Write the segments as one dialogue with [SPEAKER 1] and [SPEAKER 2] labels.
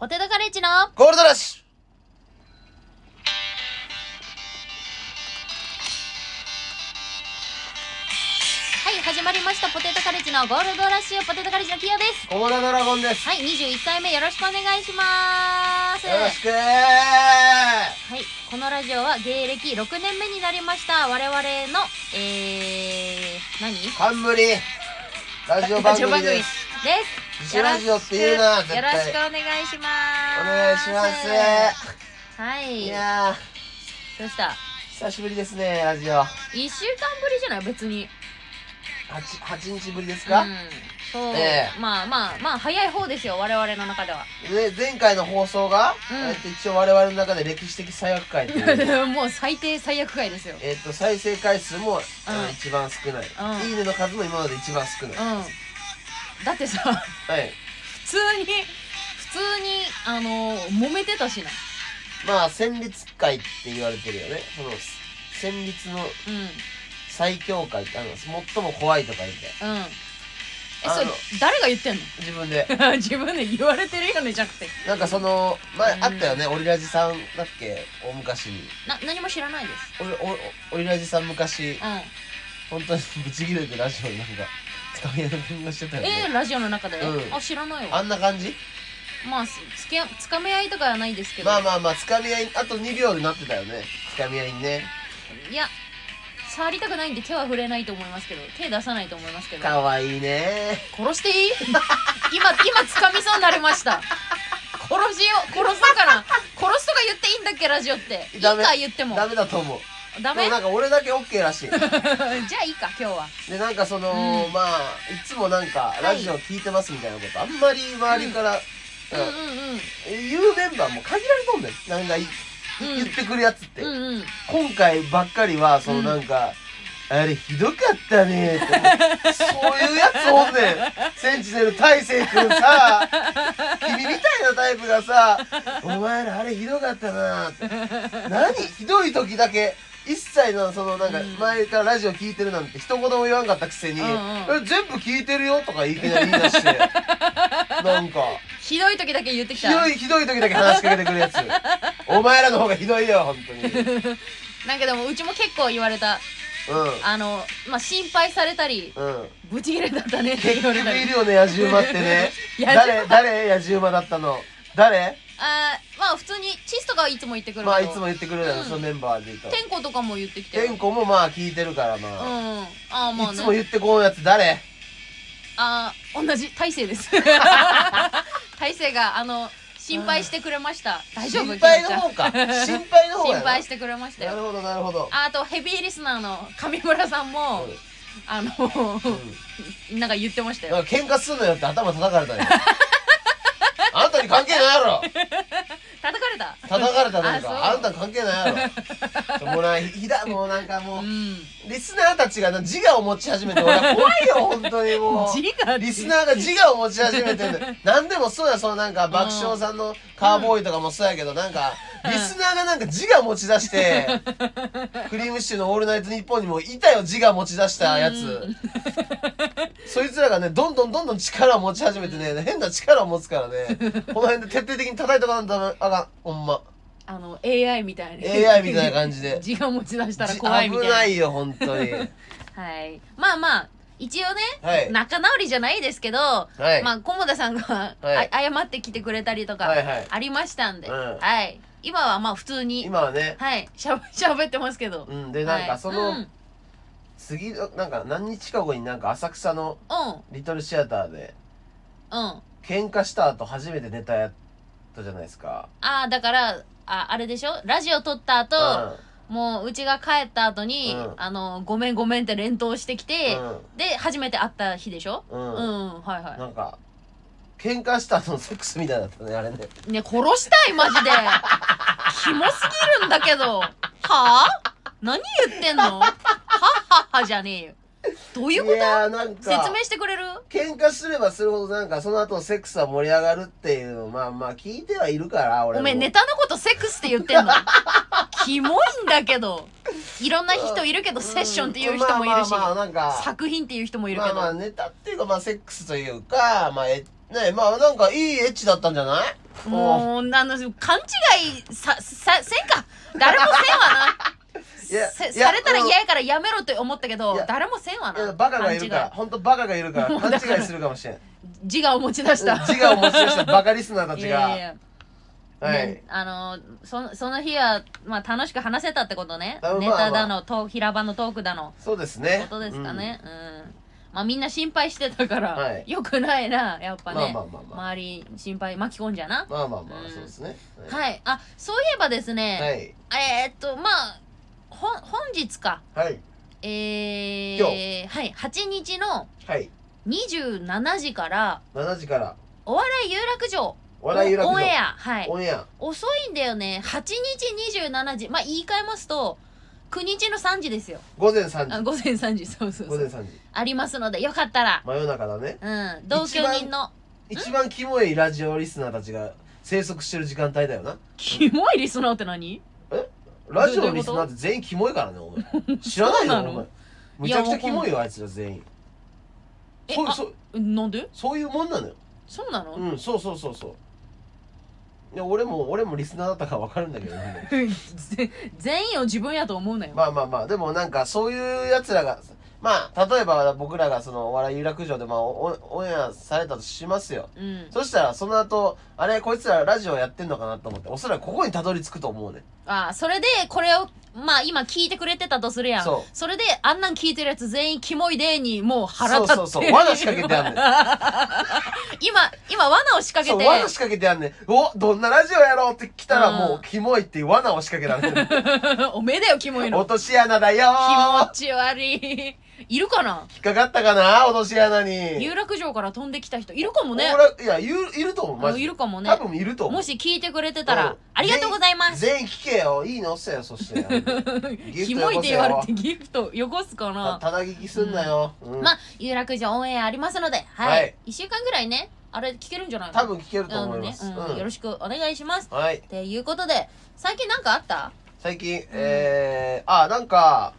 [SPEAKER 1] ポテトカレッジの
[SPEAKER 2] ゴールドラッシ
[SPEAKER 1] はい始まりましたポテトカレッジのゴールドラッシュポテトカレッジのキヨです
[SPEAKER 2] ュコモダドラゴンです
[SPEAKER 1] はい21回目よろしくお願いします
[SPEAKER 2] よろしく
[SPEAKER 1] はいこのラジオは芸歴6年目になりました我々のえー、何です
[SPEAKER 2] 冠ラジオ
[SPEAKER 3] ラ
[SPEAKER 2] 番組
[SPEAKER 3] ジオ番組
[SPEAKER 2] です自主ラジオっていうな絶
[SPEAKER 1] よろしくお
[SPEAKER 2] 対
[SPEAKER 1] 願いしま
[SPEAKER 2] お
[SPEAKER 1] す
[SPEAKER 2] 願いします
[SPEAKER 1] はい
[SPEAKER 2] いやー
[SPEAKER 1] どうした
[SPEAKER 2] 久しぶりですねラジオ
[SPEAKER 1] 1週間ぶりじゃない別に
[SPEAKER 2] 8, 八日ぶりです
[SPEAKER 1] う
[SPEAKER 2] か
[SPEAKER 1] ん、そう、
[SPEAKER 2] え
[SPEAKER 1] まあまあまあ早い方ですよ我々の中では
[SPEAKER 2] で前回の放送が、
[SPEAKER 1] うん
[SPEAKER 2] えっと一応我々の中で歴史的最悪回という
[SPEAKER 1] もう最低最悪回ですよ
[SPEAKER 2] えっと再生回数も、あの
[SPEAKER 1] うん
[SPEAKER 2] 一番少ない、
[SPEAKER 1] うん
[SPEAKER 2] いいねの数も今まで一番少ない、
[SPEAKER 1] うんだってさ
[SPEAKER 2] はい
[SPEAKER 1] 普通に普通にあの揉めてたしな
[SPEAKER 2] まあ戦律会って言われてるよねその戦律の
[SPEAKER 1] うんうん
[SPEAKER 2] 最強会ってあの最も怖いとか言って
[SPEAKER 1] え
[SPEAKER 2] あ
[SPEAKER 1] それ
[SPEAKER 2] の
[SPEAKER 1] 誰が言ってん
[SPEAKER 2] 自分で
[SPEAKER 1] の 自分で言われてるよねじゃなくて
[SPEAKER 2] なんかその前
[SPEAKER 1] うん
[SPEAKER 2] あったよねオリラジさんだっけ大昔に
[SPEAKER 1] な何も知らないです
[SPEAKER 2] おおおオリラジさん昔
[SPEAKER 1] うん
[SPEAKER 2] 本当にブチギレてラジオになんかつかみ合いの喧嘩して たよ
[SPEAKER 1] え
[SPEAKER 2] ね
[SPEAKER 1] ー、ラジオの中で、
[SPEAKER 2] うん
[SPEAKER 1] あ知らない
[SPEAKER 2] あ
[SPEAKER 1] わ
[SPEAKER 2] んな感じ
[SPEAKER 1] まあすつけつかめ合いとかはないですけど、
[SPEAKER 2] まあまあまあつかみ合いあと2秒になってたよねつかみ合いにね
[SPEAKER 1] いや触りたくないんで手は触れないと思いますけど手出さないと思いますけど
[SPEAKER 2] かわいいね
[SPEAKER 1] 殺していい 今今掴みそうになりました殺しよう殺すから殺すとか言っていいんだっけラジオっていいか
[SPEAKER 2] ダメ
[SPEAKER 1] 言っても
[SPEAKER 2] ダメだと思う
[SPEAKER 1] ダ
[SPEAKER 2] で
[SPEAKER 1] メ
[SPEAKER 2] もなんか俺だけ OK らしい
[SPEAKER 1] じゃあいいか今日は
[SPEAKER 2] でなんかその、
[SPEAKER 1] うん
[SPEAKER 2] まあいつもなんか
[SPEAKER 1] い
[SPEAKER 2] ラジオ聞いてますみたいなことあんまり周りから、
[SPEAKER 1] う
[SPEAKER 2] うん
[SPEAKER 1] んうんうん
[SPEAKER 2] 言うメンバーも限られとんねんなんかい、
[SPEAKER 1] うん
[SPEAKER 2] 言ってくるやつって、
[SPEAKER 1] うんうん
[SPEAKER 2] 今回ばっかりはそのなんか、あれひどかったねってそういうやつおんねんセンチネル大成君さ君みたいなタイプがさ「お前らあれひどかったな」って何ひどい時だけ一切のそのなんか
[SPEAKER 1] うん
[SPEAKER 2] 前からラジオ聞いてるなんて一言も言わんかったくせに「
[SPEAKER 1] うんうん
[SPEAKER 2] え全部聞いてるよ」とかいきなり言い出してなんか
[SPEAKER 1] ひどい時だけ言ってき
[SPEAKER 2] ひ
[SPEAKER 1] た
[SPEAKER 2] どいひどい時だけ話しかけてくるやつお前らの方がひどいよ本当にうん
[SPEAKER 1] なんかでもうちも結構言われたあのまあ心配されたり
[SPEAKER 2] うん
[SPEAKER 1] ブチギレだったねって
[SPEAKER 2] 結
[SPEAKER 1] 言わ
[SPEAKER 2] 局
[SPEAKER 1] れたり
[SPEAKER 2] いるよね野獣馬ってね
[SPEAKER 1] 野獣
[SPEAKER 2] 誰誰野獣馬だったの誰
[SPEAKER 1] あーまあ普通にチスとかはいつも言ってくるけど、
[SPEAKER 2] まあいつも言ってくれるやろ、
[SPEAKER 1] うん
[SPEAKER 2] そのメンバーでいたら
[SPEAKER 1] 天候とかも言ってきて
[SPEAKER 2] 天子もまあ聞いてるからま
[SPEAKER 1] うん
[SPEAKER 2] あ、
[SPEAKER 1] ああまあ
[SPEAKER 2] い
[SPEAKER 1] ね
[SPEAKER 2] つも言ってこうやつ誰
[SPEAKER 1] あー同じ大勢です 大勢があの心配してくれました大丈夫
[SPEAKER 2] 心配の方か心配の方
[SPEAKER 1] 心
[SPEAKER 2] やな
[SPEAKER 1] 配してくれました
[SPEAKER 2] なる
[SPEAKER 1] よ
[SPEAKER 2] ほどなるほど
[SPEAKER 1] ああとヘビーリスナーの上村さんも、
[SPEAKER 2] う
[SPEAKER 1] あの、
[SPEAKER 2] んうん
[SPEAKER 1] なんか言ってましたよ
[SPEAKER 2] なんか喧嘩すんのよって頭叩かれた よあんたに関係ないやろ
[SPEAKER 1] 叩かれた
[SPEAKER 2] 叩かれたなんか
[SPEAKER 1] あ
[SPEAKER 2] あ
[SPEAKER 1] そうん
[SPEAKER 2] た関係ないやろもうなひだもうなんかもう
[SPEAKER 1] うん
[SPEAKER 2] リスナーたちがな自我を持ち始めて俺は怖いよ本当にもう
[SPEAKER 1] 自我って
[SPEAKER 2] リスナーが自我を持ち始めて んだよ何でもそうやそのなんか爆笑さんのカーボーイとかもそうやけどなんか
[SPEAKER 1] うん
[SPEAKER 2] リスナーがなんか自我持ち出して クリームシチューの「オールナイトニッポン」にもいたよ自我持ち出したやつそいつらがねどんどんどんどん力を持ち始めてね変な力を持つからねこの辺で徹底的に叩いとかなんだあかんほんま
[SPEAKER 1] あの AI みたいな
[SPEAKER 2] AI みたいな感 じで
[SPEAKER 1] 字が持ち出したら怖いみたいな
[SPEAKER 2] 危ないよ本 当に
[SPEAKER 1] はいまあまあ一応ね、
[SPEAKER 2] はい
[SPEAKER 1] 仲直りじゃないですけど、
[SPEAKER 2] はい
[SPEAKER 1] まあ菰田さんが、
[SPEAKER 2] はい
[SPEAKER 1] あ謝ってきてくれたりとか
[SPEAKER 2] はいはい
[SPEAKER 1] ありましたんで、
[SPEAKER 2] うん
[SPEAKER 1] はい今はまあ普通に
[SPEAKER 2] 今はね
[SPEAKER 1] はいしゃべ しゃべってますけど、
[SPEAKER 2] うん、でなん
[SPEAKER 1] は
[SPEAKER 2] か
[SPEAKER 1] い
[SPEAKER 2] その、
[SPEAKER 1] うんうん
[SPEAKER 2] 次のなんか何日か後になんか浅草のリトルシアターで
[SPEAKER 1] うん
[SPEAKER 2] 喧嘩した後初めてネタやったじゃないですか。
[SPEAKER 1] ああだからああれでしょラジオ撮った後、もううちが帰った後に、
[SPEAKER 2] うん
[SPEAKER 1] あのごめんごめんって連投してきて、
[SPEAKER 2] う
[SPEAKER 1] で初めて会った日でしょ
[SPEAKER 2] ん、
[SPEAKER 1] う、
[SPEAKER 2] うんん、うん、
[SPEAKER 1] はいは
[SPEAKER 2] なんか喧嘩した後のセックスみたいだったねあれね。
[SPEAKER 1] いね殺したいマジ でキモすぎるんだけどはあ何言ってんのはっはっはじゃねえよどういうこと
[SPEAKER 2] やーなん
[SPEAKER 1] 説
[SPEAKER 2] か
[SPEAKER 1] 明してくれる
[SPEAKER 2] 喧嘩すればするほどなんかその後のセックスは盛り上がるっていうのをまあまあ聞いてはいるから俺
[SPEAKER 1] お
[SPEAKER 2] も。
[SPEAKER 1] めえネタのことセックスって言ってん のキモいんだけどいろんな人いるけどセッションっていう人もいるし
[SPEAKER 2] まあまあまあなんか
[SPEAKER 1] 作品っていう人もいるけ
[SPEAKER 2] まあ
[SPEAKER 1] ど
[SPEAKER 2] まあネタっていうかまあセックスというかまあえねまあなんかいいエッチだったんじゃない？
[SPEAKER 1] もうあの勘違いささせんか誰もせんわな
[SPEAKER 2] いや
[SPEAKER 1] せ
[SPEAKER 2] いや
[SPEAKER 1] されたら嫌やからやめろって思ったけ
[SPEAKER 2] い
[SPEAKER 1] ど
[SPEAKER 2] や
[SPEAKER 1] 誰もせんわ
[SPEAKER 2] いや
[SPEAKER 1] な
[SPEAKER 2] バカがいるから
[SPEAKER 1] 勘
[SPEAKER 2] 本当バカがいるから 勘違いするかもしれん
[SPEAKER 1] 違い自我を持ち出した
[SPEAKER 2] 自我を持ち出したバカリスナーた
[SPEAKER 1] い
[SPEAKER 2] ち
[SPEAKER 1] やいやい
[SPEAKER 2] が
[SPEAKER 1] や
[SPEAKER 2] はい
[SPEAKER 1] ねあのそその日は、まあ、楽しく話せたってことね、
[SPEAKER 2] あまあ
[SPEAKER 1] ネタだのトー平場のトークだの
[SPEAKER 2] そうです
[SPEAKER 1] こ
[SPEAKER 2] ね
[SPEAKER 1] とですかね、うんまあ、みんな心配してたから、
[SPEAKER 2] はい
[SPEAKER 1] よくないなやっ
[SPEAKER 2] う
[SPEAKER 1] ぱ
[SPEAKER 2] ん
[SPEAKER 1] ね、
[SPEAKER 2] まあまあまあまあ
[SPEAKER 1] 周り心配巻き込んじゃな、
[SPEAKER 2] まあまあま
[SPEAKER 1] う
[SPEAKER 2] あ
[SPEAKER 1] ん
[SPEAKER 2] そうですね
[SPEAKER 1] はいあそういえばです
[SPEAKER 2] は
[SPEAKER 1] ね、
[SPEAKER 2] い
[SPEAKER 1] えーっとまあほん本日か
[SPEAKER 2] はい
[SPEAKER 1] え
[SPEAKER 2] 今
[SPEAKER 1] ー、はい8日の
[SPEAKER 2] はい
[SPEAKER 1] 27時から
[SPEAKER 2] 7時から
[SPEAKER 1] お笑い有楽町
[SPEAKER 2] 笑いゆら
[SPEAKER 1] オンエアはい
[SPEAKER 2] オンエア
[SPEAKER 1] 遅いんだよね8日27時まあ言い換えますと9日の3時ですよ
[SPEAKER 2] 午前3
[SPEAKER 1] あ
[SPEAKER 2] 時
[SPEAKER 1] 午前3時そうそうそ
[SPEAKER 2] 午前
[SPEAKER 1] う
[SPEAKER 2] 3時
[SPEAKER 1] ありますのでよかったら
[SPEAKER 2] 真夜中だね
[SPEAKER 1] うん同居人の
[SPEAKER 2] 一番キモいラジオリスナーたちが生息してる時間帯だよな
[SPEAKER 1] キモいリスナーって何
[SPEAKER 2] ラジオのリスナーって全員キモいからねお前知らない
[SPEAKER 1] そうな
[SPEAKER 2] よ
[SPEAKER 1] の
[SPEAKER 2] お前むちゃくちゃキモいよあいつら全員
[SPEAKER 1] え
[SPEAKER 2] そう
[SPEAKER 1] あ
[SPEAKER 2] そう
[SPEAKER 1] なんで
[SPEAKER 2] そういうもんなのよ
[SPEAKER 1] そうなの、
[SPEAKER 2] うんそうそうそうそういや俺も俺もリスナーだったから分かるんだけどね
[SPEAKER 1] ぜ全員を自分やと思うなよ、
[SPEAKER 2] まあまあまあでもなんかそういうやつらがまあ例えば僕らがそのお笑い有楽町でまあおおオンエアされたとしますよ
[SPEAKER 1] うん
[SPEAKER 2] そしたらその後あれこいつらラジオやってんのかなと思っておそらくここにたどり着くと思うね
[SPEAKER 1] ああそれでこれをまあ今聞いてくれてたとするやん
[SPEAKER 2] そう
[SPEAKER 1] れであんなん聞いてるやつ全員キモいでーにもう腹立って
[SPEAKER 2] そうそうそう罠仕掛けてやんね
[SPEAKER 1] 今今罠を仕掛
[SPEAKER 2] そう
[SPEAKER 1] けて
[SPEAKER 2] 罠仕掛けてやんねんおどんなラジオやろうって来たらも
[SPEAKER 1] うん
[SPEAKER 2] うキモいっていう罠を仕掛けられて
[SPEAKER 1] おめえだよ キモい
[SPEAKER 2] る
[SPEAKER 1] の
[SPEAKER 2] 落とし穴だ
[SPEAKER 1] 気
[SPEAKER 2] よ
[SPEAKER 1] 持
[SPEAKER 2] ー
[SPEAKER 1] ち悪いいるかな
[SPEAKER 2] 引っかかったかな落とし穴に
[SPEAKER 1] 有楽町から飛んできた人いるかもね
[SPEAKER 2] ほらいやいるいると思うマ
[SPEAKER 1] あ
[SPEAKER 2] ジ
[SPEAKER 1] い
[SPEAKER 2] で
[SPEAKER 1] るかもね
[SPEAKER 2] 多分いると思う
[SPEAKER 1] もし聞いてくれてたら
[SPEAKER 2] ん
[SPEAKER 1] ありがとうございます
[SPEAKER 2] 全員全員聞けよいいのせよ そしてギ
[SPEAKER 1] キ
[SPEAKER 2] フ
[SPEAKER 1] モいって
[SPEAKER 2] トよこせ
[SPEAKER 1] 言われ
[SPEAKER 2] よ
[SPEAKER 1] てギフトよこすか
[SPEAKER 2] た
[SPEAKER 1] な
[SPEAKER 2] ただ聞きすんなよ、うん
[SPEAKER 1] まあ有楽町オンエアありますのでは
[SPEAKER 2] はいい
[SPEAKER 1] 1週間ぐらいねあれ聞けるんじゃないの
[SPEAKER 2] 多分聞けると思います、
[SPEAKER 1] あのねうん
[SPEAKER 2] うん
[SPEAKER 1] よろしくお願いします
[SPEAKER 2] はい
[SPEAKER 1] っていうことで最近なんかあった
[SPEAKER 2] 最近、えー、あなんか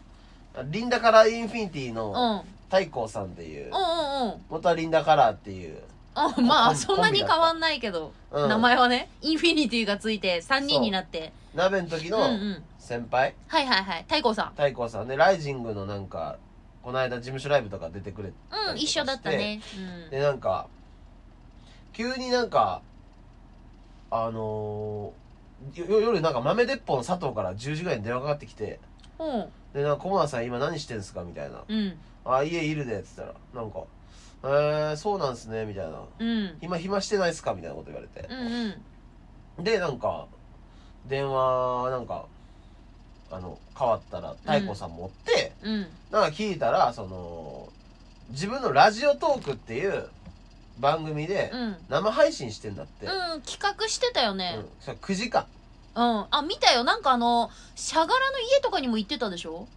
[SPEAKER 2] リンダカラーインフィニティ
[SPEAKER 1] うん
[SPEAKER 2] の太閤さんっていう
[SPEAKER 1] うんうんうん
[SPEAKER 2] 元はリンダカラーっていう、
[SPEAKER 1] あま
[SPEAKER 2] コ
[SPEAKER 1] あ
[SPEAKER 2] ン
[SPEAKER 1] そんなに変わんないけど
[SPEAKER 2] うん、
[SPEAKER 1] 名前はねインフィニティがついて3人になって
[SPEAKER 2] 鍋の時
[SPEAKER 1] うんう
[SPEAKER 2] の
[SPEAKER 1] ん
[SPEAKER 2] 先輩
[SPEAKER 1] はいはいはい太鼓さん
[SPEAKER 2] 太閤さんでライジングのなんかこの間事務所ライブとか出てくれて
[SPEAKER 1] うん、一緒だったね。うん。
[SPEAKER 2] でなんか急になんかあのーよよ夜なんか豆鉄砲の佐藤から10時ぐらいに電話かかってきて
[SPEAKER 1] うん。
[SPEAKER 2] 「でなんか駒田さん今何してんすか?」みたいな
[SPEAKER 1] うん。
[SPEAKER 2] 「あ家いるで」っつったらなんか「えー、そうなんすね」みたいな
[SPEAKER 1] うん
[SPEAKER 2] 「。今暇してないっすか?」みたいなこと言われて
[SPEAKER 1] うん。うん。
[SPEAKER 2] でなんか電話なんかあの変わったら太鼓さん持って、
[SPEAKER 1] うん。
[SPEAKER 2] なんか聞いたらその自分のラジオトークっていう番組で、
[SPEAKER 1] うん。
[SPEAKER 2] 生配信してんだって、
[SPEAKER 1] うん、企画してたよね。
[SPEAKER 2] そう9時間
[SPEAKER 1] うん。あ、見たよ。なんかあの、シャガラの家とかにも行ってたでしょ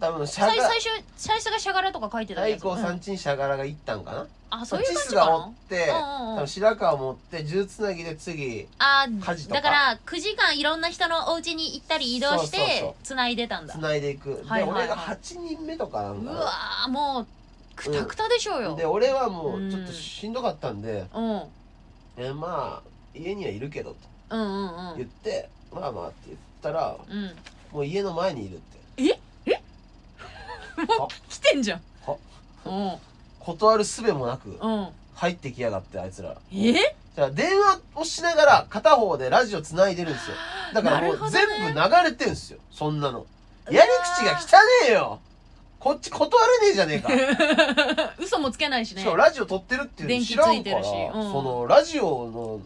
[SPEAKER 2] 多分シャ
[SPEAKER 1] 最
[SPEAKER 2] ガ
[SPEAKER 1] 最初、最初がシャガラとか書いてた
[SPEAKER 2] 太
[SPEAKER 1] やつ
[SPEAKER 2] 鼓さ
[SPEAKER 1] うん
[SPEAKER 2] んちにシャガラが行ったんかな
[SPEAKER 1] あ、そういう
[SPEAKER 2] チ
[SPEAKER 1] 感
[SPEAKER 2] ス
[SPEAKER 1] じか
[SPEAKER 2] がおっ
[SPEAKER 1] な。
[SPEAKER 2] て、
[SPEAKER 1] うんうん
[SPEAKER 2] 多
[SPEAKER 1] うん
[SPEAKER 2] 分。白川持って銃つなぎで次
[SPEAKER 1] あ
[SPEAKER 2] 家事とか
[SPEAKER 1] だから9時間いろんな人のお家に行ったり移動し
[SPEAKER 2] そうそうそ
[SPEAKER 1] て
[SPEAKER 2] う
[SPEAKER 1] つないでたんだ
[SPEAKER 2] つないでいく、
[SPEAKER 1] はいはいはい
[SPEAKER 2] で俺が8人目とかなん
[SPEAKER 1] う
[SPEAKER 2] だ
[SPEAKER 1] わーもうくたくたでしょうよ、
[SPEAKER 2] で俺はも
[SPEAKER 1] うん
[SPEAKER 2] うちょっとしんどかったんで、
[SPEAKER 1] うん、うん
[SPEAKER 2] えまあ家にはいるけどと
[SPEAKER 1] うんう
[SPEAKER 2] 言
[SPEAKER 1] ん
[SPEAKER 2] って、まあまあって言ったら
[SPEAKER 1] うん
[SPEAKER 2] もう家の前にいるって
[SPEAKER 1] もう来てんじゃん
[SPEAKER 2] は
[SPEAKER 1] う
[SPEAKER 2] 断る術もなく
[SPEAKER 1] んうん
[SPEAKER 2] 入ってきやがってあいつら
[SPEAKER 1] え
[SPEAKER 2] じゃあ電話をしながら片方でラジオつないでるんですよだからも
[SPEAKER 1] なるほ
[SPEAKER 2] う
[SPEAKER 1] どね
[SPEAKER 2] 全部流れてるんですよそんなのやり口が汚ねえよこっち断れねえじ ゃねえか
[SPEAKER 1] 嘘もつけないしね
[SPEAKER 2] しかもラジオ撮ってるっていうの知らん
[SPEAKER 1] 電気ついて
[SPEAKER 2] から、
[SPEAKER 1] るしうん
[SPEAKER 2] そのラジオの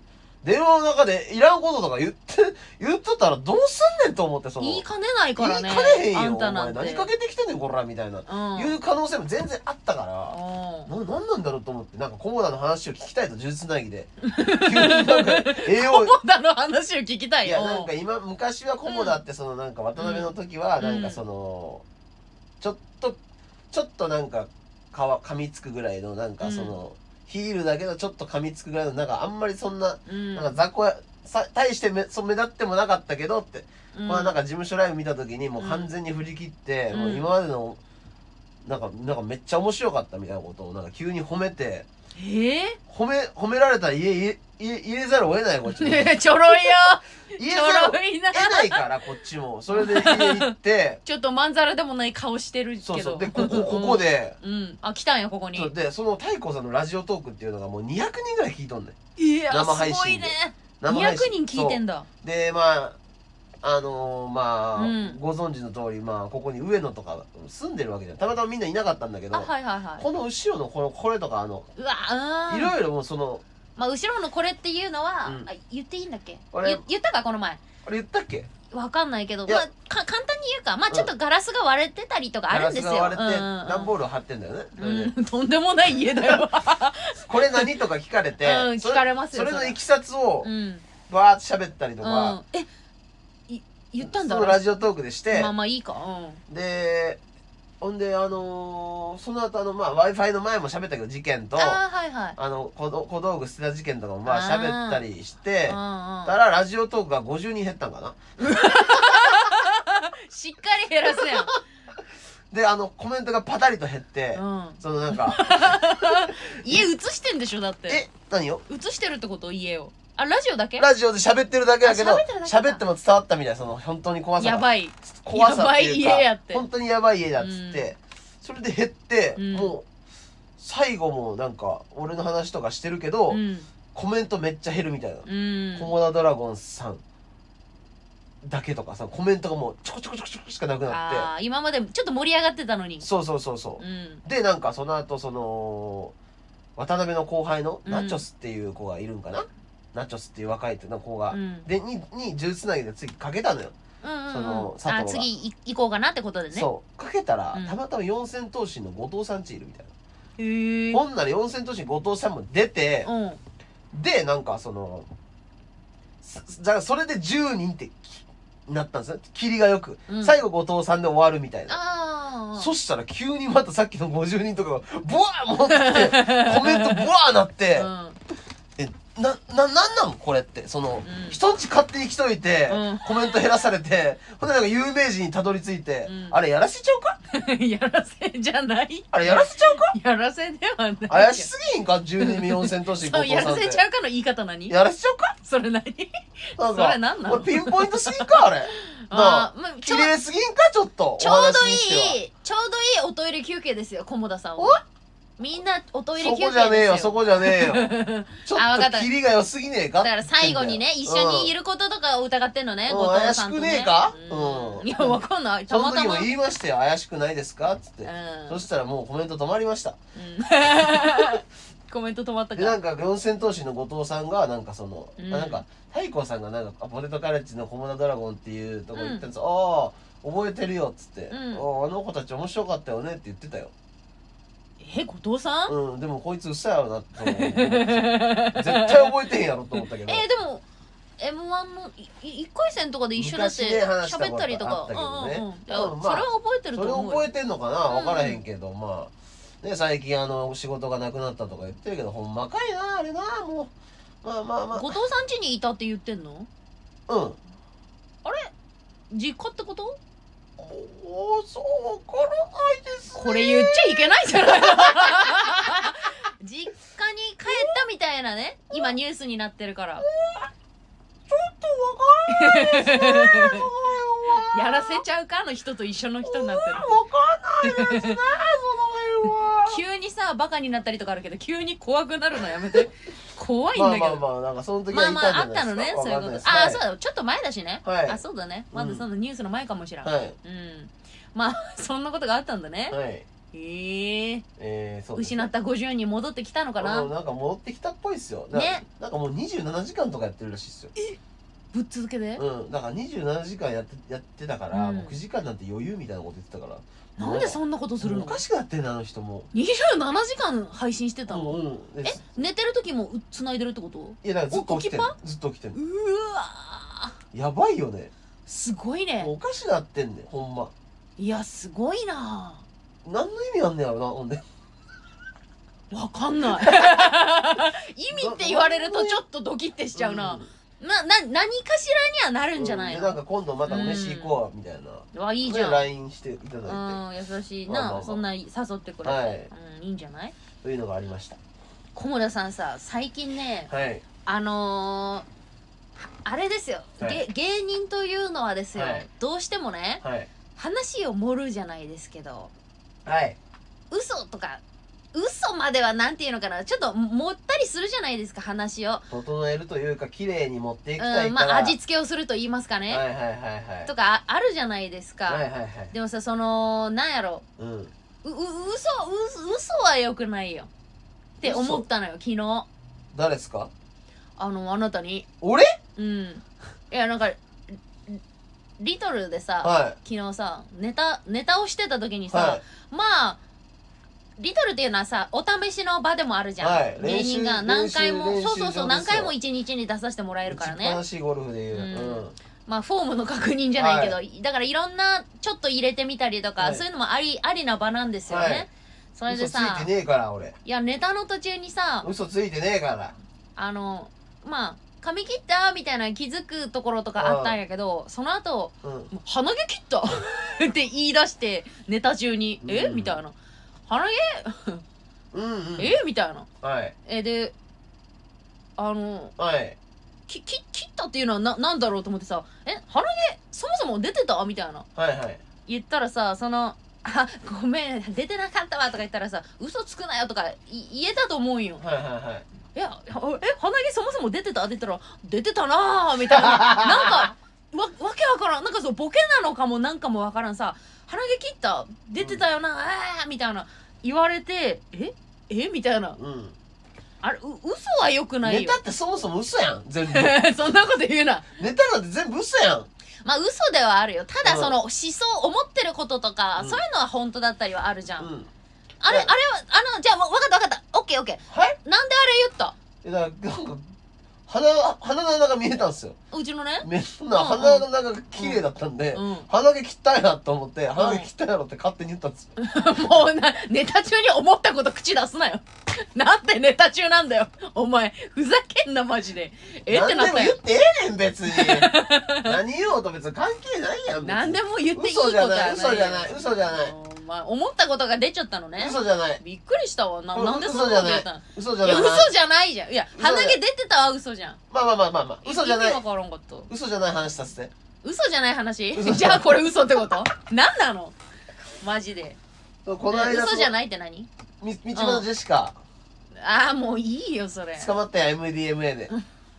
[SPEAKER 2] 電話の中でいらんこととか言って 言っとったらどうすんねんと思ってその
[SPEAKER 1] 言いかねないからね
[SPEAKER 2] 言いかねへんよ
[SPEAKER 1] あんた
[SPEAKER 2] お
[SPEAKER 1] な
[SPEAKER 2] 前
[SPEAKER 1] んて
[SPEAKER 2] 何かけてきてんねんこらみたいな、
[SPEAKER 1] うん
[SPEAKER 2] いう可能性も全然あったから、
[SPEAKER 1] うん
[SPEAKER 2] ななんなんだろうと思ってなんかコモダの話を聞きたいと呪術つなぎで急にな んか栄養
[SPEAKER 1] 友田の話を聞きたい
[SPEAKER 2] い
[SPEAKER 1] よ
[SPEAKER 2] やなんか今昔はコモダってそのなんか渡辺の時は
[SPEAKER 1] うん
[SPEAKER 2] なんかそのちょっとちょっとなんかかわ噛みつくぐらいのなんかそのヒールだけどちょっと噛みつくぐらいのなんかあんまりそんな
[SPEAKER 1] うん
[SPEAKER 2] なんか雑魚やさ大してめそう目立ってもなかったけどって
[SPEAKER 1] うん
[SPEAKER 2] まあなんか事務所ライブ見た時にもう完全に振り切って
[SPEAKER 1] うん
[SPEAKER 2] もう今までのなんかなんかめっちゃ面白かったみたいなことをなんか急に褒めて
[SPEAKER 1] え
[SPEAKER 2] 褒め褒められたら言え言え言え入れざるを得ないこっちも
[SPEAKER 1] ー、 ちょろいよ
[SPEAKER 2] 言え
[SPEAKER 1] ち
[SPEAKER 2] ざ
[SPEAKER 1] ょ
[SPEAKER 2] るを
[SPEAKER 1] ろいな
[SPEAKER 2] 得ないからこっちもそれで家行 って
[SPEAKER 1] ちょっとまんざらでもない顔してるけど
[SPEAKER 2] そうそうでここここで
[SPEAKER 1] うんあ来たんやここに
[SPEAKER 2] そうでその太鼓さんのラジオトークっていうのがもう200人ぐらい聞いとんねん
[SPEAKER 1] いや
[SPEAKER 2] 生配信です
[SPEAKER 1] ごいね
[SPEAKER 2] 生配信
[SPEAKER 1] 200人聞いてんだ
[SPEAKER 2] そうでまああのーまあ、
[SPEAKER 1] うん
[SPEAKER 2] ご存知の通りまあここに上野とか住んでるわけじゃんたまたまみんないなかったんだけど、
[SPEAKER 1] あはいはいは
[SPEAKER 2] この後ろのこのこれとかあの
[SPEAKER 1] いうわうん
[SPEAKER 2] いろいろもうその
[SPEAKER 1] まあ後ろのこれっていうのは、
[SPEAKER 2] うん
[SPEAKER 1] あ言っていいんだっけ
[SPEAKER 2] 俺
[SPEAKER 1] ゆ言ったかこの前
[SPEAKER 2] あれ言ったっけ
[SPEAKER 1] わかんないけど
[SPEAKER 2] いや
[SPEAKER 1] まあか簡単に言うかまあちょっとガラスが割れてたりとかあるんですよ
[SPEAKER 2] ガラスが割れて
[SPEAKER 1] うんうんうん
[SPEAKER 2] 段ボールを貼ってんだよね、それで
[SPEAKER 1] うん、とんでもない家だよ、
[SPEAKER 2] これ何とか聞かれ
[SPEAKER 1] う
[SPEAKER 2] て、
[SPEAKER 1] ん、
[SPEAKER 2] そ
[SPEAKER 1] 聞
[SPEAKER 2] れ
[SPEAKER 1] かれます
[SPEAKER 2] そ
[SPEAKER 1] よ
[SPEAKER 2] れの
[SPEAKER 1] そ
[SPEAKER 2] い
[SPEAKER 1] れ
[SPEAKER 2] きさつを
[SPEAKER 1] うん
[SPEAKER 2] バーッと喋ったりとか、
[SPEAKER 1] うん、えい言ったんだ
[SPEAKER 2] そのラジオトークでして、
[SPEAKER 1] まあまあいいかうん
[SPEAKER 2] でほんであのーその後あのまあ w i f i の前も喋ったけど事件とあ
[SPEAKER 1] ああはいはい
[SPEAKER 2] の小道小道具捨てた事件とかもまあ喋ったりして
[SPEAKER 1] うんうん
[SPEAKER 2] たらラジオトークが50人減ったんかな
[SPEAKER 1] しっかり減らす やん、
[SPEAKER 2] であのコメントがパタリと減って、
[SPEAKER 1] うん、
[SPEAKER 2] そのなんか
[SPEAKER 1] 家映してんでしょだっ
[SPEAKER 2] 「
[SPEAKER 1] て
[SPEAKER 2] え何よ
[SPEAKER 1] 映してるってこと家をあラジオだけ
[SPEAKER 2] ラジオで喋ってるだけだけど
[SPEAKER 1] あ喋ってるだけか
[SPEAKER 2] 喋っても伝わったみたいその本当に怖さ
[SPEAKER 1] や
[SPEAKER 2] が
[SPEAKER 1] ばい
[SPEAKER 2] 怖さっていうか
[SPEAKER 1] やばい家やって
[SPEAKER 2] 本当にやばい家だっつって、それで減って、
[SPEAKER 1] うん
[SPEAKER 2] もう最後もなんか俺の話とかしてるけど、
[SPEAKER 1] うん
[SPEAKER 2] コメントめっちゃ減るみたいな、
[SPEAKER 1] うん
[SPEAKER 2] コモダドラゴンさんだけとかさコメントがもうちょこちょこちょこちょこしかなくなっ
[SPEAKER 1] ああ今までちょっと盛り上がってたのに
[SPEAKER 2] てそうそうそうそうう、
[SPEAKER 1] ん
[SPEAKER 2] でなんかその後その渡辺の後輩の
[SPEAKER 1] うん
[SPEAKER 2] ナチョスっていう子がいるんかな、ナチョスっていう若い子が、
[SPEAKER 1] うん
[SPEAKER 2] でにに銃つなぎで次かけたのよ、
[SPEAKER 1] うんうんうん
[SPEAKER 2] その佐藤が
[SPEAKER 1] あ次い行こうかなってことでね
[SPEAKER 2] そうかけたら、
[SPEAKER 1] うん
[SPEAKER 2] たまたま四千頭身の後藤さんちいるみたいな。
[SPEAKER 1] へえ
[SPEAKER 2] ほんなら四千頭身後藤さんも出て、
[SPEAKER 1] うん
[SPEAKER 2] でなんかそのすじゃあそれで10人ってきなったんですよ霧がよく、
[SPEAKER 1] うん
[SPEAKER 2] 最後後藤さんで終わるみたいな、
[SPEAKER 1] ああ
[SPEAKER 2] そしたら急にまたさっきの50人とかがブワー持っ てコメントブワーなって
[SPEAKER 1] う、ん
[SPEAKER 2] えなななんなんこれってその、
[SPEAKER 1] うん
[SPEAKER 2] 人んち勝手に来といて、
[SPEAKER 1] うん
[SPEAKER 2] コメント減らされてほんでなんか有名人にたどり着いて、
[SPEAKER 1] うん
[SPEAKER 2] あれやらせちゃうか
[SPEAKER 1] やらせじゃない
[SPEAKER 2] あれやらせちゃうか
[SPEAKER 1] やらせではない
[SPEAKER 2] 怪しすぎんか12ミリ4千頭身
[SPEAKER 1] そ
[SPEAKER 2] 後
[SPEAKER 1] う
[SPEAKER 2] 藤
[SPEAKER 1] や
[SPEAKER 2] さ
[SPEAKER 1] ら
[SPEAKER 2] んって
[SPEAKER 1] せちゃうかの言い方何
[SPEAKER 2] やらせちゃうか
[SPEAKER 1] それ何
[SPEAKER 2] なん
[SPEAKER 1] そ
[SPEAKER 2] か
[SPEAKER 1] れなんなの
[SPEAKER 2] これピンポイントすぎんかあれ
[SPEAKER 1] あーまあち
[SPEAKER 2] 綺
[SPEAKER 1] ょ
[SPEAKER 2] 麗すぎんかちょっと
[SPEAKER 1] ちょうど
[SPEAKER 2] お話にして
[SPEAKER 1] いいちょうどいいおトイレ休憩ですよ菰田さんは
[SPEAKER 2] お
[SPEAKER 1] みんなおト
[SPEAKER 2] は
[SPEAKER 1] イレ休
[SPEAKER 2] そこ
[SPEAKER 1] 憩
[SPEAKER 2] じゃねえよ
[SPEAKER 1] です
[SPEAKER 2] そ
[SPEAKER 1] よ
[SPEAKER 2] こじゃねえよち ょ
[SPEAKER 1] あわか
[SPEAKER 2] っ
[SPEAKER 1] っ
[SPEAKER 2] と
[SPEAKER 1] た
[SPEAKER 2] キリが良すぎねえか
[SPEAKER 1] だから最後にね一緒にい
[SPEAKER 2] る
[SPEAKER 1] ることとかを疑ってんのね
[SPEAKER 2] うん
[SPEAKER 1] 後藤さんと
[SPEAKER 2] 怪
[SPEAKER 1] ね
[SPEAKER 2] しくねえかうん
[SPEAKER 1] いやわかんないた
[SPEAKER 2] その
[SPEAKER 1] また
[SPEAKER 2] 時も
[SPEAKER 1] ま
[SPEAKER 2] 言いましたよ怪しくないですかっつって、
[SPEAKER 1] うん
[SPEAKER 2] そしたらもうコメント止まりました
[SPEAKER 1] うん コメント止まった
[SPEAKER 2] で
[SPEAKER 1] か
[SPEAKER 2] なんか四千頭身の後藤さんがなんかその、
[SPEAKER 1] うん
[SPEAKER 2] あなんか太鼓さんがなんかあポテトカレッジのコモダドラゴンっていうとこ行ったんですよ、ああ覚えてるよっつって、
[SPEAKER 1] うん
[SPEAKER 2] あああの子たち面白かったよねって言ってたよ
[SPEAKER 1] え後藤さん
[SPEAKER 2] うんでもこいつうっさいやろなって思う 絶対覚えてへんやろと思ったけど
[SPEAKER 1] えーでも m 1の1回戦とかで一緒だって
[SPEAKER 2] 昔ね話したこと
[SPEAKER 1] 喋ったりと
[SPEAKER 2] あ
[SPEAKER 1] か
[SPEAKER 2] ったけどね
[SPEAKER 1] うんうんうんいや
[SPEAKER 2] うんまあ
[SPEAKER 1] それは覚えてると
[SPEAKER 2] それ
[SPEAKER 1] 思うよ
[SPEAKER 2] 覚えてんのかな
[SPEAKER 1] うん
[SPEAKER 2] 分からへんけど、まあね最近あの仕事がなくなったとか言ってるけどほんまかいなあれなもうまあまあま
[SPEAKER 1] 後藤さん家にいたって言ってんの
[SPEAKER 2] あうん
[SPEAKER 1] 実家ってこと
[SPEAKER 2] おおそう分からないですね
[SPEAKER 1] これ言っちゃいけないじゃないの 実家に帰ったみたいなね今ニュースになってるから
[SPEAKER 2] ちょっと分からないですね
[SPEAKER 1] やらせちゃうかの人と一緒の人になってる
[SPEAKER 2] 分かんないですねその辺 は
[SPEAKER 1] 急にさバカになったりとかあるけど急に怖くなるのやめて怖いん
[SPEAKER 2] ま
[SPEAKER 1] だ
[SPEAKER 2] あ
[SPEAKER 1] け
[SPEAKER 2] ま
[SPEAKER 1] ど
[SPEAKER 2] あまあなんかその時は
[SPEAKER 1] まあ
[SPEAKER 2] い
[SPEAKER 1] ま
[SPEAKER 2] たんじ
[SPEAKER 1] ああ
[SPEAKER 2] ゃ
[SPEAKER 1] っ
[SPEAKER 2] な
[SPEAKER 1] た
[SPEAKER 2] いで
[SPEAKER 1] のね
[SPEAKER 2] すか
[SPEAKER 1] そういうこと
[SPEAKER 2] わかんなです
[SPEAKER 1] ああ
[SPEAKER 2] はい
[SPEAKER 1] そうだちょっと前だしね、
[SPEAKER 2] はい
[SPEAKER 1] あそうだねまだそのニュースの前かもしらん、
[SPEAKER 2] は
[SPEAKER 1] う
[SPEAKER 2] い
[SPEAKER 1] んまあそんなことがあったんだね、
[SPEAKER 2] はい
[SPEAKER 1] へえ
[SPEAKER 2] えー、そうです
[SPEAKER 1] 失った50に戻ってきたのか
[SPEAKER 2] うん
[SPEAKER 1] な
[SPEAKER 2] なんか戻ってきたっぽいっすよなんか
[SPEAKER 1] ね
[SPEAKER 2] なんかもう27時間とかやってるらしいっすよ
[SPEAKER 1] ぶっ続けで、
[SPEAKER 2] うん、だから27時間やってやってたから、
[SPEAKER 1] うん
[SPEAKER 2] もう9時間なんて余裕みたいなこと言ってたから
[SPEAKER 1] なんでそんなこと
[SPEAKER 2] う
[SPEAKER 1] する
[SPEAKER 2] お
[SPEAKER 1] の
[SPEAKER 2] かしくなってんのあの人も
[SPEAKER 1] 27時間配信してたの、
[SPEAKER 2] うんうんで
[SPEAKER 1] え寝てる時もう繋いでるってことう
[SPEAKER 2] いやだからずっと起きてんの
[SPEAKER 1] お
[SPEAKER 2] ずっと起きてんの
[SPEAKER 1] ーわー
[SPEAKER 2] やばいよね
[SPEAKER 1] すごい
[SPEAKER 2] もう
[SPEAKER 1] ね
[SPEAKER 2] おかしなってんねんほんま
[SPEAKER 1] いやすごいな
[SPEAKER 2] 何の意味あんねやろなほんで
[SPEAKER 1] わかんない 意味って言われるとちょっとドキッてしちゃうな、なな何かしらにはな
[SPEAKER 2] う
[SPEAKER 1] るんじゃない
[SPEAKER 2] で
[SPEAKER 1] の、
[SPEAKER 2] なんか今度またお飯行こうみたいな、
[SPEAKER 1] わいいじゃん
[SPEAKER 2] で LINE していただいて、
[SPEAKER 1] うん優しいな、
[SPEAKER 2] まあまあまあ
[SPEAKER 1] そんな誘ってくれて、
[SPEAKER 2] はい
[SPEAKER 1] うん、いいんじゃない
[SPEAKER 2] というのがありました
[SPEAKER 1] 小村さんさ最近ね
[SPEAKER 2] はい
[SPEAKER 1] あのーあれですよ、
[SPEAKER 2] は
[SPEAKER 1] げ
[SPEAKER 2] い
[SPEAKER 1] 芸人というのはですよ、
[SPEAKER 2] はい
[SPEAKER 1] どうしてもね
[SPEAKER 2] はい
[SPEAKER 1] 話を盛るじゃないですけど
[SPEAKER 2] はい
[SPEAKER 1] 嘘とか嘘まではなんていうのかなちょっと盛ったりするじゃないですか話を、
[SPEAKER 2] 整えるというか綺麗に持っていきた
[SPEAKER 1] う
[SPEAKER 2] い
[SPEAKER 1] んま
[SPEAKER 2] から
[SPEAKER 1] あ、味付けをすると言いますかね、
[SPEAKER 2] はいはいはいはい
[SPEAKER 1] とかああるじゃないですか、
[SPEAKER 2] はいはいはい
[SPEAKER 1] でもさそのなんやろ
[SPEAKER 2] うん
[SPEAKER 1] うう嘘嘘嘘は良くないよって思ったのよ昨日
[SPEAKER 2] 誰ですか
[SPEAKER 1] あのあなたに
[SPEAKER 2] 俺
[SPEAKER 1] うんいやなんかリリトルでさ、
[SPEAKER 2] は
[SPEAKER 1] 昨日さネタネタをしてた時に
[SPEAKER 2] い
[SPEAKER 1] さ、
[SPEAKER 2] は
[SPEAKER 1] まあリトルっていうのはさお試しの場でもあるじゃん、
[SPEAKER 2] はい
[SPEAKER 1] 芸人が何
[SPEAKER 2] 練習
[SPEAKER 1] 回も
[SPEAKER 2] 練習
[SPEAKER 1] そうそうそう
[SPEAKER 2] 練習場
[SPEAKER 1] 何
[SPEAKER 2] ですよ
[SPEAKER 1] 回も一日に出させてもらえ
[SPEAKER 2] い
[SPEAKER 1] る
[SPEAKER 2] 打
[SPEAKER 1] から
[SPEAKER 2] ちっ
[SPEAKER 1] ね
[SPEAKER 2] ぱなしゴルフでいう
[SPEAKER 1] うん
[SPEAKER 2] うん
[SPEAKER 1] まあフォームの確認じゃないけど、だからいろんなちょっと入れてみたりとか、
[SPEAKER 2] はい
[SPEAKER 1] そういうのもありありな場なんですよね、
[SPEAKER 2] はい
[SPEAKER 1] それで
[SPEAKER 2] 嘘つい
[SPEAKER 1] さ
[SPEAKER 2] てねえから俺
[SPEAKER 1] いやネタの途中にさ
[SPEAKER 2] 嘘ついてねえから
[SPEAKER 1] あのまあ髪切ったみたいな気づくところとかあったんやけどその後
[SPEAKER 2] うん
[SPEAKER 1] もう鼻毛切った って言い出してネタ中に「
[SPEAKER 2] うん
[SPEAKER 1] えみたいな「鼻
[SPEAKER 2] うんうん
[SPEAKER 1] 毛えみたいな
[SPEAKER 2] はい
[SPEAKER 1] えであの
[SPEAKER 2] はい
[SPEAKER 1] きき切ったっていうのはななんだろうと思ってさ「え鼻毛そもそも出てた?」みたいな
[SPEAKER 2] はいはい
[SPEAKER 1] 言ったらさその「あごめん出てなかったわ」とか言ったらさ「嘘つくなよ」とかい言えたと思うんよ。
[SPEAKER 2] はいはいはい
[SPEAKER 1] いや、え、鼻毛そもそも出てたって言ったら、出てたなぁ、みたいな。なんか、わ、わけわからん。なんかそう、ボケなのかもなんかもわからんさ、鼻毛切った出てたよなあーみたいな。言われて、ええみたいな。
[SPEAKER 2] うん
[SPEAKER 1] あれ、う、嘘は良くない
[SPEAKER 2] ネ
[SPEAKER 1] よ
[SPEAKER 2] タ。ってそもそも嘘やん 全部
[SPEAKER 1] そんなこと言うな。
[SPEAKER 2] ネタなんて全部嘘やん
[SPEAKER 1] まあ、嘘ではあるよ。ただ、
[SPEAKER 2] うん
[SPEAKER 1] その、思想、思ってることとか、
[SPEAKER 2] うん
[SPEAKER 1] そういうのは本当だったりはあるじゃん。
[SPEAKER 2] うん
[SPEAKER 1] あれ、
[SPEAKER 2] う
[SPEAKER 1] あ
[SPEAKER 2] ん
[SPEAKER 1] れは、あの、じゃあ、わわかったわかった。オッケーオッケ
[SPEAKER 2] はい
[SPEAKER 1] ー。なんであれ言った
[SPEAKER 2] えだからなんか鼻が鼻の中見えたんですよ
[SPEAKER 1] うちのね。
[SPEAKER 2] みんな鼻の中が綺麗だったんで、
[SPEAKER 1] うん。
[SPEAKER 2] 鼻毛切ったんやと思って鼻毛切ったやろって勝手に言ったんですよ、
[SPEAKER 1] もうな、ネタ中に思ったこと口出すなよ。 なんでネタ中なんだよ。お前、ふざけんな、マジで。えってなっ
[SPEAKER 2] 何で
[SPEAKER 1] た
[SPEAKER 2] も言
[SPEAKER 1] よ
[SPEAKER 2] っ。てええねん別 に何言おうと別に関係ないやん別に
[SPEAKER 1] 何でも言っていいこ
[SPEAKER 2] 嘘
[SPEAKER 1] と
[SPEAKER 2] じゃ
[SPEAKER 1] は
[SPEAKER 2] ない
[SPEAKER 1] ない。
[SPEAKER 2] 嘘じゃない嘘じゃない
[SPEAKER 1] お前、思ったことが出ちゃったのね。
[SPEAKER 2] 嘘じゃない
[SPEAKER 1] びっくりしたわ。な
[SPEAKER 2] これ
[SPEAKER 1] なんでそんなこと言ったの
[SPEAKER 2] 嘘じゃ
[SPEAKER 1] い
[SPEAKER 2] ない
[SPEAKER 1] や、嘘じゃないじゃん。いや、
[SPEAKER 2] 嘘じゃ
[SPEAKER 1] 鼻
[SPEAKER 2] ない
[SPEAKER 1] 毛出てたわ、嘘じゃん。
[SPEAKER 2] まあまあまあまあまあ嘘じゃな
[SPEAKER 1] 意
[SPEAKER 2] い
[SPEAKER 1] 味わからんかった。
[SPEAKER 2] 嘘じゃない話させて
[SPEAKER 1] 嘘じゃない話
[SPEAKER 2] 嘘
[SPEAKER 1] じゃあこれ嘘ってこと何なのマジで。
[SPEAKER 2] そうこの間
[SPEAKER 1] 嘘じゃ
[SPEAKER 2] い
[SPEAKER 1] ないって何
[SPEAKER 2] 道端のジェシカ
[SPEAKER 1] ああ、もういいよ、それ。
[SPEAKER 2] 捕まったやん MDMA で、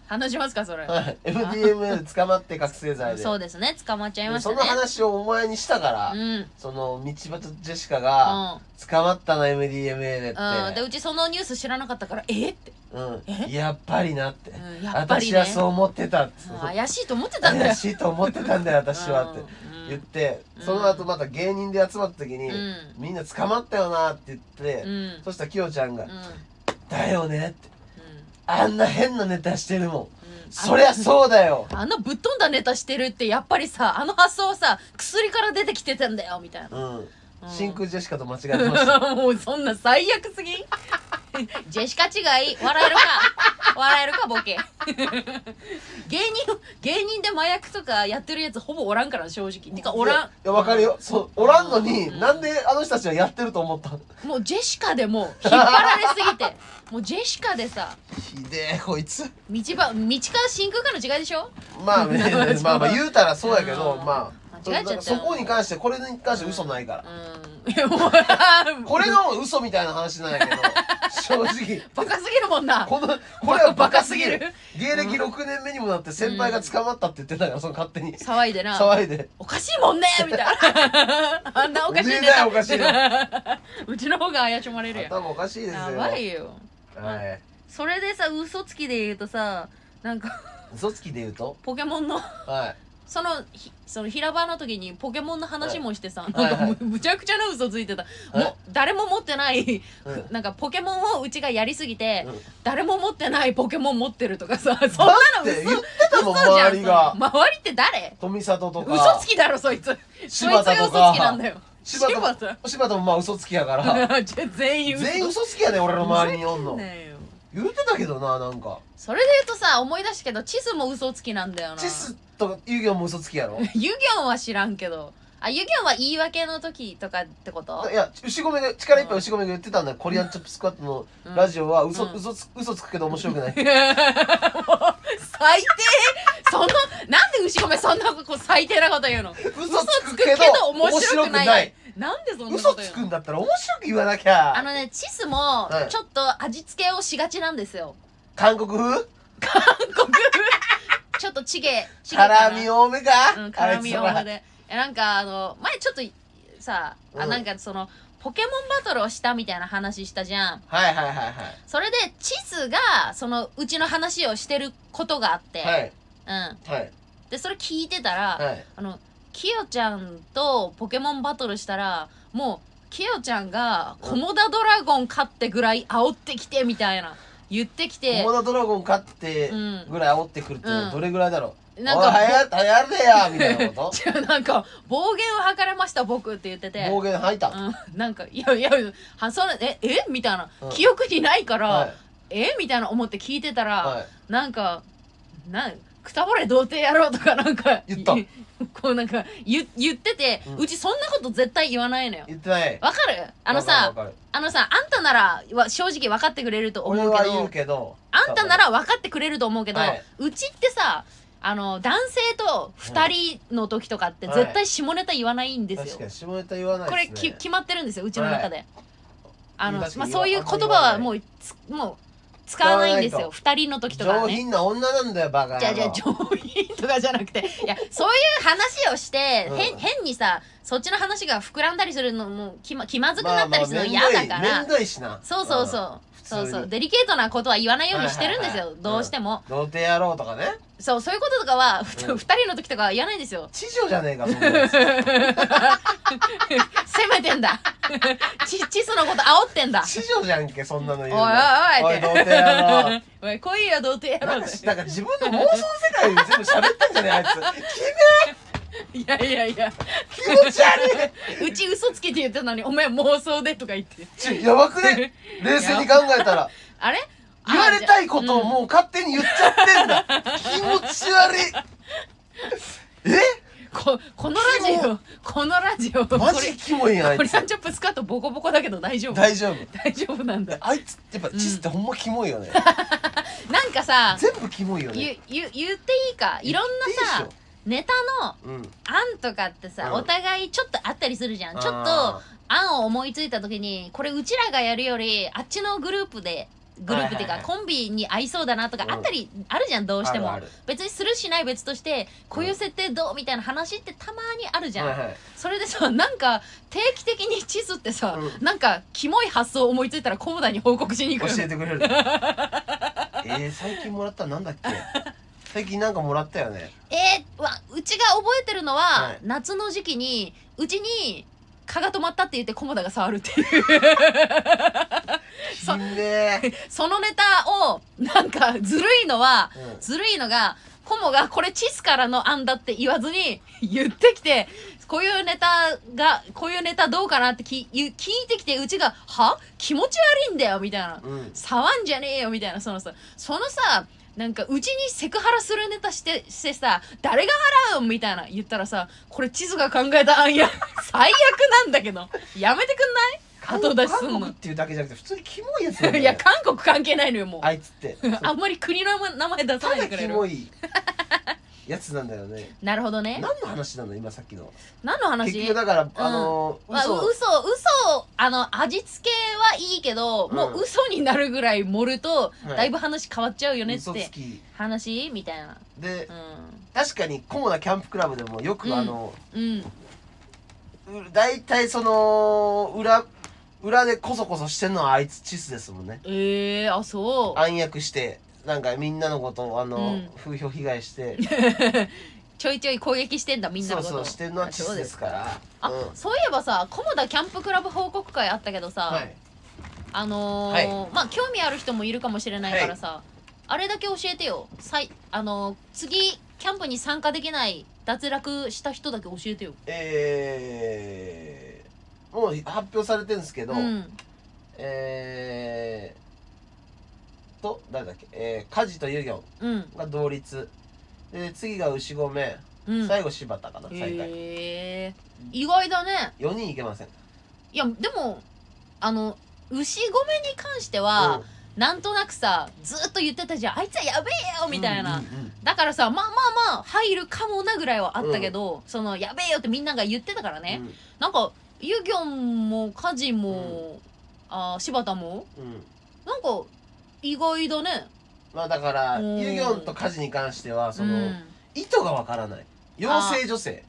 [SPEAKER 1] 話しますか、それ。
[SPEAKER 2] はい MDMA で捕まって覚醒剤で
[SPEAKER 1] そうですね、捕まっちゃいました
[SPEAKER 2] そ
[SPEAKER 1] ね
[SPEAKER 2] の。話をお前にしたから、
[SPEAKER 1] うん。うん。
[SPEAKER 2] その道端ジェシカが捕まったの MDMA でって、
[SPEAKER 1] うん。で、うちそのニュース知らなかったから、えって。
[SPEAKER 2] うん
[SPEAKER 1] え
[SPEAKER 2] やっぱりなって、
[SPEAKER 1] うん、やっぱり
[SPEAKER 2] 私
[SPEAKER 1] ね
[SPEAKER 2] は。そう思ってたっつ
[SPEAKER 1] うん
[SPEAKER 2] って
[SPEAKER 1] 怪しいと思ってたんだよ
[SPEAKER 2] 怪。しいと思ってたんだよ私はって
[SPEAKER 1] うん
[SPEAKER 2] 言って、
[SPEAKER 1] うん
[SPEAKER 2] その後また芸人で集まった時に、
[SPEAKER 1] うん
[SPEAKER 2] みんな捕まったよなって言って、
[SPEAKER 1] うん。うん。
[SPEAKER 2] そしたらキヨちゃんが「
[SPEAKER 1] うん。うん
[SPEAKER 2] だよね」ってあんな変なネタしてるもん
[SPEAKER 1] うん
[SPEAKER 2] そりゃそうだよ
[SPEAKER 1] あのぶっ飛んだネタしてるってやっぱりさあの発想さ薬から出てきてたんだよみたいな、
[SPEAKER 2] うん
[SPEAKER 1] うん
[SPEAKER 2] 真空ジェシカと間違えてました
[SPEAKER 1] もうそ んな最悪すぎん ジェシカ違い笑えるか笑えるかボケ 芸人芸人で麻薬とかやってるやつほぼおらんから正直てかおら
[SPEAKER 2] いやわかるよそうおらんのに、
[SPEAKER 1] うん
[SPEAKER 2] なんであの人たちはやってると思ったの
[SPEAKER 1] んもうジェシカでもう引っ張られすぎてもうジェシカでさ
[SPEAKER 2] ひでえこいつ
[SPEAKER 1] 道ば道か真空かの違いでしょ
[SPEAKER 2] まあ ねまあまあ言うたらそうやけど
[SPEAKER 1] うん
[SPEAKER 2] まあ
[SPEAKER 1] 間違えちゃったよ
[SPEAKER 2] そこに関してこれに関して嘘ないから、
[SPEAKER 1] うんいやもう
[SPEAKER 2] これの嘘みたいな話なん やけど正直
[SPEAKER 1] バカすぎるもんな
[SPEAKER 2] このこれはバカすぎ
[SPEAKER 1] バカ
[SPEAKER 2] る芸歴6年目にもなって先輩が捕まったって言ってたからその勝手に
[SPEAKER 1] 騒いでな
[SPEAKER 2] 騒いで
[SPEAKER 1] おかしいもんねみたい なあんなおかしい
[SPEAKER 2] おめえだよおかしいの
[SPEAKER 1] うちの方が怪しまれるやん
[SPEAKER 2] 頭おかしいですよ
[SPEAKER 1] やばいよ
[SPEAKER 2] はい
[SPEAKER 1] それでさ嘘つきで言うとさなんか
[SPEAKER 2] 嘘つきで言うと
[SPEAKER 1] ポケモンの
[SPEAKER 2] は
[SPEAKER 1] そのひその平場の時にポケモンの話もしてさ、
[SPEAKER 2] はい
[SPEAKER 1] なんかむ,、
[SPEAKER 2] はいは
[SPEAKER 1] むちゃくちゃな嘘ついてた、
[SPEAKER 2] い
[SPEAKER 1] も誰も持ってない
[SPEAKER 2] うんうん
[SPEAKER 1] なんかポケモンをうちがやりすぎて、
[SPEAKER 2] うん
[SPEAKER 1] 誰も持ってないポケモン持ってるとかさそんなの
[SPEAKER 2] だって
[SPEAKER 1] 嘘
[SPEAKER 2] 言ってたもん
[SPEAKER 1] 嘘じゃん
[SPEAKER 2] 周りが
[SPEAKER 1] 周りって誰
[SPEAKER 2] 富里とか
[SPEAKER 1] 嘘つきだろそいつそい
[SPEAKER 2] 柴
[SPEAKER 1] つが
[SPEAKER 2] 田
[SPEAKER 1] 嘘
[SPEAKER 2] と
[SPEAKER 1] つき
[SPEAKER 2] か
[SPEAKER 1] なんだよ
[SPEAKER 2] 柴田
[SPEAKER 1] 柴田
[SPEAKER 2] 柴田もまあ嘘つきやから
[SPEAKER 1] じゃあ 全員嘘
[SPEAKER 2] 全員嘘つきやね俺の周りにおんの
[SPEAKER 1] ねえよ
[SPEAKER 2] 言うてたけどななんか
[SPEAKER 1] それで言うとさ思い出したけどチスも嘘つきなんだよな
[SPEAKER 2] チスと遊戯王も嘘つきやろ
[SPEAKER 1] ユギョンは知らんけどあゆぎょんは言い訳の時とかってこと
[SPEAKER 2] いや牛込が力いっぱい牛込が言ってたんだよコリアンチョップスクワットのラジオは嘘,、
[SPEAKER 1] うん
[SPEAKER 2] 嘘つ嘘つくけど面白くない
[SPEAKER 1] もう最低そのなんで牛込そんなこ最低なこと言うの
[SPEAKER 2] 嘘
[SPEAKER 1] 嘘つくけど面白くないなんでそんなこ
[SPEAKER 2] 嘘
[SPEAKER 1] と言
[SPEAKER 2] つ
[SPEAKER 1] う
[SPEAKER 2] く
[SPEAKER 1] の
[SPEAKER 2] んだったら面白く言わなきゃ
[SPEAKER 1] あのねチスも
[SPEAKER 2] はい
[SPEAKER 1] ちょっと味付けをしがちなんですよ
[SPEAKER 2] 韓国風
[SPEAKER 1] ごめんちょっとチゲチゲかな
[SPEAKER 2] 辛み多めか、
[SPEAKER 1] うん、絡み
[SPEAKER 2] あ
[SPEAKER 1] 多め
[SPEAKER 2] いつら
[SPEAKER 1] でえなんかあの前ちょっとさあ、
[SPEAKER 2] うん
[SPEAKER 1] なんかそのポケモンバトルをしたみたいな話したじゃん
[SPEAKER 2] はいはいはいは
[SPEAKER 1] それでチスがそのうちの話をしてることがあって、
[SPEAKER 2] いはい
[SPEAKER 1] うん
[SPEAKER 2] はい
[SPEAKER 1] でそれ聞いてたら、
[SPEAKER 2] はい
[SPEAKER 1] あのキヨちゃんとポケモンバトルしたらもうキヨちゃんが「コモダドラゴン勝ってぐらい煽ってきて」みたいな言ってきて
[SPEAKER 2] モダドラゴン勝って
[SPEAKER 1] うん
[SPEAKER 2] ぐらい煽ってくるっていうのはどれぐらいだろう、
[SPEAKER 1] なん
[SPEAKER 2] おい
[SPEAKER 1] か
[SPEAKER 2] 流行流行る ねやみたいなこ
[SPEAKER 1] 違うなんか暴言を吐かれました僕って言ってて
[SPEAKER 2] と暴言吐いた、
[SPEAKER 1] うん、なんか「いやいやはそれええみたいな、
[SPEAKER 2] うん
[SPEAKER 1] 記憶にないから「
[SPEAKER 2] はい
[SPEAKER 1] えみたいな思って聞いてたら、
[SPEAKER 2] はい
[SPEAKER 1] なんか「なんくたばれ童貞やろ」とかなんか
[SPEAKER 2] 言った
[SPEAKER 1] こうなんか言言ってて、
[SPEAKER 2] う
[SPEAKER 1] うんちそんなこと絶対言わないのよ
[SPEAKER 2] 言ってない
[SPEAKER 1] わかるあのさ
[SPEAKER 2] わかるわかる
[SPEAKER 1] あのさあんたならは正直分かってくれると思
[SPEAKER 2] 俺
[SPEAKER 1] うけ
[SPEAKER 2] は言う
[SPEAKER 1] ど
[SPEAKER 2] けど
[SPEAKER 1] あんたなら分かってくれると思うけど、
[SPEAKER 2] はいう
[SPEAKER 1] ちってさあの男性と2人の時とかって絶対下ネタ言わないんですよ、
[SPEAKER 2] 確かに下ネタ言わない
[SPEAKER 1] これ
[SPEAKER 2] です、ね、
[SPEAKER 1] き決まってるんですようちの中で、あの
[SPEAKER 2] 確かに
[SPEAKER 1] まあそういう言葉
[SPEAKER 2] あ
[SPEAKER 1] は
[SPEAKER 2] んま
[SPEAKER 1] もうつもう使わないんです
[SPEAKER 2] 使わない
[SPEAKER 1] よ二人の時とかは
[SPEAKER 2] 上
[SPEAKER 1] ね
[SPEAKER 2] 品な女なんだよバカ野郎
[SPEAKER 1] じゃあじゃあ上品とかじゃなくていやそういう話をして、
[SPEAKER 2] うん
[SPEAKER 1] 変変にさそっちの話が膨らんだりするのも気ま気まずく
[SPEAKER 2] ま
[SPEAKER 1] な
[SPEAKER 2] あ
[SPEAKER 1] った
[SPEAKER 2] ま
[SPEAKER 1] り
[SPEAKER 2] あ
[SPEAKER 1] するの
[SPEAKER 2] めん
[SPEAKER 1] 嫌
[SPEAKER 2] どい
[SPEAKER 1] だから、
[SPEAKER 2] めんどいしな
[SPEAKER 1] そうそうそう、そうそうデリケートなことは言わないようにしてるんですよ、
[SPEAKER 2] はいはいはい
[SPEAKER 1] どうしても、
[SPEAKER 2] 童貞野郎とかね
[SPEAKER 1] そうそういうこととかはふた
[SPEAKER 2] うん
[SPEAKER 1] 二人の時とかは言わないんですよ
[SPEAKER 2] 知女じゃねえかそんなや つ
[SPEAKER 1] 責めてんだ ちチスのこと煽ってんだ
[SPEAKER 2] 知女じゃんけそんなの言う
[SPEAKER 1] おい
[SPEAKER 2] の
[SPEAKER 1] おいおいって
[SPEAKER 2] 童貞野郎
[SPEAKER 1] おい来いよ童貞野
[SPEAKER 2] なん
[SPEAKER 1] 郎
[SPEAKER 2] かしなんか自分の妄想世界で全部喋ってんじゃねえあい
[SPEAKER 1] いやいやいや
[SPEAKER 2] つ気持ち悪いう
[SPEAKER 1] ち嘘つけて言ってたのにお前妄想でとか言って
[SPEAKER 2] ちやば くね冷静に考えたら
[SPEAKER 1] あれ
[SPEAKER 2] 言われたいことを
[SPEAKER 1] あ
[SPEAKER 2] もう勝手に言っちゃってんだ気持ち悪い え
[SPEAKER 1] じゃあここのラジオこのラジオ
[SPEAKER 2] マ
[SPEAKER 1] こ
[SPEAKER 2] ジ
[SPEAKER 1] れ
[SPEAKER 2] キモいやん
[SPEAKER 1] こ
[SPEAKER 2] あい
[SPEAKER 1] れ
[SPEAKER 2] つ
[SPEAKER 1] サンチョップスカートボコボコだけど大丈夫
[SPEAKER 2] 大丈夫
[SPEAKER 1] 大丈夫なんだ
[SPEAKER 2] あいつやっぱチスってほんまキモいよね
[SPEAKER 1] なんかさ
[SPEAKER 2] 全部キモいよね
[SPEAKER 1] ゆゆ言っていいかいろんなさネタの
[SPEAKER 2] 言っていいでし
[SPEAKER 1] 案とかってさ、
[SPEAKER 2] うん
[SPEAKER 1] お互いちょっとあったりするじゃん
[SPEAKER 2] ょうん
[SPEAKER 1] ちょっと
[SPEAKER 2] あ
[SPEAKER 1] 案を思いついた時にこれうちらがやるよりあっちのグループでグループっていうか、
[SPEAKER 2] はいはい
[SPEAKER 1] コンビに合いそうだなとか、
[SPEAKER 2] うん
[SPEAKER 1] あったりあるじゃんど
[SPEAKER 2] ー
[SPEAKER 1] うしても
[SPEAKER 2] ある
[SPEAKER 1] 別にするしない別としてこういう設定どうみたいな話ってたまにあるじ
[SPEAKER 2] あ
[SPEAKER 1] ゃん、
[SPEAKER 2] る はいはい
[SPEAKER 1] それでさなんか定期的に地図ってさ、
[SPEAKER 2] う
[SPEAKER 1] なんかキモい発想思いついたらコムダに報告しに行
[SPEAKER 2] 教
[SPEAKER 1] く
[SPEAKER 2] えてくれるえー、最近もらったなんだっけ最近なんかもらったよね
[SPEAKER 1] えー、わうちが覚えてるのは、
[SPEAKER 2] はい
[SPEAKER 1] 夏の時期にうちに蚊が止まったって言ってコムダが触るっていう
[SPEAKER 2] ひねえ、
[SPEAKER 1] そのネタをなんかずるいのは
[SPEAKER 2] うん
[SPEAKER 1] ずるいのがコモがこれチスからの案だって言わずに 言ってきてこういうネタがこういうネタどうかなってきゆ聞いてきてうちが「は気持ち悪いんだよ」みたいな
[SPEAKER 2] うん
[SPEAKER 1] 「触んじゃねえよ」みたいなそのさそのさなんかうちにセクハラするネタしてしてさ「誰が払うん?」みたいな言ったらさ「これ地図が考えた案や 最悪なんだけどやめてくんない?」後出しす
[SPEAKER 2] 韓
[SPEAKER 1] ん
[SPEAKER 2] 国っ
[SPEAKER 1] の。
[SPEAKER 2] ていうだけじゃなくて普通にキモいやつなんだよ
[SPEAKER 1] いや韓国関係ないのよもう
[SPEAKER 2] あいつって
[SPEAKER 1] あんまり国の名前出さ
[SPEAKER 2] た
[SPEAKER 1] ない
[SPEAKER 2] だ
[SPEAKER 1] でくれ
[SPEAKER 2] キ
[SPEAKER 1] る
[SPEAKER 2] モ いやつなんだよね
[SPEAKER 1] なるほどね
[SPEAKER 2] 何の話なの今さっきの
[SPEAKER 1] 何の
[SPEAKER 2] 結
[SPEAKER 1] 話
[SPEAKER 2] 局だからあの
[SPEAKER 1] まあ、
[SPEAKER 2] 嘘
[SPEAKER 1] 嘘嘘あの味付けはいいけど、
[SPEAKER 2] うん
[SPEAKER 1] もう嘘になるぐらい盛ると、
[SPEAKER 2] はい
[SPEAKER 1] だいぶ話変わっちゃうよねっ
[SPEAKER 2] 嘘
[SPEAKER 1] て
[SPEAKER 2] つき
[SPEAKER 1] 話みたいな
[SPEAKER 2] で
[SPEAKER 1] う
[SPEAKER 2] 確かにコモダキャンプクラブでもよ
[SPEAKER 1] うん
[SPEAKER 2] くあの
[SPEAKER 1] んうん
[SPEAKER 2] う大体その裏裏でコソコソしてんのはあいつチスですもんね
[SPEAKER 1] えー、あそう
[SPEAKER 2] 暗躍してなんかみんなのことをあの、
[SPEAKER 1] うん
[SPEAKER 2] 風評被害して
[SPEAKER 1] ちょいちょい攻撃してんだみんなの
[SPEAKER 2] そう
[SPEAKER 1] こと
[SPEAKER 2] そうしてるのはチスですから
[SPEAKER 1] あそう
[SPEAKER 2] う
[SPEAKER 1] ですそういえばさコモダキャンプクラブ報告会あったけどさ、
[SPEAKER 2] ん、はい
[SPEAKER 1] あのーまあ興味ある人もいるかもしれないからさ、あれだけ教えてよさいあのー次キャンプに参加できない脱落した人だけ教えてよ
[SPEAKER 2] えー、もう発表されてるんですけど、
[SPEAKER 1] うん
[SPEAKER 2] えー、と誰だっけえー、カジとユギョ
[SPEAKER 1] うん
[SPEAKER 2] ンが同率で次が牛込
[SPEAKER 1] うん
[SPEAKER 2] 最後柴田かな最下位
[SPEAKER 1] へえ意外だね
[SPEAKER 2] 4人いけません
[SPEAKER 1] いやでもあの牛米に関しては、
[SPEAKER 2] うん
[SPEAKER 1] なんとなくさずっと言ってたじゃんあいつはやべえよみたいな、
[SPEAKER 2] うんうんうん
[SPEAKER 1] だからさまあまあまあ入るかもなぐらいはあったけど、そのやべえよってみんなが言ってたからね、なんかユギョンもカジも、あー柴田も
[SPEAKER 2] うんうん
[SPEAKER 1] なんか意外だね
[SPEAKER 2] まあだから
[SPEAKER 1] うん
[SPEAKER 2] ユギョンとカジに関してはそうの
[SPEAKER 1] ん
[SPEAKER 2] 意図がわからない妖精女性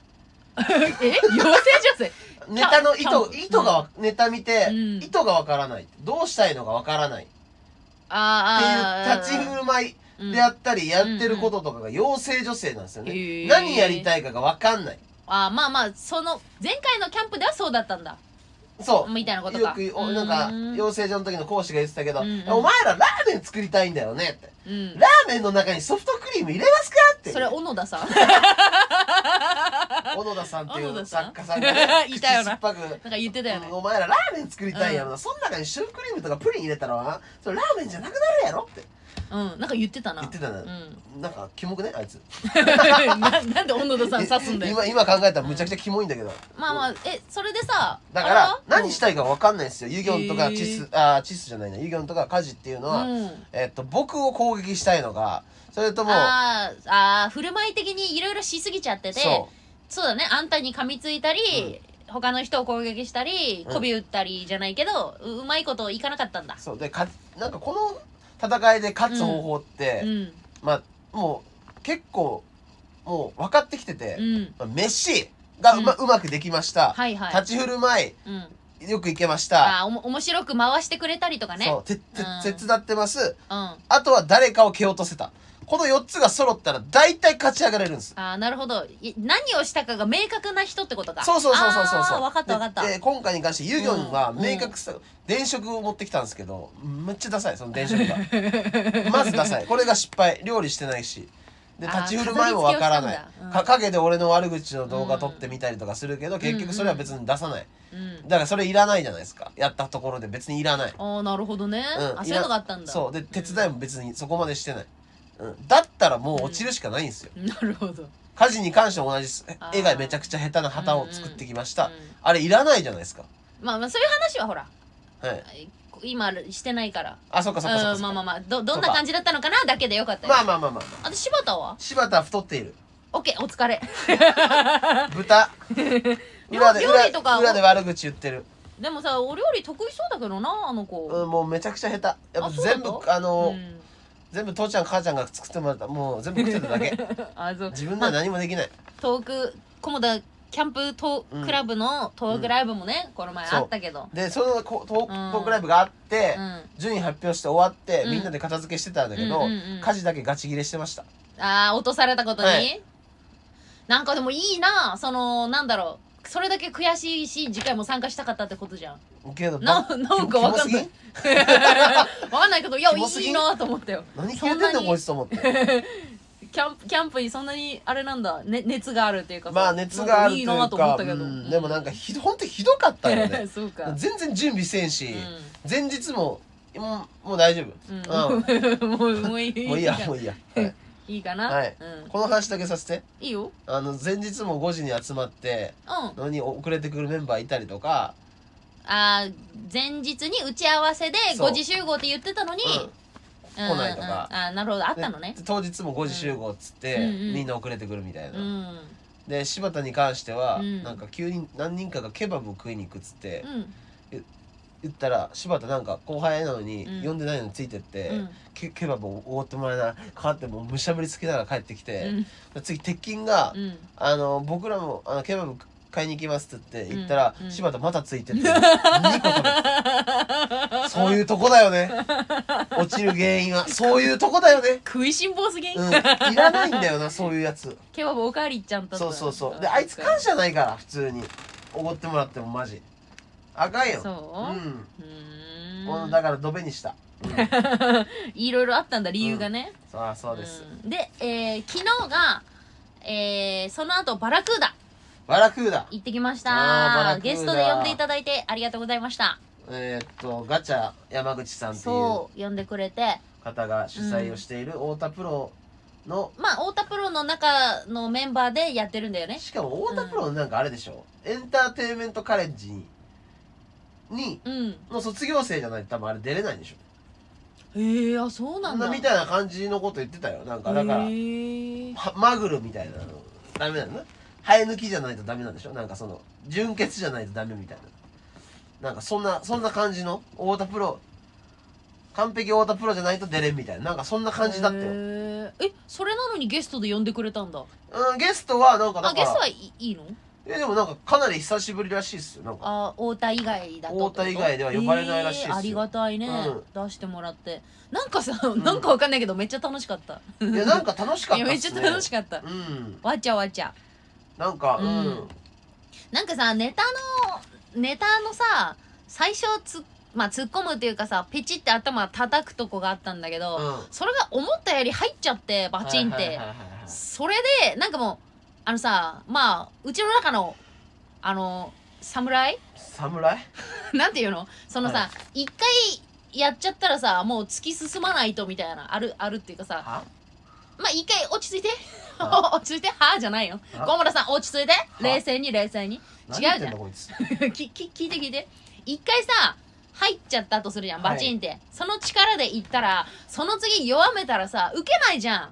[SPEAKER 1] え 妖精女性
[SPEAKER 2] ネタの意図
[SPEAKER 1] キャンプ
[SPEAKER 2] 意図がわネタ見て
[SPEAKER 1] うん
[SPEAKER 2] 意図がわからないどうしたいのがわからないって
[SPEAKER 1] あーあ
[SPEAKER 2] いう立ち
[SPEAKER 1] ー
[SPEAKER 2] 振る舞い
[SPEAKER 1] うん
[SPEAKER 2] であったりやってることとかが妖精女性なんですよ
[SPEAKER 1] へ
[SPEAKER 2] ね
[SPEAKER 1] ー
[SPEAKER 2] 何やりたいかがわかんない
[SPEAKER 1] あーまあまあその前回のキャンプではそうだったんだ
[SPEAKER 2] そう
[SPEAKER 1] みたいなこと
[SPEAKER 2] よ
[SPEAKER 1] か
[SPEAKER 2] くおなんか
[SPEAKER 1] うん
[SPEAKER 2] 養成所の時の講師が言ってたけど「
[SPEAKER 1] うんうん
[SPEAKER 2] お前らラーメン作りたいんだよね」って
[SPEAKER 1] うん
[SPEAKER 2] 「ラーメンの中にソフトクリーム入れますか?」って
[SPEAKER 1] それ小野田さ ん
[SPEAKER 2] 小野田さんってい
[SPEAKER 1] 小野
[SPEAKER 2] う
[SPEAKER 1] 田さん
[SPEAKER 2] 作家さん がね
[SPEAKER 1] いたよな
[SPEAKER 2] 口酸っぱく
[SPEAKER 1] なんか言ってたよね
[SPEAKER 2] うんお前らラーメン作りたいやろな、そん中にシュークリームとかプリン入れたらなそれラーメンじゃなくなるやろって
[SPEAKER 1] うんなんか言ってたな
[SPEAKER 2] 言ってた
[SPEAKER 1] う
[SPEAKER 2] な、
[SPEAKER 1] ん
[SPEAKER 2] なんかキモくねあいつ
[SPEAKER 1] ななん で小野田さん刺すんだよ
[SPEAKER 2] 今今考えたらむちゃくちゃキモいんだけど、
[SPEAKER 1] まあまあえそれでさ
[SPEAKER 2] だか
[SPEAKER 1] あれ
[SPEAKER 2] ら
[SPEAKER 1] は
[SPEAKER 2] 何したいかわかんないですよユギョンとか
[SPEAKER 1] へー
[SPEAKER 2] チス、あーチスじゃないなユギョンとかカジっていうのは、
[SPEAKER 1] うん
[SPEAKER 2] えっと僕を攻撃したいのかそれとも
[SPEAKER 1] あーあー振る舞い的にいろいろしすぎちゃってて
[SPEAKER 2] そ
[SPEAKER 1] そうだねあんたに噛みついたり、他の人を攻撃したり
[SPEAKER 2] うん
[SPEAKER 1] 媚び打ったりじゃないけど、ううまいこといかなかったんだ
[SPEAKER 2] うそうでかなんかこの戦いで勝つ方法って、
[SPEAKER 1] うん
[SPEAKER 2] まあもう結構もう分かってきてて、
[SPEAKER 1] うん
[SPEAKER 2] まあ飯がうま,、うまくできました、
[SPEAKER 1] はいはい
[SPEAKER 2] 立ち振る舞
[SPEAKER 1] うん
[SPEAKER 2] いよくいけまし
[SPEAKER 1] あ
[SPEAKER 2] た、
[SPEAKER 1] あおも面白く回してくれたりとかね
[SPEAKER 2] そうてて
[SPEAKER 1] うん
[SPEAKER 2] 手伝ってます
[SPEAKER 1] うんあ
[SPEAKER 2] あとは誰かを蹴落とせたこの4つが揃ったら大体勝ち上がれるんです
[SPEAKER 1] あなるほどい何をしたかが明確な人ってことか
[SPEAKER 2] そうそうそうそうそうそう
[SPEAKER 1] 分かった分かった
[SPEAKER 2] でで今回に関してユギョンは
[SPEAKER 1] うん
[SPEAKER 2] 明確さ、電飾を持ってきたんですけどめっちゃダサいその電飾が まずダサいこれが失敗料理してないしで
[SPEAKER 1] あー
[SPEAKER 2] 立ち振る舞いもわからない
[SPEAKER 1] 飾り付けをしたんだうん
[SPEAKER 2] か陰で俺の悪口の動画撮ってみたりとかするけど、結局それは別に出さない、
[SPEAKER 1] うん
[SPEAKER 2] だからそれいらないじゃないですかやったところで別にいらない、
[SPEAKER 1] ああなるほどね、
[SPEAKER 2] うん
[SPEAKER 1] あそういうのがあったんだ
[SPEAKER 2] そうで手伝いも別にそこまでしてない、うん、だったらもう落ちるしかないんですよ、
[SPEAKER 1] なるほど
[SPEAKER 2] 家事に関しても同じです
[SPEAKER 1] あー
[SPEAKER 2] 絵がめちゃくちゃ下手な旗を作ってきました、
[SPEAKER 1] うん
[SPEAKER 2] あれいらないじゃないですか
[SPEAKER 1] まあまあそういう話はほら
[SPEAKER 2] はい
[SPEAKER 1] 今してないから
[SPEAKER 2] あそっかそっかそっかそっ
[SPEAKER 1] うん
[SPEAKER 2] か
[SPEAKER 1] まあまあまあどどんな感じだったのかなだけでよかったよ
[SPEAKER 2] まあまあまあまあまあ
[SPEAKER 1] あと柴田は
[SPEAKER 2] 柴田は太っている
[SPEAKER 1] OK お疲れ
[SPEAKER 2] 豚
[SPEAKER 1] 料
[SPEAKER 2] 裏で
[SPEAKER 1] 料
[SPEAKER 2] 裏
[SPEAKER 1] 理とか
[SPEAKER 2] 裏で悪口言ってる、
[SPEAKER 1] でもさお料理得意そうだけどなあの子、
[SPEAKER 2] うん、もうめちゃくちゃ下手やっぱ
[SPEAKER 1] あそうな
[SPEAKER 2] 全部
[SPEAKER 1] の
[SPEAKER 2] あの、
[SPEAKER 1] うん
[SPEAKER 2] 全部父ちゃん母ちゃんが作ってもらったもう全部食ってただけ
[SPEAKER 1] あそう
[SPEAKER 2] 自分では何もできない、
[SPEAKER 1] トーク菰田キャンプトークラブのトークライブもね、この前あったけど
[SPEAKER 2] でそのこトーク
[SPEAKER 1] うん
[SPEAKER 2] トークライブがあって、
[SPEAKER 1] うん
[SPEAKER 2] 順位発表して終わって、
[SPEAKER 1] うん
[SPEAKER 2] みんなで片付けしてたんだけど、
[SPEAKER 1] うんうんうん
[SPEAKER 2] 家事だけガチ切れしてました
[SPEAKER 1] ああ落とされたことに、
[SPEAKER 2] はい
[SPEAKER 1] なんかでもいいなそのなんだろうそれだけ悔しいし次回も参加したかったってことじゃん
[SPEAKER 2] けど
[SPEAKER 1] な
[SPEAKER 2] ば
[SPEAKER 1] なんかわかんない
[SPEAKER 2] キ
[SPEAKER 1] 分
[SPEAKER 2] モ
[SPEAKER 1] かんないけどいや
[SPEAKER 2] キモすぎ
[SPEAKER 1] いいなと思ったよ
[SPEAKER 2] すぎん何切れてん
[SPEAKER 1] そん
[SPEAKER 2] の
[SPEAKER 1] なに
[SPEAKER 2] こいつと思って
[SPEAKER 1] キャンプキャンプにそんなにあれなんだ、ね、熱があるっていうか
[SPEAKER 2] まあ熱があるというか
[SPEAKER 1] なんいいなと思ったけど、
[SPEAKER 2] うんでもなんかひど本当にひど かったよね
[SPEAKER 1] そうか
[SPEAKER 2] 全然準備せんし、
[SPEAKER 1] う
[SPEAKER 2] 前日ももうもう大丈夫、うん
[SPEAKER 1] ん、もうもうい い
[SPEAKER 2] もういいや
[SPEAKER 1] か
[SPEAKER 2] もういい や、はい
[SPEAKER 1] いいかな、
[SPEAKER 2] はい
[SPEAKER 1] うん、
[SPEAKER 2] この話だけさせて
[SPEAKER 1] いいよ
[SPEAKER 2] あの前日も5時に集まって
[SPEAKER 1] うんあ
[SPEAKER 2] のに遅れてくるメンバーいたりとか、
[SPEAKER 1] あー前日に打ち合わせで
[SPEAKER 2] そう
[SPEAKER 1] 5時集合って言ってたのに、
[SPEAKER 2] うん
[SPEAKER 1] うん
[SPEAKER 2] 来ないとか
[SPEAKER 1] うんうんあーなるほどあったのね
[SPEAKER 2] で当日も5時集合っつって、
[SPEAKER 1] うんうんうん
[SPEAKER 2] みんな遅れてくるみたいな、
[SPEAKER 1] うん
[SPEAKER 2] で柴田に関しては、
[SPEAKER 1] うん
[SPEAKER 2] なんか急に何人かがケバブを食いに行くっつって、
[SPEAKER 1] うん
[SPEAKER 2] 言ったら柴田なんか後輩なのに、
[SPEAKER 1] うん
[SPEAKER 2] 呼んでないのについてって、
[SPEAKER 1] うん
[SPEAKER 2] ケケバブをおごってもらえないかわってもうむしゃぶりつきながら帰ってきて、
[SPEAKER 1] うん
[SPEAKER 2] で次鉄筋が、
[SPEAKER 1] うん
[SPEAKER 2] あの僕らもあのケバブ買いに行きますって言って言ったら、
[SPEAKER 1] うんうん
[SPEAKER 2] 柴田またつい てて二個食べたそういうとこだよね落ちる原因はそういうとこだよね
[SPEAKER 1] 食いしん坊すぎん、
[SPEAKER 2] うんいらないんだよなそういうやつ
[SPEAKER 1] ケバブおかわりいっちゃんと
[SPEAKER 2] そうそうそうであいつ感謝ないから普通におごってもらってもマジあかんよ
[SPEAKER 1] そう
[SPEAKER 2] う
[SPEAKER 1] う
[SPEAKER 2] ん
[SPEAKER 1] ーん
[SPEAKER 2] このだからドベにした、 うん、
[SPEAKER 1] いろいろあったんだ理由がね、
[SPEAKER 2] そうあそうです、
[SPEAKER 1] うんで、えー昨日が、えーその後バラクーダ
[SPEAKER 2] バラクーダ
[SPEAKER 1] 行ってきまし
[SPEAKER 2] あーバラ
[SPEAKER 1] た
[SPEAKER 2] クーダ
[SPEAKER 1] ゲストで呼んでいただいてありがとうございました
[SPEAKER 2] えーっとガチャ山口さんっていう
[SPEAKER 1] そう呼んでくれて
[SPEAKER 2] 方が主催をしている太田プロの
[SPEAKER 1] まあ太田プロの中のメンバーでやってるんだよね
[SPEAKER 2] しかも太田プロなんかあれでしょ、エンターテインメントカレッジにに
[SPEAKER 1] うん
[SPEAKER 2] の卒業生じゃないと多分あれ出れないんでしょ
[SPEAKER 1] へえあそうなんだ
[SPEAKER 2] みたいな感じのこと言ってたよなんかだから
[SPEAKER 1] へえ
[SPEAKER 2] はマグロみたいなのダメなの生え抜きじゃないとダメなんでしょなんかその純血じゃないとダメみたいななんかそんなそんな感じの太田プロ完璧太田プロじゃないと出れんみたいななんかそんな感じだったよ、
[SPEAKER 1] へーえそれなのにゲストで呼んでくれたんだ
[SPEAKER 2] うん、ゲストはなんかだ
[SPEAKER 1] あ
[SPEAKER 2] か
[SPEAKER 1] ゲ
[SPEAKER 2] ら
[SPEAKER 1] ストはい、いいの
[SPEAKER 2] えでもなんかかなり久しぶりらしいっすよなんか
[SPEAKER 1] あ太田以外だと
[SPEAKER 2] 太田以外では呼ばれないらしいっす
[SPEAKER 1] え
[SPEAKER 2] よ
[SPEAKER 1] ーありがたいね、
[SPEAKER 2] う
[SPEAKER 1] 出してもらってなんかさ、なんかわかんないけどめっちゃ楽しかった
[SPEAKER 2] いやなんか楽しかっ
[SPEAKER 1] い
[SPEAKER 2] た
[SPEAKER 1] や
[SPEAKER 2] っす
[SPEAKER 1] め
[SPEAKER 2] ね
[SPEAKER 1] っちゃ楽し
[SPEAKER 2] か
[SPEAKER 1] かった
[SPEAKER 2] うん
[SPEAKER 1] わちゃわちゃ
[SPEAKER 2] なんかうん、
[SPEAKER 1] うんなんかさネタのネタのさ最初つまあ突っ込むっていうかさペチって頭叩くとこがあったんだけど、
[SPEAKER 2] うん
[SPEAKER 1] それが思ったより入っちゃってバチンって、
[SPEAKER 2] はいはいはいはいはい
[SPEAKER 1] それでなんかもうあのさまあうちの中のあの侍
[SPEAKER 2] 侍
[SPEAKER 1] なんていうのそのさ一、回やっちゃったらさもう突き進まないとみたいなあるあるっていうかさ
[SPEAKER 2] は
[SPEAKER 1] まあ一回落ち着いて
[SPEAKER 2] は
[SPEAKER 1] 落ち着いてはあじゃないよ
[SPEAKER 2] は
[SPEAKER 1] 小村さん落ち着いて冷静に冷静に
[SPEAKER 2] 何言って
[SPEAKER 1] 違うじゃん
[SPEAKER 2] のこいつ
[SPEAKER 1] きき聞いて聞いて一回さ入っちゃったとするじゃん
[SPEAKER 2] はい
[SPEAKER 1] バチンって、その力でいったらその次弱めたらさ受けないじ ゃんわ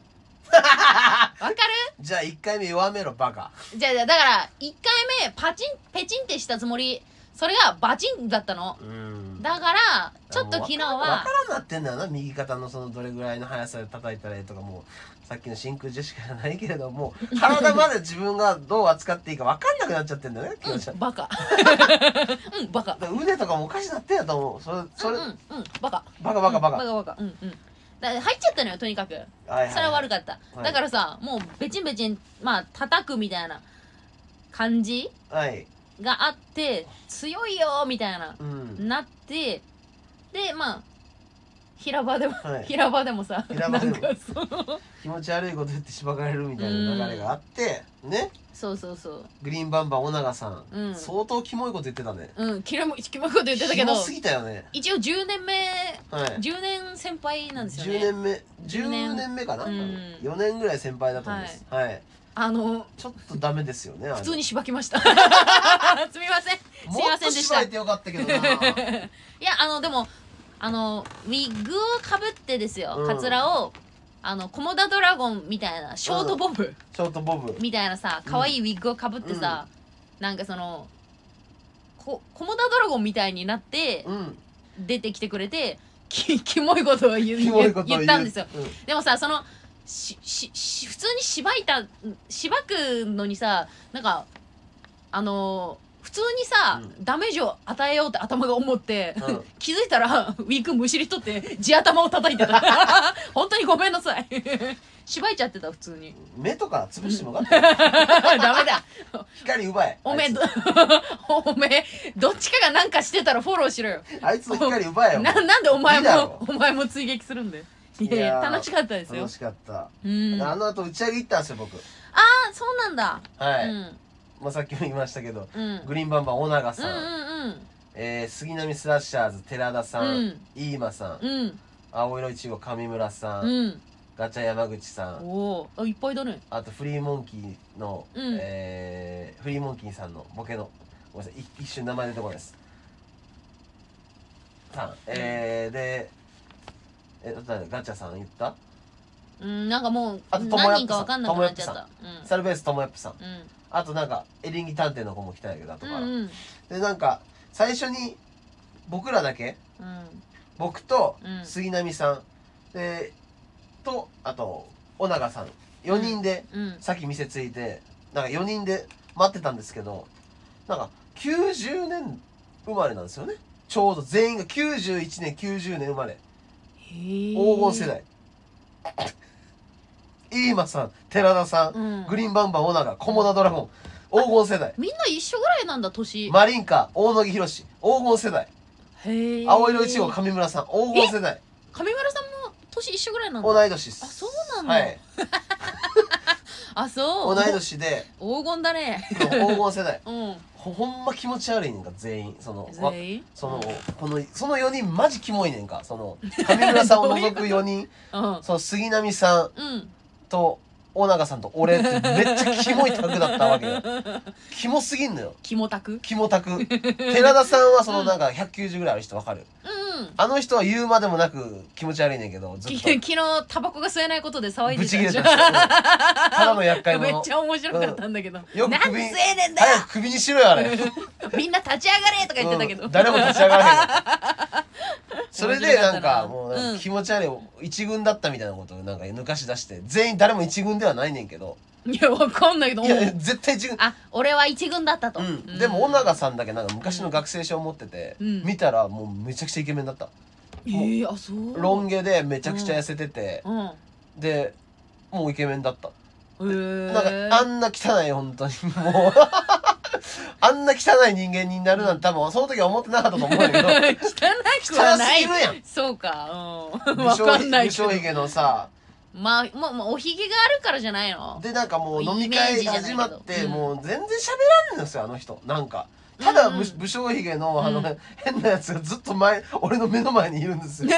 [SPEAKER 1] かる
[SPEAKER 2] じゃあ1回目弱めろバカ
[SPEAKER 1] じゃあじゃあだから一回目パチンペチンってしたつもりそれがバチンだったの
[SPEAKER 2] うん
[SPEAKER 1] だからちょっと昨日
[SPEAKER 2] わからん
[SPEAKER 1] は
[SPEAKER 2] わからんなってんだよな右肩のそのどれぐらいの速さで叩いたらええとかもうさっきの真空ジェシカじゃないけれ ども体まで自分がどう扱っていいか分かんなくなっちゃってんだよねキヨちゃ
[SPEAKER 1] うんんバカ うんバカ
[SPEAKER 2] だから腕とかもおかしなってんやと思うそれそれ、
[SPEAKER 1] うんうんうんバカ
[SPEAKER 2] バカバカバカ、
[SPEAKER 1] バカバカうんうんだから入っちゃったのよとにかく
[SPEAKER 2] はいはい
[SPEAKER 1] それは悪かった、
[SPEAKER 2] はい
[SPEAKER 1] だからさもうべちんべちんまあ叩くみたいな感じ
[SPEAKER 2] はい
[SPEAKER 1] があって強いよーみたいな
[SPEAKER 2] うん
[SPEAKER 1] なってでまあ平場でも、
[SPEAKER 2] はい
[SPEAKER 1] 平場でもさ
[SPEAKER 2] 平場でも
[SPEAKER 1] なんかその
[SPEAKER 2] 気持ち悪いこと言ってしばかれるみたいな流れがあってね
[SPEAKER 1] そうそうそう
[SPEAKER 2] グリーンバンバン尾長さん、
[SPEAKER 1] うん
[SPEAKER 2] 相当キモいこと言ってたね
[SPEAKER 1] うんキモいキモいこと言ってたけど
[SPEAKER 2] キモすぎたよね
[SPEAKER 1] 一応10年目
[SPEAKER 2] はい
[SPEAKER 1] 10年先輩なんですよね
[SPEAKER 2] 10年目10
[SPEAKER 1] 10年
[SPEAKER 2] 年目かな、
[SPEAKER 1] うん
[SPEAKER 2] 4年ぐらい先輩だと思うんですはい
[SPEAKER 1] あの
[SPEAKER 2] ちょっとダメですよね。あれ
[SPEAKER 1] 普通にしばきま したすみません
[SPEAKER 2] も
[SPEAKER 1] すいませ
[SPEAKER 2] っ
[SPEAKER 1] ん
[SPEAKER 2] と
[SPEAKER 1] でし
[SPEAKER 2] 芝
[SPEAKER 1] た
[SPEAKER 2] 居
[SPEAKER 1] い
[SPEAKER 2] てよ かったけどな。
[SPEAKER 1] やあのでもあのウィッグをかぶってですよ、
[SPEAKER 2] うん
[SPEAKER 1] カツラをあのコモダドラゴンみたいなショートボブ、
[SPEAKER 2] ショートボブ。
[SPEAKER 1] みたいなさ可愛いウィッグをかぶってさ、なんかそのこコモダドラゴンみたいになって
[SPEAKER 2] うん。
[SPEAKER 1] 出てきてくれてき キモいことを言う
[SPEAKER 2] キモいこと
[SPEAKER 1] 言ったんですよ。
[SPEAKER 2] うん
[SPEAKER 1] でもさそのししし普通にしばいたしばくのにさなんかあのー普通にさ、
[SPEAKER 2] う
[SPEAKER 1] ダメージを与えようって頭が思って、
[SPEAKER 2] うん
[SPEAKER 1] 気づいたらウィークむしり取って地頭を叩いてた 本当にごめんなさい しばいちゃってた普通 に
[SPEAKER 2] 目とか潰してもよかったよ。
[SPEAKER 1] ダメだ
[SPEAKER 2] 光奪え。
[SPEAKER 1] おめえ
[SPEAKER 2] あい
[SPEAKER 1] ど おめえどっちかがなんかしてたらフォローしろよ
[SPEAKER 2] つあいつの光奪えよ。
[SPEAKER 1] ななんでお前
[SPEAKER 2] いいだろ
[SPEAKER 1] もお前も追撃するんだよいやい
[SPEAKER 2] いや
[SPEAKER 1] や
[SPEAKER 2] ー
[SPEAKER 1] 楽しかったですよ
[SPEAKER 2] 楽しかった。
[SPEAKER 1] うん
[SPEAKER 2] あ
[SPEAKER 1] あ
[SPEAKER 2] の後打ち上げ行ったんですよ僕。
[SPEAKER 1] そうなんだ、
[SPEAKER 2] は
[SPEAKER 1] う
[SPEAKER 2] い。
[SPEAKER 1] ん
[SPEAKER 2] まあさっきも言いましたけど、
[SPEAKER 1] うんうん
[SPEAKER 2] グリーンバンバン尾長
[SPEAKER 1] うん
[SPEAKER 2] さん、えー杉並スラッシャーズ寺田さ、
[SPEAKER 1] うんん
[SPEAKER 2] 飯間さん、
[SPEAKER 1] うん
[SPEAKER 2] 青色いちご上村さん、
[SPEAKER 1] うん
[SPEAKER 2] ガチャ山口さん、
[SPEAKER 1] おおいっぱいだね
[SPEAKER 2] あとフリーモンキーの、
[SPEAKER 1] うん
[SPEAKER 2] えーフリーモンキーさんのボケのごめんなさいい一瞬名前出てこないですさんえー、でえあと誰ガチャさん言った
[SPEAKER 1] うんなんかもう
[SPEAKER 2] あと友
[SPEAKER 1] 何人
[SPEAKER 2] 達
[SPEAKER 1] か
[SPEAKER 2] さん
[SPEAKER 1] わかんなくなっちゃった
[SPEAKER 2] サルベースともやっぷさん
[SPEAKER 1] うんうん
[SPEAKER 2] あとなんかエリンギ探偵の子も来たんやけどと
[SPEAKER 1] う
[SPEAKER 2] か、
[SPEAKER 1] んうん
[SPEAKER 2] でなんか最初に僕らだけ
[SPEAKER 1] うん
[SPEAKER 2] 僕と
[SPEAKER 1] うん
[SPEAKER 2] 杉並さん、でとあと尾長さん4人で、
[SPEAKER 1] うん
[SPEAKER 2] さっき店着いてなんか4人で待ってたんですけどなんか90年生まれなんですよねちょうど全員が91年90年生まれ
[SPEAKER 1] へえ
[SPEAKER 2] 黄金世代飯間さん寺田さん、
[SPEAKER 1] うん
[SPEAKER 2] グリーンバンバンオナガコモダドラゴン黄金世代
[SPEAKER 1] みんな一緒ぐらいなんだ年
[SPEAKER 2] マリンカ大野木宏黄金世代
[SPEAKER 1] へえ
[SPEAKER 2] 青色いちご上村さん黄金世代
[SPEAKER 1] 上村さんも年一緒ぐらいなんだ
[SPEAKER 2] 同い年です
[SPEAKER 1] あそうなんだ
[SPEAKER 2] はい
[SPEAKER 1] あそう
[SPEAKER 2] 同い年で
[SPEAKER 1] 黄金だね
[SPEAKER 2] 黄金世代
[SPEAKER 1] うん
[SPEAKER 2] ほほんま気持ち悪いねんか全員そのわ
[SPEAKER 1] 全員
[SPEAKER 2] そのこのその4人マジキモいねんかその上村さんを
[SPEAKER 1] どういう
[SPEAKER 2] 除
[SPEAKER 1] こ
[SPEAKER 2] く
[SPEAKER 1] と
[SPEAKER 2] 4人
[SPEAKER 1] うん
[SPEAKER 2] その杉並さん
[SPEAKER 1] うん
[SPEAKER 2] と尾長さんと俺ってめっちゃキモいタクだったわけよキモすぎんのよ
[SPEAKER 1] キモタク
[SPEAKER 2] キモタク寺田さんはそのなんか190ぐらいある人わかる
[SPEAKER 1] うんうん
[SPEAKER 2] あの人は言うまでもなく気持ち悪いねんけどず
[SPEAKER 1] き
[SPEAKER 2] っ
[SPEAKER 1] 昨
[SPEAKER 2] と
[SPEAKER 1] 日タバコが吸えないことで騒い
[SPEAKER 2] ぶ
[SPEAKER 1] で
[SPEAKER 2] ち
[SPEAKER 1] た
[SPEAKER 2] 切
[SPEAKER 1] で
[SPEAKER 2] れて
[SPEAKER 1] しょ
[SPEAKER 2] ましたただの厄介
[SPEAKER 1] めっ
[SPEAKER 2] 者
[SPEAKER 1] ちゃ面白かったんだけど、
[SPEAKER 2] んよく
[SPEAKER 1] なん
[SPEAKER 2] 首
[SPEAKER 1] で吸えねえんだよ
[SPEAKER 2] 早く首にしろよあれ
[SPEAKER 1] みんな立ち上がれとか言ってたけど、
[SPEAKER 2] うん誰も立ち上が らへんかったそれでなんか
[SPEAKER 1] 面白かったな
[SPEAKER 2] もうなん
[SPEAKER 1] う
[SPEAKER 2] か
[SPEAKER 1] ん
[SPEAKER 2] 気持ち悪い一軍だったみたいなことをなんか抜かし出して全員誰も一軍ではないねんけど
[SPEAKER 1] いやわかんないけど
[SPEAKER 2] いや絶対一軍
[SPEAKER 1] あ俺は一軍だったと、
[SPEAKER 2] うん、でも尾長さんだけなんか昔の学生証を持ってて、
[SPEAKER 1] うん
[SPEAKER 2] 見たらもうめちゃくちゃイケメンだった、
[SPEAKER 1] えー、あそう
[SPEAKER 2] ロン毛でめちゃくちゃ痩せてて、
[SPEAKER 1] うん
[SPEAKER 2] でもうイケメンだった、
[SPEAKER 1] えー、
[SPEAKER 2] な んかあんな汚い本当にもうあんな汚い人間になるなんて多分その時は思ってなかったと思うんだけ
[SPEAKER 1] 汚
[SPEAKER 2] ど
[SPEAKER 1] くはない
[SPEAKER 2] 汚すぎるやん
[SPEAKER 1] そうかうん
[SPEAKER 2] 武
[SPEAKER 1] わ
[SPEAKER 2] 将
[SPEAKER 1] かんないけど
[SPEAKER 2] 武将髭のさ
[SPEAKER 1] まあまあまあおひげがあるからじゃないの
[SPEAKER 2] でなんかもう飲み
[SPEAKER 1] イメージ
[SPEAKER 2] 会
[SPEAKER 1] じゃないけ
[SPEAKER 2] 始
[SPEAKER 1] ど
[SPEAKER 2] まって
[SPEAKER 1] うん
[SPEAKER 2] もう全然喋らんのですよあの人なんかただ
[SPEAKER 1] うん
[SPEAKER 2] 武
[SPEAKER 1] うん
[SPEAKER 2] 武将髭のあの
[SPEAKER 1] うん
[SPEAKER 2] 変なやつがずっと前俺の目の前にいるんですよ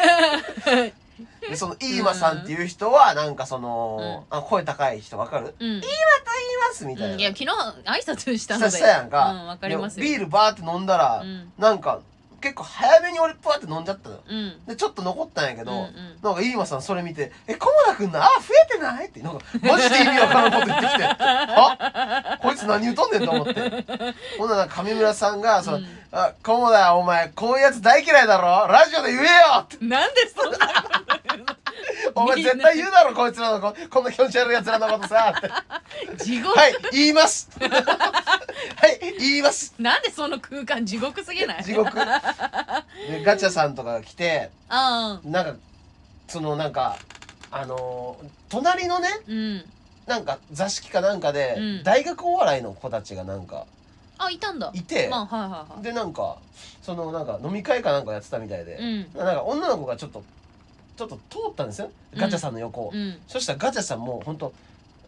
[SPEAKER 2] でその飯間さんっていう人はなんかそのあ声高い人わかる
[SPEAKER 1] うん、うん
[SPEAKER 2] いますみたい
[SPEAKER 1] いや
[SPEAKER 2] な
[SPEAKER 1] 昨日挨拶したので
[SPEAKER 2] したしたやんか
[SPEAKER 1] うんわかりますよ
[SPEAKER 2] でビールバーって飲んだら
[SPEAKER 1] うん
[SPEAKER 2] なんか結構早めに俺バーって飲んじゃったのよ
[SPEAKER 1] うん
[SPEAKER 2] でちょっと残ったんやけど、
[SPEAKER 1] うんうん
[SPEAKER 2] なんか飯間さんそれ見て「え駒田君のあ増えてない?」ってなんかマジで意味わからんこと言ってきて「あこいつ何言うとんねん」と思ってほんならなんか上村さんが「その
[SPEAKER 1] うん
[SPEAKER 2] あ駒田お前こういうやつ大嫌いだろラジオで言えよ!」 って
[SPEAKER 1] なんでそんなこと言うの
[SPEAKER 2] 「お前
[SPEAKER 1] みんな
[SPEAKER 2] 絶対言うだろこいつらのここんな気持ち悪いやつらのこ とさ」って「
[SPEAKER 1] 地獄、
[SPEAKER 2] はい言います」 「はい言います」
[SPEAKER 1] なんでその空間地獄すぎない
[SPEAKER 2] 地獄でガチャさんとかが来て
[SPEAKER 1] あ
[SPEAKER 2] なんかそのなんかあのー隣のね
[SPEAKER 1] うんうん
[SPEAKER 2] なんか座敷かなんかで、
[SPEAKER 1] うん
[SPEAKER 2] 大学お笑いの子たちがなんか
[SPEAKER 1] あいたんだ
[SPEAKER 2] いて、
[SPEAKER 1] まあはいはいはい
[SPEAKER 2] でなんかそのなんか飲み会かなんかやってたみたいで、
[SPEAKER 1] うん
[SPEAKER 2] なんか女の子がちょっとちょっと通ったんですよガチャさんの横を、
[SPEAKER 1] うん
[SPEAKER 2] そしたらガチャさんもほんと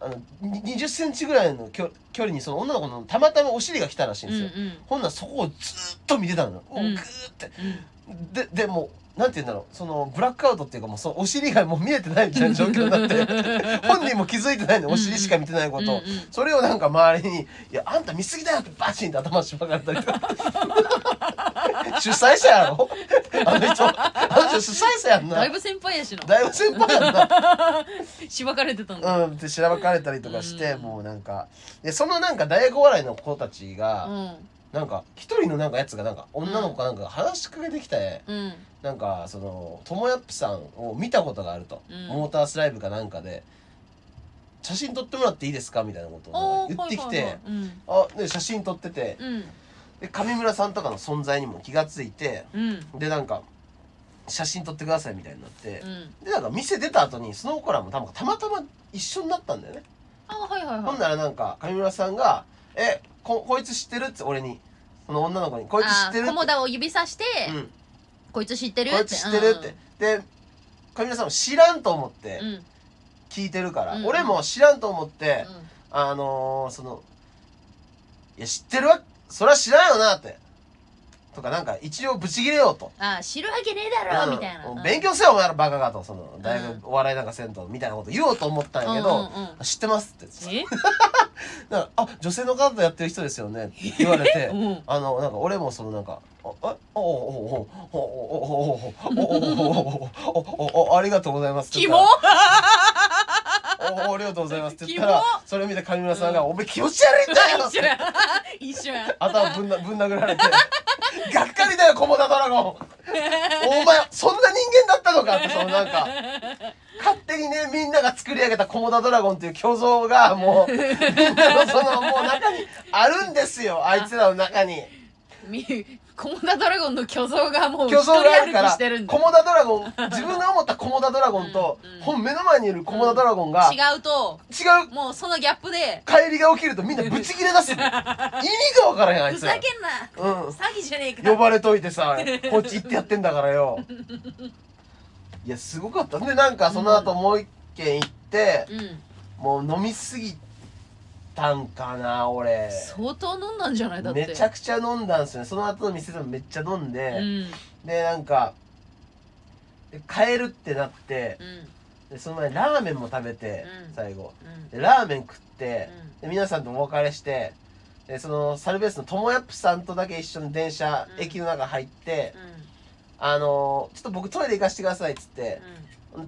[SPEAKER 2] あのに20センチぐらいの距距離にその女の子のたまたまお尻が来たらしいん
[SPEAKER 1] うん
[SPEAKER 2] で
[SPEAKER 1] う
[SPEAKER 2] す
[SPEAKER 1] ん
[SPEAKER 2] よ、ほんならそこをずーっと見てたのよ、う
[SPEAKER 1] うん
[SPEAKER 2] グーって
[SPEAKER 1] うん
[SPEAKER 2] ででもうなんて言うんだろうそのブラックアウトっていうかもうそのお尻がもう見えてないみたいな状況になっ て本人も気づいてないのお尻しか見てないこと、
[SPEAKER 1] うんうん
[SPEAKER 2] それをなんか周りに「いやあんた見過ぎだよ」ってバチンって頭しばかれたりとか主催者やろあの人あの人主催者やんな
[SPEAKER 1] だいぶ先輩やしな
[SPEAKER 2] だいぶ先輩やんな
[SPEAKER 1] しばかれてたんだ
[SPEAKER 2] うんって調べかれたりとかして、
[SPEAKER 1] うん
[SPEAKER 2] もうなんかでそのなんか大学お笑いの子たちが、
[SPEAKER 1] うん
[SPEAKER 2] なんか一人のなんかやつがなんか女の子かなんかが話しかけてきて、
[SPEAKER 1] うん
[SPEAKER 2] なんかそのともやっぴさんを見たことがあると、
[SPEAKER 1] うん
[SPEAKER 2] モータースライブかなんかで写真撮ってもらっていいですかみたいなこと
[SPEAKER 1] お
[SPEAKER 2] を
[SPEAKER 1] ー
[SPEAKER 2] 言ってきて、
[SPEAKER 1] はいはいはいうん
[SPEAKER 2] あで写真撮ってて
[SPEAKER 1] うん
[SPEAKER 2] で上村さんとかの存在にも気がついて
[SPEAKER 1] うん
[SPEAKER 2] でなんか写真撮ってくださいみたいになって
[SPEAKER 1] う、ん
[SPEAKER 2] でなんか店出た後にその子らもたまたまたま一緒になったんだよね、
[SPEAKER 1] あはいはいは
[SPEAKER 2] ほんならなんか上村さんが「えここいつ知ってる?」って俺にその女の子に「こい
[SPEAKER 1] い
[SPEAKER 2] つ知って
[SPEAKER 1] あ
[SPEAKER 2] る?」
[SPEAKER 1] 友
[SPEAKER 2] って
[SPEAKER 1] 田を指さして
[SPEAKER 2] 「うん
[SPEAKER 1] こいつ知ってる
[SPEAKER 2] こいつ知ってる?」って、で上村さんも知らんと思って、
[SPEAKER 1] うんうん
[SPEAKER 2] 聞いてるから、
[SPEAKER 1] うん
[SPEAKER 2] 俺も知らんと思って、
[SPEAKER 1] うん
[SPEAKER 2] あのー、その「いや知ってるわそりゃ知らんよな」ってとかなんか一応ブチギレようと。
[SPEAKER 1] あ知るわけねえだろみたいな
[SPEAKER 2] うん
[SPEAKER 1] うん
[SPEAKER 2] 勉強せよお前らバカがとその大
[SPEAKER 1] うん
[SPEAKER 2] 学お笑いなんかせんとみたいなこと言おうと思ったんやけど、
[SPEAKER 1] うんうんうん
[SPEAKER 2] 知ってますって
[SPEAKER 1] え
[SPEAKER 2] なんかあ女性の方やってる人ですよねって言われて、
[SPEAKER 1] うん
[SPEAKER 2] あのなんか俺もそのなんか「ああおおおおおおおおおおおおおおおありがとうございます」
[SPEAKER 1] キモ
[SPEAKER 2] おおありがとうございますって言った
[SPEAKER 1] キ
[SPEAKER 2] ら
[SPEAKER 1] モ
[SPEAKER 2] それを見た上村さんが「おめえ気持ち悪いんだよ!」っ
[SPEAKER 1] 一緒
[SPEAKER 2] て
[SPEAKER 1] や一緒や
[SPEAKER 2] 頭ぶんな ぶん殴られて「がっかりだよ駒田ドラゴンお前そんな人間だったのか」ってそのなんか勝手にねみんなが作り上げた駒田ドラゴンっていう虚像がもうみんなのそのもう中にあるんですよあいつらの中に
[SPEAKER 1] みコモダドラゴンの巨像がもう一
[SPEAKER 2] 虚
[SPEAKER 1] 人
[SPEAKER 2] 像があ
[SPEAKER 1] 歩き
[SPEAKER 2] るから
[SPEAKER 1] してるんだ
[SPEAKER 2] 駒田ドラゴン自分が思った駒田ドラゴンと
[SPEAKER 1] うんうん
[SPEAKER 2] ほん目の前にいる駒田ドラゴンが違
[SPEAKER 1] 違うと
[SPEAKER 2] う
[SPEAKER 1] もうそのギャップで
[SPEAKER 2] 帰りが起きるとみんなブチ切れ出すの意味がわからへんあい
[SPEAKER 1] ふ
[SPEAKER 2] つら
[SPEAKER 1] ざけんな
[SPEAKER 2] うん
[SPEAKER 1] 詐欺じゃねえか
[SPEAKER 2] 呼ばれといてさこっち行ってやってんだからよいやすごかったでなんかその後もう一軒行って
[SPEAKER 1] う、ん
[SPEAKER 2] もう飲みすぎたんかな俺
[SPEAKER 1] 相当飲んだんじゃないだって
[SPEAKER 2] めちゃくちゃ飲んだんすよねその後の店でもめっちゃ飲ん
[SPEAKER 1] う
[SPEAKER 2] で、
[SPEAKER 1] ん
[SPEAKER 2] でなんかで帰るってなって
[SPEAKER 1] うん
[SPEAKER 2] ででその前にラーメンも食べて、
[SPEAKER 1] うん
[SPEAKER 2] 最後
[SPEAKER 1] うん
[SPEAKER 2] でラーメン食って、
[SPEAKER 1] う
[SPEAKER 2] で皆さんとお別れしてでそのサルベースのともやっぷさんとだけ一緒に電車、
[SPEAKER 1] うん
[SPEAKER 2] 駅の中入って、
[SPEAKER 1] ん
[SPEAKER 2] あのーちょっと僕トイレ行かせてくださいっつって、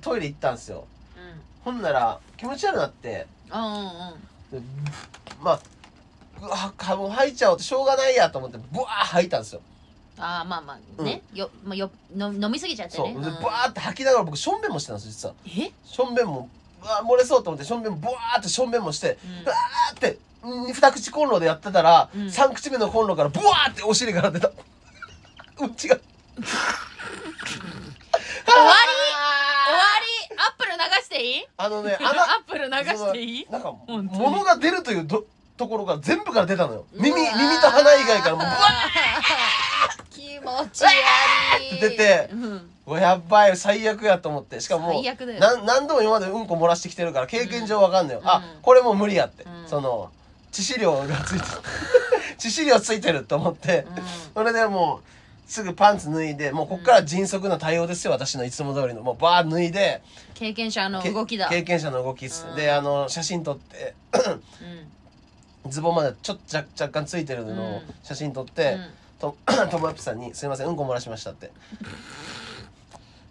[SPEAKER 2] トイレ行ったんですよ
[SPEAKER 1] うんうん
[SPEAKER 2] ほんなら気持ち悪くなって
[SPEAKER 1] あうんうん
[SPEAKER 2] でまあうわかもう吐いちゃおうとしょうがないやと思ってブワー吐いたんですよ、
[SPEAKER 1] あーまあまあね、よまあ、よの飲みすぎちゃって
[SPEAKER 2] そう
[SPEAKER 1] ね
[SPEAKER 2] で
[SPEAKER 1] ん
[SPEAKER 2] ブワーって吐きながら僕しょんべんもしてたんですよ実は
[SPEAKER 1] え、
[SPEAKER 2] しょんべんもうわー漏れそうと思ってしょんべんもブワーってしょんべんもして
[SPEAKER 1] うん
[SPEAKER 2] うわーってうん二口コンロでやってたら、
[SPEAKER 1] うん
[SPEAKER 2] 三口目のコンロからブワーってお尻から出た うんち が
[SPEAKER 1] わ終わり
[SPEAKER 2] 終り
[SPEAKER 1] アップル流していい
[SPEAKER 2] あのね
[SPEAKER 1] ア
[SPEAKER 2] 穴
[SPEAKER 1] ップル流していい
[SPEAKER 2] なんか
[SPEAKER 1] 当に
[SPEAKER 2] 物が出るというどところが全部から出たのよ耳耳と鼻以外からもうブワー
[SPEAKER 1] 気持ち悪い
[SPEAKER 2] って出て
[SPEAKER 1] うん、
[SPEAKER 2] うわやばい最悪やと思ってしかも
[SPEAKER 1] 最悪だよ
[SPEAKER 2] なん何度も今までうんこ漏らしてきてるから経験上わかんのよ、
[SPEAKER 1] うん
[SPEAKER 2] あこれもう無理やって、
[SPEAKER 1] うん
[SPEAKER 2] その致死量がついてる 致死量ついてると思って、それでもうすぐパンツ脱いでもうこっから迅速な対応ですよ私のいつも通りのもうバー脱いで
[SPEAKER 1] 経験者の
[SPEAKER 2] け
[SPEAKER 1] 動きだ、
[SPEAKER 2] 経験者の動きっす、
[SPEAKER 1] うん
[SPEAKER 2] であの写真撮って
[SPEAKER 1] うん
[SPEAKER 2] ズボンまでちょっと若若干ついてるのを
[SPEAKER 1] うん
[SPEAKER 2] 写真撮っ
[SPEAKER 1] う
[SPEAKER 2] て、
[SPEAKER 1] ん
[SPEAKER 2] と トムアップさんに「すいませんうんこ漏らしました」って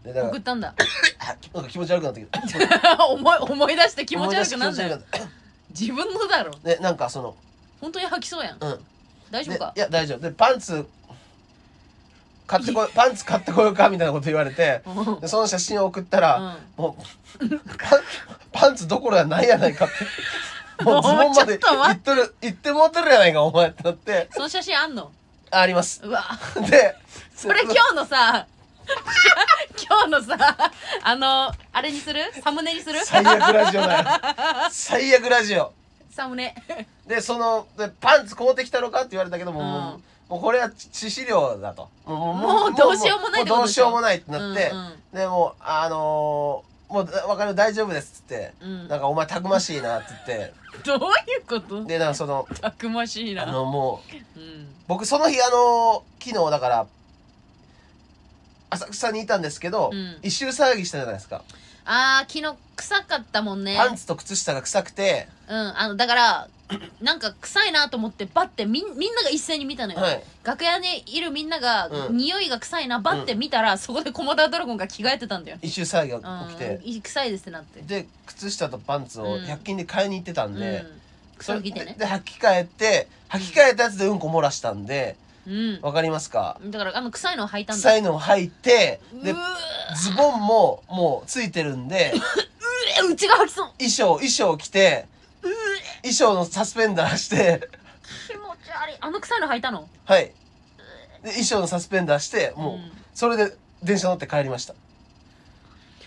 [SPEAKER 2] でだか
[SPEAKER 1] 送ったんだ
[SPEAKER 2] ら なんか気持ち悪くなってきた
[SPEAKER 1] 思い思い出して 気持ち悪くなんだよ
[SPEAKER 2] 気持ち悪くなっ
[SPEAKER 1] 自分のだろ
[SPEAKER 2] た でなんかその
[SPEAKER 1] 本当に吐きそうやん
[SPEAKER 2] うん
[SPEAKER 1] 大丈夫か
[SPEAKER 2] でいや大丈夫でパンツ買ってこいパンツ買ってこようかみたいなこと言われて
[SPEAKER 1] うん
[SPEAKER 2] でその写真を送ったら、
[SPEAKER 1] うん
[SPEAKER 2] もうパンパンツどころやないやないかってもうズボンまで
[SPEAKER 1] もうちょっと
[SPEAKER 2] 行
[SPEAKER 1] 待
[SPEAKER 2] っとる行ってもうてるやないかお前ってなって
[SPEAKER 1] その写真あんの
[SPEAKER 2] ああります
[SPEAKER 1] うわ
[SPEAKER 2] で
[SPEAKER 1] それ今日のさ 今日のさあのあれにするサムネにする
[SPEAKER 2] 最悪ラジオだよ最悪ラジオ
[SPEAKER 1] サムネ
[SPEAKER 2] でそのでパンツ買うてきたのかって言われたけども、
[SPEAKER 1] うん
[SPEAKER 2] もうもうこれは致死量だともうも
[SPEAKER 1] もうどうしようもないって
[SPEAKER 2] も
[SPEAKER 1] こと
[SPEAKER 2] うどう
[SPEAKER 1] で
[SPEAKER 2] し
[SPEAKER 1] しょ
[SPEAKER 2] ようもないってなって、
[SPEAKER 1] うんうん
[SPEAKER 2] でもうあのーもう分かる大丈夫です」っつって、
[SPEAKER 1] うん
[SPEAKER 2] なんかお前たくましいな」っつって
[SPEAKER 1] どういうこと
[SPEAKER 2] でなんかその
[SPEAKER 1] たくましい
[SPEAKER 2] あ
[SPEAKER 1] な
[SPEAKER 2] のもう
[SPEAKER 1] うん
[SPEAKER 2] 僕その日あのー昨日だから浅草にいたんですけど、
[SPEAKER 1] うん
[SPEAKER 2] 一周騒ぎしたじゃないですか、
[SPEAKER 1] あー昨日臭かったもんね
[SPEAKER 2] パンツと靴下が臭くて、
[SPEAKER 1] うんあのだからなんか臭いなと思ってバッてみんみんなが一斉に見たのよ、
[SPEAKER 2] はい、
[SPEAKER 1] 楽屋にいるみんなが、
[SPEAKER 2] うん
[SPEAKER 1] 匂いが臭いなバッて見たら、そこでコモダドラゴンが着替えてたんだよ、
[SPEAKER 2] 一周騒ぎが
[SPEAKER 1] う
[SPEAKER 2] 起きて
[SPEAKER 1] ん、、い臭いですってなって
[SPEAKER 2] で靴下とパンツを
[SPEAKER 1] うん
[SPEAKER 2] 100均で買いに行ってたんで、
[SPEAKER 1] うん、
[SPEAKER 2] そ
[SPEAKER 1] 臭
[SPEAKER 2] れ
[SPEAKER 1] い着て
[SPEAKER 2] で
[SPEAKER 1] ね
[SPEAKER 2] で履き替えて履き替えたやつでうんこ漏らしたんで
[SPEAKER 1] うん
[SPEAKER 2] わかりますか
[SPEAKER 1] だからあの臭いのを履いたんだ
[SPEAKER 2] 臭いのを履いて
[SPEAKER 1] う
[SPEAKER 2] で
[SPEAKER 1] ー
[SPEAKER 2] ズボンももうついてる んで
[SPEAKER 1] えうちが吐きそう
[SPEAKER 2] 衣装衣装着て
[SPEAKER 1] うー
[SPEAKER 2] 衣装のサスペンダーして
[SPEAKER 1] 気持ち悪いあの臭いの履いたの
[SPEAKER 2] はいで衣装のサスペンダーして
[SPEAKER 1] ん
[SPEAKER 2] もうそれで電車乗って帰りました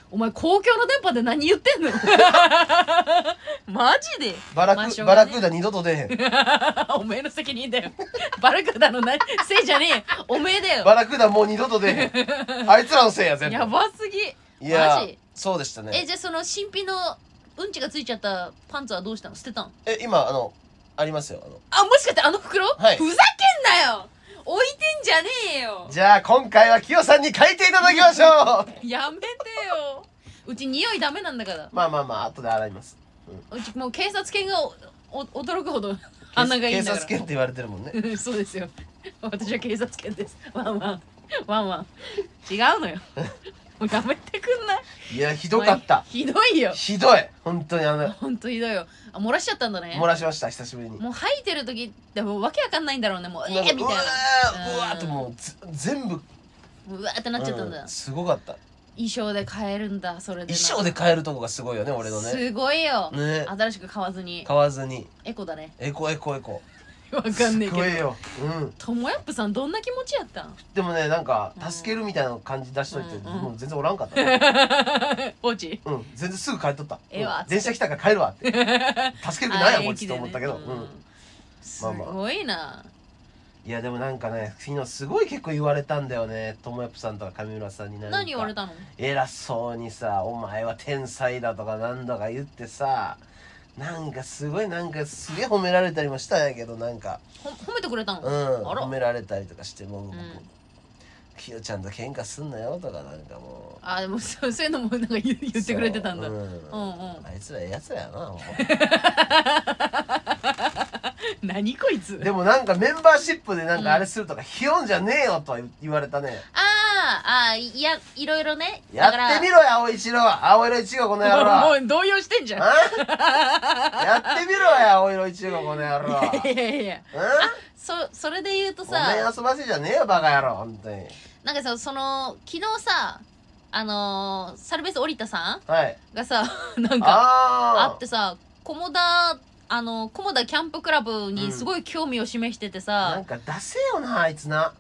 [SPEAKER 1] お前公共の電波で何言 ってんのマジで
[SPEAKER 2] バラク、
[SPEAKER 1] まあしょう
[SPEAKER 2] バ
[SPEAKER 1] が
[SPEAKER 2] ラ
[SPEAKER 1] ね
[SPEAKER 2] クーダ二度と出えへん
[SPEAKER 1] おめえの責任だよバラクダのなせいじゃねえよおめえだよ
[SPEAKER 2] バラクーダもう二度と出えへ んあいつらのせいや全部
[SPEAKER 1] やばすぎ
[SPEAKER 2] いや
[SPEAKER 1] マジ
[SPEAKER 2] そうでした
[SPEAKER 1] え
[SPEAKER 2] ね
[SPEAKER 1] じゃあその新品のうんちがついちゃったパンツはどうしたの捨てたの
[SPEAKER 2] え今あのありますよあの
[SPEAKER 1] あもしかしてあの袋、
[SPEAKER 2] はい
[SPEAKER 1] ふざけんなよ置いてんじゃねえよ
[SPEAKER 2] じゃあ今回はキヨさんに書いていただきましょ う
[SPEAKER 1] やめてようち匂いダメなんだから
[SPEAKER 2] まあまあまあ後で洗います
[SPEAKER 1] うちもう警察犬がおお驚くほど穴がいいんだ
[SPEAKER 2] 警
[SPEAKER 1] か
[SPEAKER 2] 察
[SPEAKER 1] ら
[SPEAKER 2] 犬って言われてるもんね
[SPEAKER 1] うん そうですよ私は警察犬ですワンワンワンワン違う のよもうやめてくんない
[SPEAKER 2] いやひどかった
[SPEAKER 1] ひどいよ
[SPEAKER 2] ひどい本当にあの
[SPEAKER 1] ほんとひどいよあ漏らしちゃったんだね
[SPEAKER 2] 漏らしました久しぶりに
[SPEAKER 1] もう吐いてる時ってもうわけわかんないんだろうねもうえ
[SPEAKER 2] なんか
[SPEAKER 1] ー、みたいな
[SPEAKER 2] うわーうわーっともうず全部
[SPEAKER 1] うわーってなっちゃったんだ、
[SPEAKER 2] うんすごかった
[SPEAKER 1] 衣装で買えるんだそれで
[SPEAKER 2] 衣装で買えるとこがすごいよね俺のね
[SPEAKER 1] すごいよ、
[SPEAKER 2] ね
[SPEAKER 1] 新しく買わずに
[SPEAKER 2] 買わずに
[SPEAKER 1] エコだね
[SPEAKER 2] エコエコエコ
[SPEAKER 1] わかんねえ
[SPEAKER 2] すご
[SPEAKER 1] け
[SPEAKER 2] い
[SPEAKER 1] ど
[SPEAKER 2] ようん
[SPEAKER 1] ともやっぷさんどんな気持ちやっ たん
[SPEAKER 2] でもねなんか
[SPEAKER 1] うん
[SPEAKER 2] 助けるみたいな感じ出しといて、
[SPEAKER 1] うんうん
[SPEAKER 2] もう全然おらんかったね
[SPEAKER 1] ポーチ
[SPEAKER 2] うん全然すぐ帰っとった、
[SPEAKER 1] ええわ
[SPEAKER 2] うん電車来たから帰るわって 助ける気ないやんこいつと思ったけど、
[SPEAKER 1] あー
[SPEAKER 2] う
[SPEAKER 1] 平気でね
[SPEAKER 2] ん
[SPEAKER 1] すごいな、
[SPEAKER 2] いやでもなんかね昨日すごい結構言われたんだよねともやっぷさんとか上村さんに何か
[SPEAKER 1] 何言われたの
[SPEAKER 2] 偉そうにさ「お前は天才だ」とか何だか言ってさなんかすごいなんかすげえ褒められたりもしたんやけどなんか
[SPEAKER 1] ほ褒めてくれたの、
[SPEAKER 2] うん
[SPEAKER 1] あら
[SPEAKER 2] 褒められたりとかしてもう僕、
[SPEAKER 1] うん
[SPEAKER 2] ひよちゃんと喧嘩すんなよとかなんかもう
[SPEAKER 1] あでもそうそういうのもなんか言う 言ってくれてたんだ、
[SPEAKER 2] そう
[SPEAKER 1] うん、
[SPEAKER 2] う
[SPEAKER 1] うん
[SPEAKER 2] あいつらええやつらやなも
[SPEAKER 1] 何こいつ
[SPEAKER 2] う でもなんかメンバーシップでなんかあれするとか、ひよんじゃねえよとは言われたね
[SPEAKER 1] あーあーいやいろいろね
[SPEAKER 2] や
[SPEAKER 1] だ
[SPEAKER 2] っ
[SPEAKER 1] から
[SPEAKER 2] てみろよ青一郎青色一号この野郎
[SPEAKER 1] も
[SPEAKER 2] あ
[SPEAKER 1] うもう動揺してんじゃん
[SPEAKER 2] やってみろよ青色一号この 野郎うん
[SPEAKER 1] いやいやいやそそれで言うと
[SPEAKER 2] お前
[SPEAKER 1] さ
[SPEAKER 2] 遊ばせじゃねえよバカ野郎本当に
[SPEAKER 1] なんかさその昨日さあのー、サルベース織田さん
[SPEAKER 2] はい
[SPEAKER 1] がさ なんかあ
[SPEAKER 2] あ
[SPEAKER 1] ってさ菰田あの菰田キャンプクラブにすごい興味を示してて
[SPEAKER 2] あな
[SPEAKER 1] さ
[SPEAKER 2] ん、かダセえよなあいつな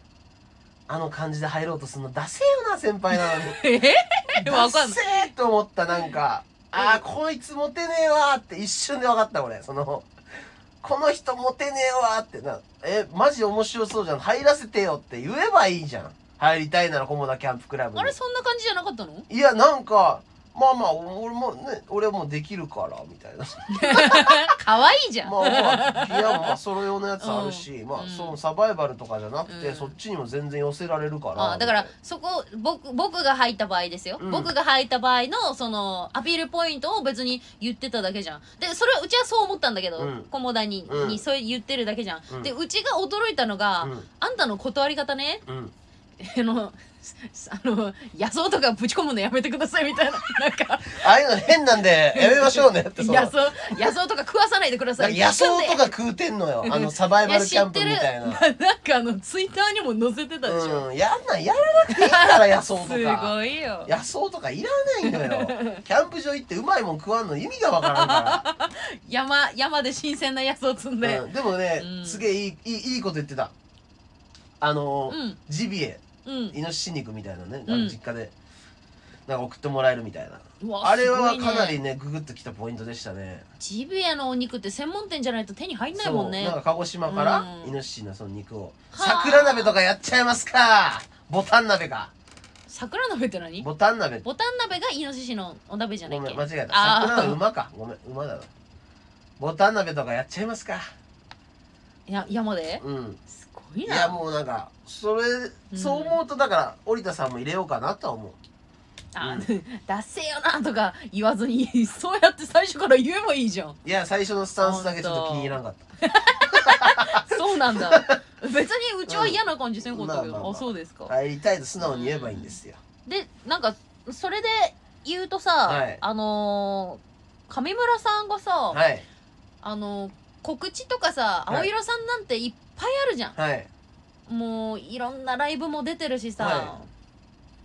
[SPEAKER 2] あの感じで入ろうとするのダセえよな先輩なのに
[SPEAKER 1] え わかんな
[SPEAKER 2] ダ
[SPEAKER 1] い
[SPEAKER 2] セえと思ったなんかああこいつモテねえわーって一瞬で分かった俺そのこの人モテねえわーってなえマジ面白そうじゃん入らせてよって言えばいいじゃん入りたいなら菰田キャンプクラブに
[SPEAKER 1] あれそんな感じじゃなかったの
[SPEAKER 2] いやなんかまあまあ俺もね俺もできるからみたいな
[SPEAKER 1] 可愛いじゃん、
[SPEAKER 2] まあまあいやまあそれ用のやつあるし、ま
[SPEAKER 1] う
[SPEAKER 2] あ
[SPEAKER 1] ん
[SPEAKER 2] そのサバイバルとかじゃなくて、
[SPEAKER 1] うん
[SPEAKER 2] そっちにも全然寄せられるから
[SPEAKER 1] あだからそこ僕僕が入った場合ですよ、
[SPEAKER 2] うん
[SPEAKER 1] 僕が入った場合のそのアピールポイントを別に言ってただけじゃんでそれはうちはそう思ったんだけど
[SPEAKER 2] うん
[SPEAKER 1] 菰田に,、
[SPEAKER 2] うん
[SPEAKER 1] にそれ言ってるだけじゃん、
[SPEAKER 2] うん
[SPEAKER 1] でうちが驚いたのが、
[SPEAKER 2] う
[SPEAKER 1] あんたの断り方ね
[SPEAKER 2] んうん
[SPEAKER 1] あのあの野草とかぶち込むのやめてくださいみ たいななんか
[SPEAKER 2] ああいうの変なんでやめましょうねってその
[SPEAKER 1] 野草野草とか食わさないでくださ
[SPEAKER 2] なん
[SPEAKER 1] い
[SPEAKER 2] か野草とか食うてんのよあのサバイバルキャンプみたいな
[SPEAKER 1] や知ってる なんかあのツイッターにも載せてたでしょ、
[SPEAKER 2] うんやんなやらなくていいから野草と
[SPEAKER 1] す
[SPEAKER 2] か
[SPEAKER 1] ごいよ
[SPEAKER 2] 野草とかいらないのよキャンプ場行ってうまいもん食わんの意味がわからんから
[SPEAKER 1] 山山で新鮮な野草摘ん で
[SPEAKER 2] うん、でもね、
[SPEAKER 1] うん
[SPEAKER 2] すげえいいいいいいこと言ってたあのー
[SPEAKER 1] うん
[SPEAKER 2] ジビエ
[SPEAKER 1] うん
[SPEAKER 2] イノシシ肉みたいなねあの
[SPEAKER 1] うん
[SPEAKER 2] 実家で、なんか送ってもらえるみたいな
[SPEAKER 1] うわ
[SPEAKER 2] あれは
[SPEAKER 1] すごいね
[SPEAKER 2] かなりねググッときたポイントでしたね
[SPEAKER 1] ジビエのお肉って専門店じゃないと手に入んない
[SPEAKER 2] そう
[SPEAKER 1] もんね
[SPEAKER 2] なんか鹿児島から
[SPEAKER 1] うん
[SPEAKER 2] イノシシのその肉を、
[SPEAKER 1] はあ
[SPEAKER 2] 桜鍋とかやっちゃいますかボタン鍋か
[SPEAKER 1] 桜鍋って何
[SPEAKER 2] ボタン鍋
[SPEAKER 1] ボタン鍋がイノシシのお鍋じゃない
[SPEAKER 2] ご
[SPEAKER 1] っ
[SPEAKER 2] め
[SPEAKER 1] け
[SPEAKER 2] ん間違えた
[SPEAKER 1] あー
[SPEAKER 2] 桜鍋馬かごめん馬だなボタン鍋とかやっちゃいますか
[SPEAKER 1] や山で
[SPEAKER 2] うん
[SPEAKER 1] すごい
[SPEAKER 2] い
[SPEAKER 1] な
[SPEAKER 2] やもうなんかそれ、そう思うとだから織田さんも入れようかなとは思う
[SPEAKER 1] あ
[SPEAKER 2] うん
[SPEAKER 1] 出せよなとか言わずにそうやって最初から言えばいいじゃん
[SPEAKER 2] いや最初のスタンスだけちょっと気に入らんかっ
[SPEAKER 1] そうなんだ 別にうちは嫌な感じせんかったけ
[SPEAKER 2] まあまあ
[SPEAKER 1] ど
[SPEAKER 2] まあ
[SPEAKER 1] あそうですか、
[SPEAKER 2] た入りたいと素直に言えばいいんですよ、
[SPEAKER 1] でなんかそれで言うとさ、
[SPEAKER 2] はい
[SPEAKER 1] あのー上村さんがさ、
[SPEAKER 2] はい
[SPEAKER 1] あのー告知とかさ
[SPEAKER 2] はい
[SPEAKER 1] 青色さんなんていっぱいあるじゃん、
[SPEAKER 2] はい
[SPEAKER 1] もういろんなライブも出てるしさ、
[SPEAKER 2] は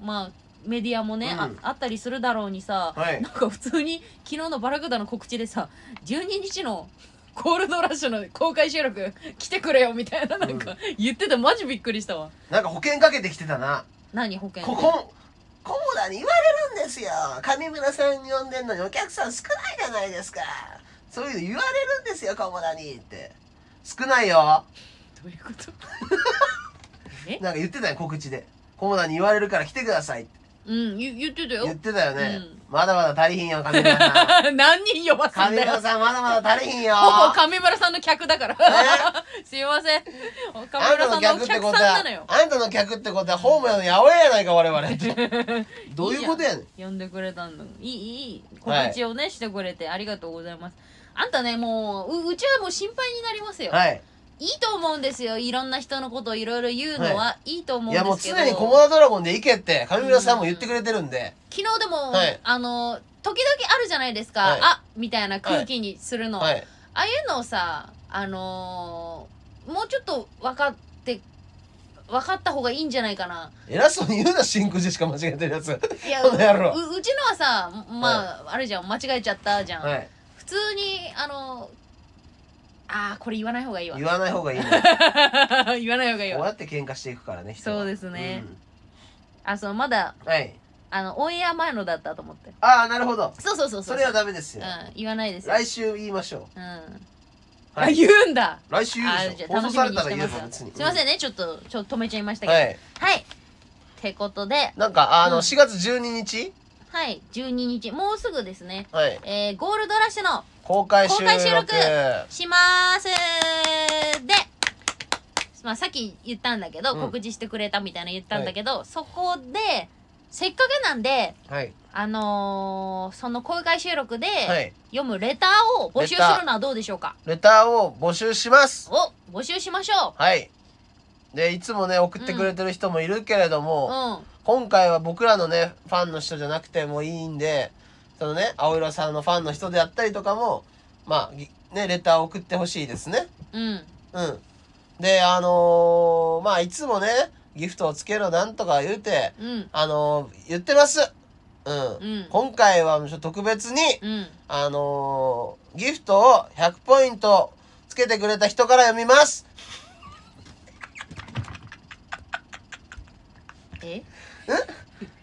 [SPEAKER 1] まあメディアもね、あ
[SPEAKER 2] うん
[SPEAKER 1] あったりするだろうにさ、
[SPEAKER 2] はい
[SPEAKER 1] なんか普通に昨日のバラクダの告知でさ12日のコールドラッシュの公開収録来てくれよみたいななんか言っててマジびっくりしたわ
[SPEAKER 2] なんか保険かけてきてたな
[SPEAKER 1] 何保険
[SPEAKER 2] ここコモダに言われるんですよ上村さん呼んでんのにお客さん少ないじゃないですかそういうの言われるんですよコモダにって少ないよ
[SPEAKER 1] どういうこと え
[SPEAKER 2] なんか言ってたよ告知でコモダに言われるから来てくださいって
[SPEAKER 1] うん言言ってたよ
[SPEAKER 2] 言ってたよね、
[SPEAKER 1] うん
[SPEAKER 2] まだまだ足りひんよ上村さ ん
[SPEAKER 1] 何人呼ばすん
[SPEAKER 2] 上
[SPEAKER 1] だ
[SPEAKER 2] 村
[SPEAKER 1] よ
[SPEAKER 2] さんまだまだ足りひんよ
[SPEAKER 1] ほぼ上村さんの客だから すいません上
[SPEAKER 2] あん
[SPEAKER 1] 村さ
[SPEAKER 2] たの
[SPEAKER 1] んのお
[SPEAKER 2] 客
[SPEAKER 1] 客
[SPEAKER 2] って
[SPEAKER 1] さん
[SPEAKER 2] こと
[SPEAKER 1] な
[SPEAKER 2] は
[SPEAKER 1] のよ、
[SPEAKER 2] あんたの客ってことは、ホームなのに八百屋やないか、我々って。どういうことやねん。
[SPEAKER 1] 呼んでくれたんだいいいい告
[SPEAKER 2] はい
[SPEAKER 1] 知をね、してくれてありがとうございますあんたねもうううちはもう心配になりますよ、
[SPEAKER 2] はい。
[SPEAKER 1] い、いと思うんですよいろんな人のことをいろいろ言うのはいいと思うん
[SPEAKER 2] い
[SPEAKER 1] で
[SPEAKER 2] や、もう
[SPEAKER 1] すけど、
[SPEAKER 2] 常にコモダドラゴンで行けって、上村さんも言ってくれてるんで。
[SPEAKER 1] 昨日でも、
[SPEAKER 2] はい
[SPEAKER 1] あの時々あるじゃないですか、
[SPEAKER 2] はい
[SPEAKER 1] あみたいな空気にするの、
[SPEAKER 2] はい。
[SPEAKER 1] ああいうのをさあのーもうちょっと分かって分かった方がいいんじゃないかな
[SPEAKER 2] 偉そうに言うな、真空ジェシカ間違え てるやつ。
[SPEAKER 1] いや
[SPEAKER 2] この野郎
[SPEAKER 1] ううちのはさまあ、あれじゃん間違えちゃったじゃん、
[SPEAKER 2] はい。
[SPEAKER 1] 普通にあのあーこれ言わない方がいいわ
[SPEAKER 2] 言わない方がい いね。こ
[SPEAKER 1] 言わない方が
[SPEAKER 2] う
[SPEAKER 1] いい
[SPEAKER 2] や
[SPEAKER 1] わ
[SPEAKER 2] って喧嘩していくからね、人は
[SPEAKER 1] そうですねあそうまだ
[SPEAKER 2] うんはい。
[SPEAKER 1] あのオンエア前のだったと思って
[SPEAKER 2] ああ、なるほど。
[SPEAKER 1] そうそうそう
[SPEAKER 2] そうれはダメですよ。
[SPEAKER 1] うん、言わないですよ、
[SPEAKER 2] 来週言いましょ
[SPEAKER 1] うん
[SPEAKER 2] う。は
[SPEAKER 1] あ
[SPEAKER 2] い。
[SPEAKER 1] 言うんだ
[SPEAKER 2] 来週言
[SPEAKER 1] あ
[SPEAKER 2] うで
[SPEAKER 1] じ
[SPEAKER 2] し
[SPEAKER 1] ゃ
[SPEAKER 2] ょ。
[SPEAKER 1] あ
[SPEAKER 2] 放
[SPEAKER 1] 楽
[SPEAKER 2] 送
[SPEAKER 1] し
[SPEAKER 2] さ
[SPEAKER 1] み
[SPEAKER 2] れ
[SPEAKER 1] に
[SPEAKER 2] た
[SPEAKER 1] し
[SPEAKER 2] ら
[SPEAKER 1] て
[SPEAKER 2] 言え
[SPEAKER 1] ます
[SPEAKER 2] ば別
[SPEAKER 1] よ
[SPEAKER 2] に。
[SPEAKER 1] すいませ
[SPEAKER 2] ん。
[SPEAKER 1] んねちょっとちょっと止めちゃいましたけど
[SPEAKER 2] は
[SPEAKER 1] はい、
[SPEAKER 2] い。
[SPEAKER 1] ってことで
[SPEAKER 2] なんか、あ
[SPEAKER 1] う
[SPEAKER 2] の、
[SPEAKER 1] ん
[SPEAKER 2] 4月12日
[SPEAKER 1] はい12日もうすぐですね
[SPEAKER 2] はい。
[SPEAKER 1] えー、ゴールドラッシュの
[SPEAKER 2] 公開収
[SPEAKER 1] 公開収
[SPEAKER 2] 録
[SPEAKER 1] 録。しまーすでまあ、さっき言ったんだけど、
[SPEAKER 2] うん
[SPEAKER 1] 告示してくれたみたいなの言ったんだけど、そこでせっかくなんで
[SPEAKER 2] はい
[SPEAKER 1] あのーその公開収録で
[SPEAKER 2] はい
[SPEAKER 1] 読むレターを募集するのはどうでしょうか
[SPEAKER 2] レターを募集します
[SPEAKER 1] お募集しましょ
[SPEAKER 2] はいでいつもね送ってくれてる人もいるけれど
[SPEAKER 1] う
[SPEAKER 2] も、
[SPEAKER 1] うん
[SPEAKER 2] 今回は僕らのねファンの人じゃなくてもいいんでそのね青色さんのファンの人であったりとかもまあぎねレターを送ってほしいですね
[SPEAKER 1] うん
[SPEAKER 2] うんであのーまあいつもねギフトをつけろなんとか言うて
[SPEAKER 1] うん
[SPEAKER 2] あのー言ってますうん、
[SPEAKER 1] うん
[SPEAKER 2] 今回はちょっと特別に
[SPEAKER 1] うん
[SPEAKER 2] あのーギフトを100ポイントつけてくれた人から読みます
[SPEAKER 1] え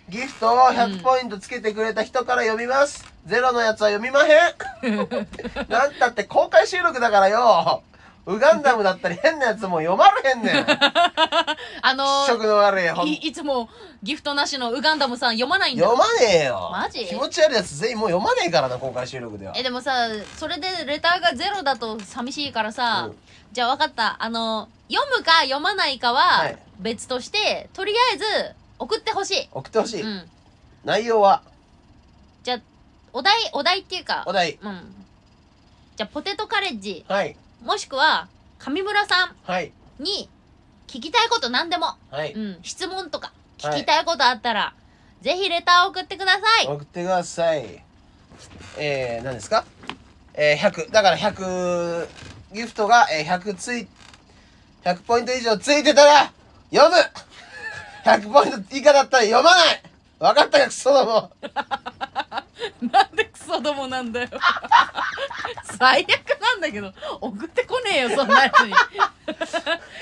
[SPEAKER 2] ギフトを100ポイントつけてくれた人から読みます。ゼロのやつは読みまへん。 なんたって公開収録だからよ。ウガンダムだったり変なやつも読まれ へんねん。
[SPEAKER 1] あのー
[SPEAKER 2] 食の悪い本。
[SPEAKER 1] いいつもギフトなしのウガンダムさん読まないんだ
[SPEAKER 2] 読まねえよ。
[SPEAKER 1] マジ
[SPEAKER 2] 気持ち悪いやつ全員もう読まねえからな、公開収録では。
[SPEAKER 1] えでもさそれでレターがゼロだと寂しいからさ、
[SPEAKER 2] うん
[SPEAKER 1] じゃあ分かったあの読むか読まないか
[SPEAKER 2] は
[SPEAKER 1] はい別として、とりあえず送ってほし
[SPEAKER 2] 送ってほし
[SPEAKER 1] い、
[SPEAKER 2] い。
[SPEAKER 1] うん、
[SPEAKER 2] 内容は、
[SPEAKER 1] じゃあお題お題っていうか
[SPEAKER 2] お題。
[SPEAKER 1] うんじゃあポテトカレッジ
[SPEAKER 2] はい。
[SPEAKER 1] もしくは上村さん
[SPEAKER 2] はい。
[SPEAKER 1] に聞きたいこと何でも、
[SPEAKER 2] はい。
[SPEAKER 1] うん、質問とか
[SPEAKER 2] は
[SPEAKER 1] 聞
[SPEAKER 2] い
[SPEAKER 1] きたいことあったら、ぜひレター送ってください
[SPEAKER 2] 送ってください。えー、何ですかえー、100。だから100、ギフトが、えー、100つい、100ポイント以上ついてたら、読む !100 ポイント以下だったら読まない分かったか、クソども
[SPEAKER 1] なんでクソどもなんだよ 最悪なんだけど送ってこねえよそんなやつ に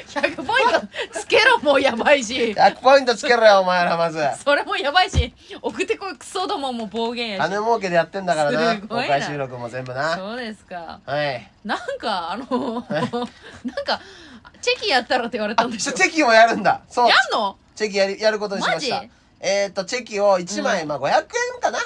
[SPEAKER 1] 100ポイントつけろもうやばいし
[SPEAKER 2] !100 ポイントつけろよ、お前ら、まず。
[SPEAKER 1] それもやばいし送ってこいクソどもも暴言やし
[SPEAKER 2] 金儲けでやってんだからな。
[SPEAKER 1] す
[SPEAKER 2] 公
[SPEAKER 1] ごいな
[SPEAKER 2] 開収録も全部な。
[SPEAKER 1] そうですか
[SPEAKER 2] はい。
[SPEAKER 1] なんかあの なんかチェキやったらって言われたんでし
[SPEAKER 2] ち
[SPEAKER 1] ょ
[SPEAKER 2] ょチェキもやるんだ。そう
[SPEAKER 1] や。んの
[SPEAKER 2] チェキやりやることにしました
[SPEAKER 1] マジ。
[SPEAKER 2] えっ、ー、と、チェキを1枚、まあ500円かな。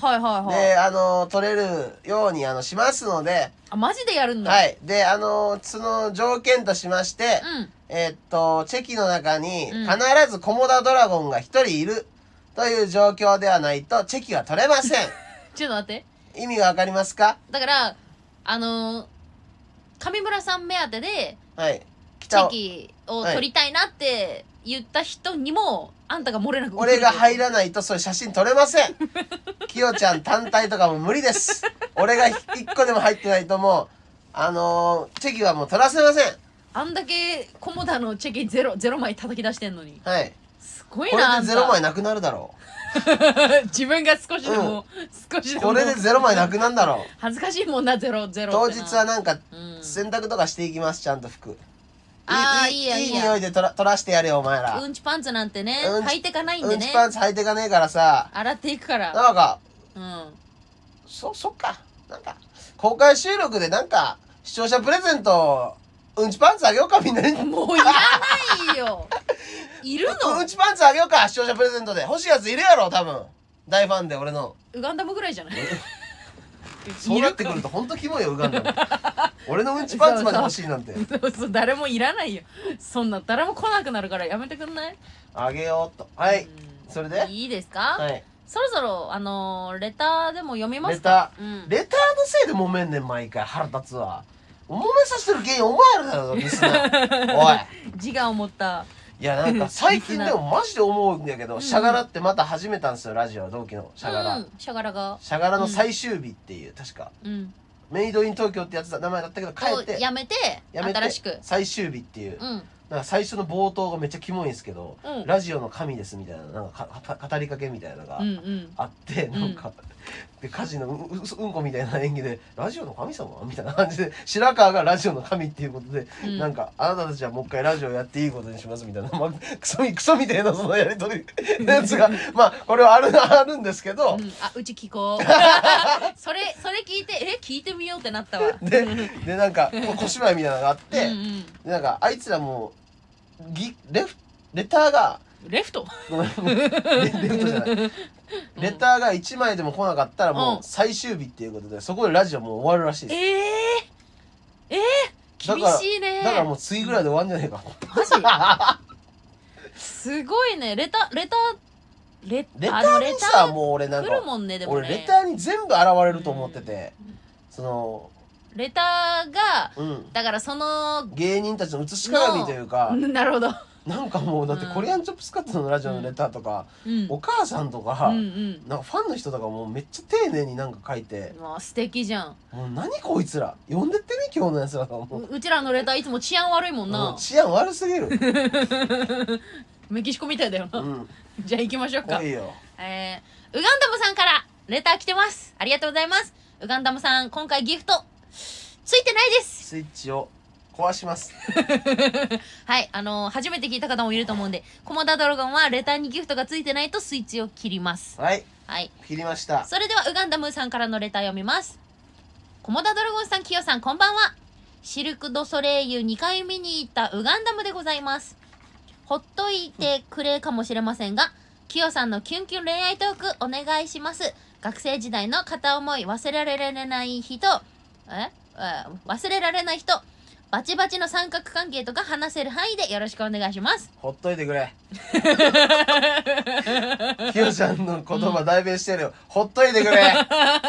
[SPEAKER 1] はいはいはい
[SPEAKER 2] で、あの、取れるように、あの、しますので、
[SPEAKER 1] あマジでやるんだ、
[SPEAKER 2] はい。で、あのその条件としまして、
[SPEAKER 1] うん
[SPEAKER 2] えーっと、チェキの中に
[SPEAKER 1] うん
[SPEAKER 2] 必ずコモダドラゴンが一人いるという状況ではないと、チェキは取れませ ん。
[SPEAKER 1] ちょっと待って
[SPEAKER 2] 意味がわかりますか
[SPEAKER 1] だからあのー上村さん目当てで
[SPEAKER 2] はい。
[SPEAKER 1] チ
[SPEAKER 2] 北
[SPEAKER 1] ェ
[SPEAKER 2] を
[SPEAKER 1] キを取りたいなって言った人にも、あんたが漏れなく
[SPEAKER 2] 俺が入
[SPEAKER 1] る
[SPEAKER 2] らないとそういう写真撮れませ ん。キヨちゃん単体とかも無理です。俺が一個でも入ってないともう、あのーチェキはもう取らせません。
[SPEAKER 1] あんだけコモダのチェキゼロゼロ枚叩き出してんのに
[SPEAKER 2] はい。
[SPEAKER 1] すごい
[SPEAKER 2] これ
[SPEAKER 1] なあん
[SPEAKER 2] で
[SPEAKER 1] た
[SPEAKER 2] ゼロ枚なくなるだろ
[SPEAKER 1] 自分が少しでも、少し で
[SPEAKER 2] う。
[SPEAKER 1] も
[SPEAKER 2] これでゼロ枚なくなるだろう。
[SPEAKER 1] 恥ずかしいもんなゼロ ゼロ
[SPEAKER 2] 当
[SPEAKER 1] って
[SPEAKER 2] 日
[SPEAKER 1] な
[SPEAKER 2] はなんか
[SPEAKER 1] うん
[SPEAKER 2] 洗濯とかしていきますちゃんと服
[SPEAKER 1] あー
[SPEAKER 2] い
[SPEAKER 1] いいや
[SPEAKER 2] い
[SPEAKER 1] いいや
[SPEAKER 2] 匂いでとら取らしてやれよお前ら、
[SPEAKER 1] うんちパンツなんてね
[SPEAKER 2] うんち
[SPEAKER 1] 履いてかないん
[SPEAKER 2] う
[SPEAKER 1] で
[SPEAKER 2] んち
[SPEAKER 1] ね
[SPEAKER 2] パンツ履いてかねえからさ
[SPEAKER 1] 洗っていくから
[SPEAKER 2] なんか
[SPEAKER 1] うん
[SPEAKER 2] そそっかなんか公開収録でなんか視聴者プレゼントうんちパンツあげよう かみんなに
[SPEAKER 1] もういらない よいる
[SPEAKER 2] う
[SPEAKER 1] の
[SPEAKER 2] んちパンツあげようか視聴者プレゼントで欲しいやついるやろ多分大ファンで俺の
[SPEAKER 1] ウガンダムぐらいじゃない
[SPEAKER 2] そうなってくるとほんとキモいよウ ガンダム俺のうんちパンツまで欲しいなんて
[SPEAKER 1] そうそう誰もいらないよそんな誰も来なくなるからやめてくんない
[SPEAKER 2] あげようっとはい
[SPEAKER 1] うん
[SPEAKER 2] それで
[SPEAKER 1] いいですか、
[SPEAKER 2] はい
[SPEAKER 1] そろそろあのーレターでも読みます
[SPEAKER 2] レ
[SPEAKER 1] か
[SPEAKER 2] タ
[SPEAKER 1] レター、うん、
[SPEAKER 2] レターのせいで揉めんねん毎回腹立つわ揉めさせてる原因お前らだよリスナ ーおい
[SPEAKER 1] 自我を持った
[SPEAKER 2] いやなんか最近でもマジで思うんだけ
[SPEAKER 1] ん
[SPEAKER 2] どしゃがらってまた始めたんですよラジオ同期のしゃが
[SPEAKER 1] う
[SPEAKER 2] ら
[SPEAKER 1] ん、しゃがらが
[SPEAKER 2] しゃがらの最終日っていう確か
[SPEAKER 1] うん
[SPEAKER 2] メイドイン東京ってやつだ名前だったけど変え
[SPEAKER 1] を
[SPEAKER 2] て
[SPEAKER 1] やめて
[SPEAKER 2] やめて
[SPEAKER 1] 新しく
[SPEAKER 2] 最終日っていう
[SPEAKER 1] うん
[SPEAKER 2] なんか最初の冒頭がめっちゃキモいんですけど
[SPEAKER 1] うん
[SPEAKER 2] ラジオの神ですみたいななんかかか語りかけみたいなのが
[SPEAKER 1] うんうん
[SPEAKER 2] あってなんか、で家事のうううんこみたいな演技で「ラジオの神様?」みたいな感じで 白川がラジオの神っていうことで、
[SPEAKER 1] うん
[SPEAKER 2] なんか「あなたたちはもう一回ラジオやっていいことにします」みたいな、まあ、クソみクソみたいなそのやり取りのやつがまあこれはあるあるんですけど
[SPEAKER 1] う、ん、あうち聞 こうそれそれ聞いてえ聞いてみようってなったわ
[SPEAKER 2] ででなんかこ小芝居みたいなのがあって、
[SPEAKER 1] うんうん
[SPEAKER 2] でなんかあいつらもうぎレフレターが
[SPEAKER 1] レフト
[SPEAKER 2] ごめんレレフトじゃない。レターが1枚でも来なかったらもう最終日っていうことでそこでラジオもう終わるらしいです
[SPEAKER 1] ええええ厳しいね
[SPEAKER 2] だからもう次ぐらいで終わんじゃねえか
[SPEAKER 1] マジすごいねレタレタレ
[SPEAKER 2] レタ
[SPEAKER 1] あの
[SPEAKER 2] ー
[SPEAKER 1] レ
[SPEAKER 2] に
[SPEAKER 1] タ
[SPEAKER 2] さ
[SPEAKER 1] ー
[SPEAKER 2] もう俺なん
[SPEAKER 1] 来る
[SPEAKER 2] か
[SPEAKER 1] もんねでも
[SPEAKER 2] 俺
[SPEAKER 1] ね
[SPEAKER 2] レターに全部現れると思っててその
[SPEAKER 1] レターが
[SPEAKER 2] うん
[SPEAKER 1] だからその
[SPEAKER 2] 芸人たちの写し鏡というか
[SPEAKER 1] なるほど、
[SPEAKER 2] なんかもうだって
[SPEAKER 1] うん
[SPEAKER 2] コリアンチョップスカットのラジオのレターとか
[SPEAKER 1] うん、
[SPEAKER 2] お母さんとか
[SPEAKER 1] うんうん
[SPEAKER 2] なんかファンの人とかもうめっちゃ丁寧になんか書いて
[SPEAKER 1] まあ素敵じゃん
[SPEAKER 2] もう何こいつら呼んでってね今日のやつらと思う
[SPEAKER 1] ううちらのレターいつも治安悪いもん
[SPEAKER 2] も
[SPEAKER 1] な
[SPEAKER 2] う治安悪すぎ る
[SPEAKER 1] メキシコみたいだよ
[SPEAKER 2] う
[SPEAKER 1] な、
[SPEAKER 2] ん
[SPEAKER 1] じゃあ行きましょうか
[SPEAKER 2] 怖いよ
[SPEAKER 1] えー、ウガンダムさんからレター来てますありがとうございますウガンダムさん今回ギフトついてないです
[SPEAKER 2] スイッチを壊します
[SPEAKER 1] はい、あのー初めて聞いた方もいると思うんで、コモダドラゴンはレターにギフトがついてないとスイッチを切ります。
[SPEAKER 2] はい
[SPEAKER 1] はい。
[SPEAKER 2] 切りました
[SPEAKER 1] それでは、ウガンダムーさんからのレター読みます。コモダドラゴンさん、キヨさん、こんばんは。シルク・ド・ソレイユ2回見に行ったウガンダムでございます。ほっといてくれかもしれませんが、キヨさんのキュンキュン恋愛トークお願いします。学生時代の片思い忘れられない人、ええ忘れられない人、バチバチの三角関係とか話せる範囲でよろしくお願いします。
[SPEAKER 2] ほっといて くれきよちゃんの言葉代弁してるよほっといてくれ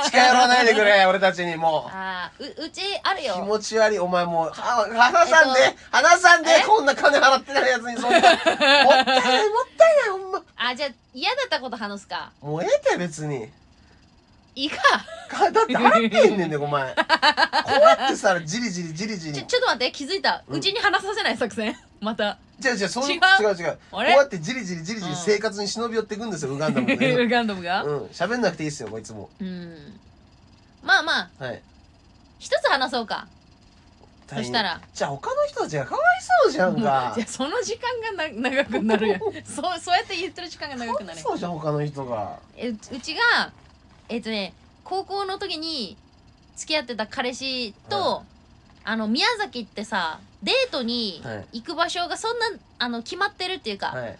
[SPEAKER 2] 近寄らないでくれ俺たちにも
[SPEAKER 1] あーう、うちある
[SPEAKER 2] う気
[SPEAKER 1] よ。
[SPEAKER 2] 持ち悪いお前もうは話さんで、
[SPEAKER 1] えっ
[SPEAKER 2] 話さんで
[SPEAKER 1] え
[SPEAKER 2] こんな金払ってないやつ にそんなもったいないもったいないほんま
[SPEAKER 1] あ、じゃあ嫌だったこと話すか。
[SPEAKER 2] もうええて別に
[SPEAKER 1] いいか。
[SPEAKER 2] かだって払ってんねんでお前こうやってさじりじりじりじり
[SPEAKER 1] ちょ、ちょっと待って、気づいた。
[SPEAKER 2] うん
[SPEAKER 1] うちに話させない作戦。 また。
[SPEAKER 2] 違う違うそういう違
[SPEAKER 1] 違う
[SPEAKER 2] う違うこう
[SPEAKER 1] あれ
[SPEAKER 2] やってじりじりじりじ
[SPEAKER 1] う
[SPEAKER 2] り
[SPEAKER 1] ん
[SPEAKER 2] 生活に忍び寄っていくんですよウガンダもね
[SPEAKER 1] ウ ガンダムが。
[SPEAKER 2] うん喋んなくていいですよこいつも
[SPEAKER 1] うん。まあまあ、
[SPEAKER 2] はい
[SPEAKER 1] 一つ話そうか。そしたら
[SPEAKER 2] じゃあ他の人たちがかわいそうじゃん
[SPEAKER 1] もう
[SPEAKER 2] か
[SPEAKER 1] じゃあその時間がな長くな るやん。そう、そうやって言ってる時間が長くな
[SPEAKER 2] かわい
[SPEAKER 1] る。
[SPEAKER 2] そうじゃん他の人が
[SPEAKER 1] えうちうちが、えっ、とね、高校の時に付き合ってた彼氏と、あの、宮崎ってさ、デートに
[SPEAKER 2] はい
[SPEAKER 1] 行く場所がそんな、あの、決まってるっていうか、
[SPEAKER 2] はい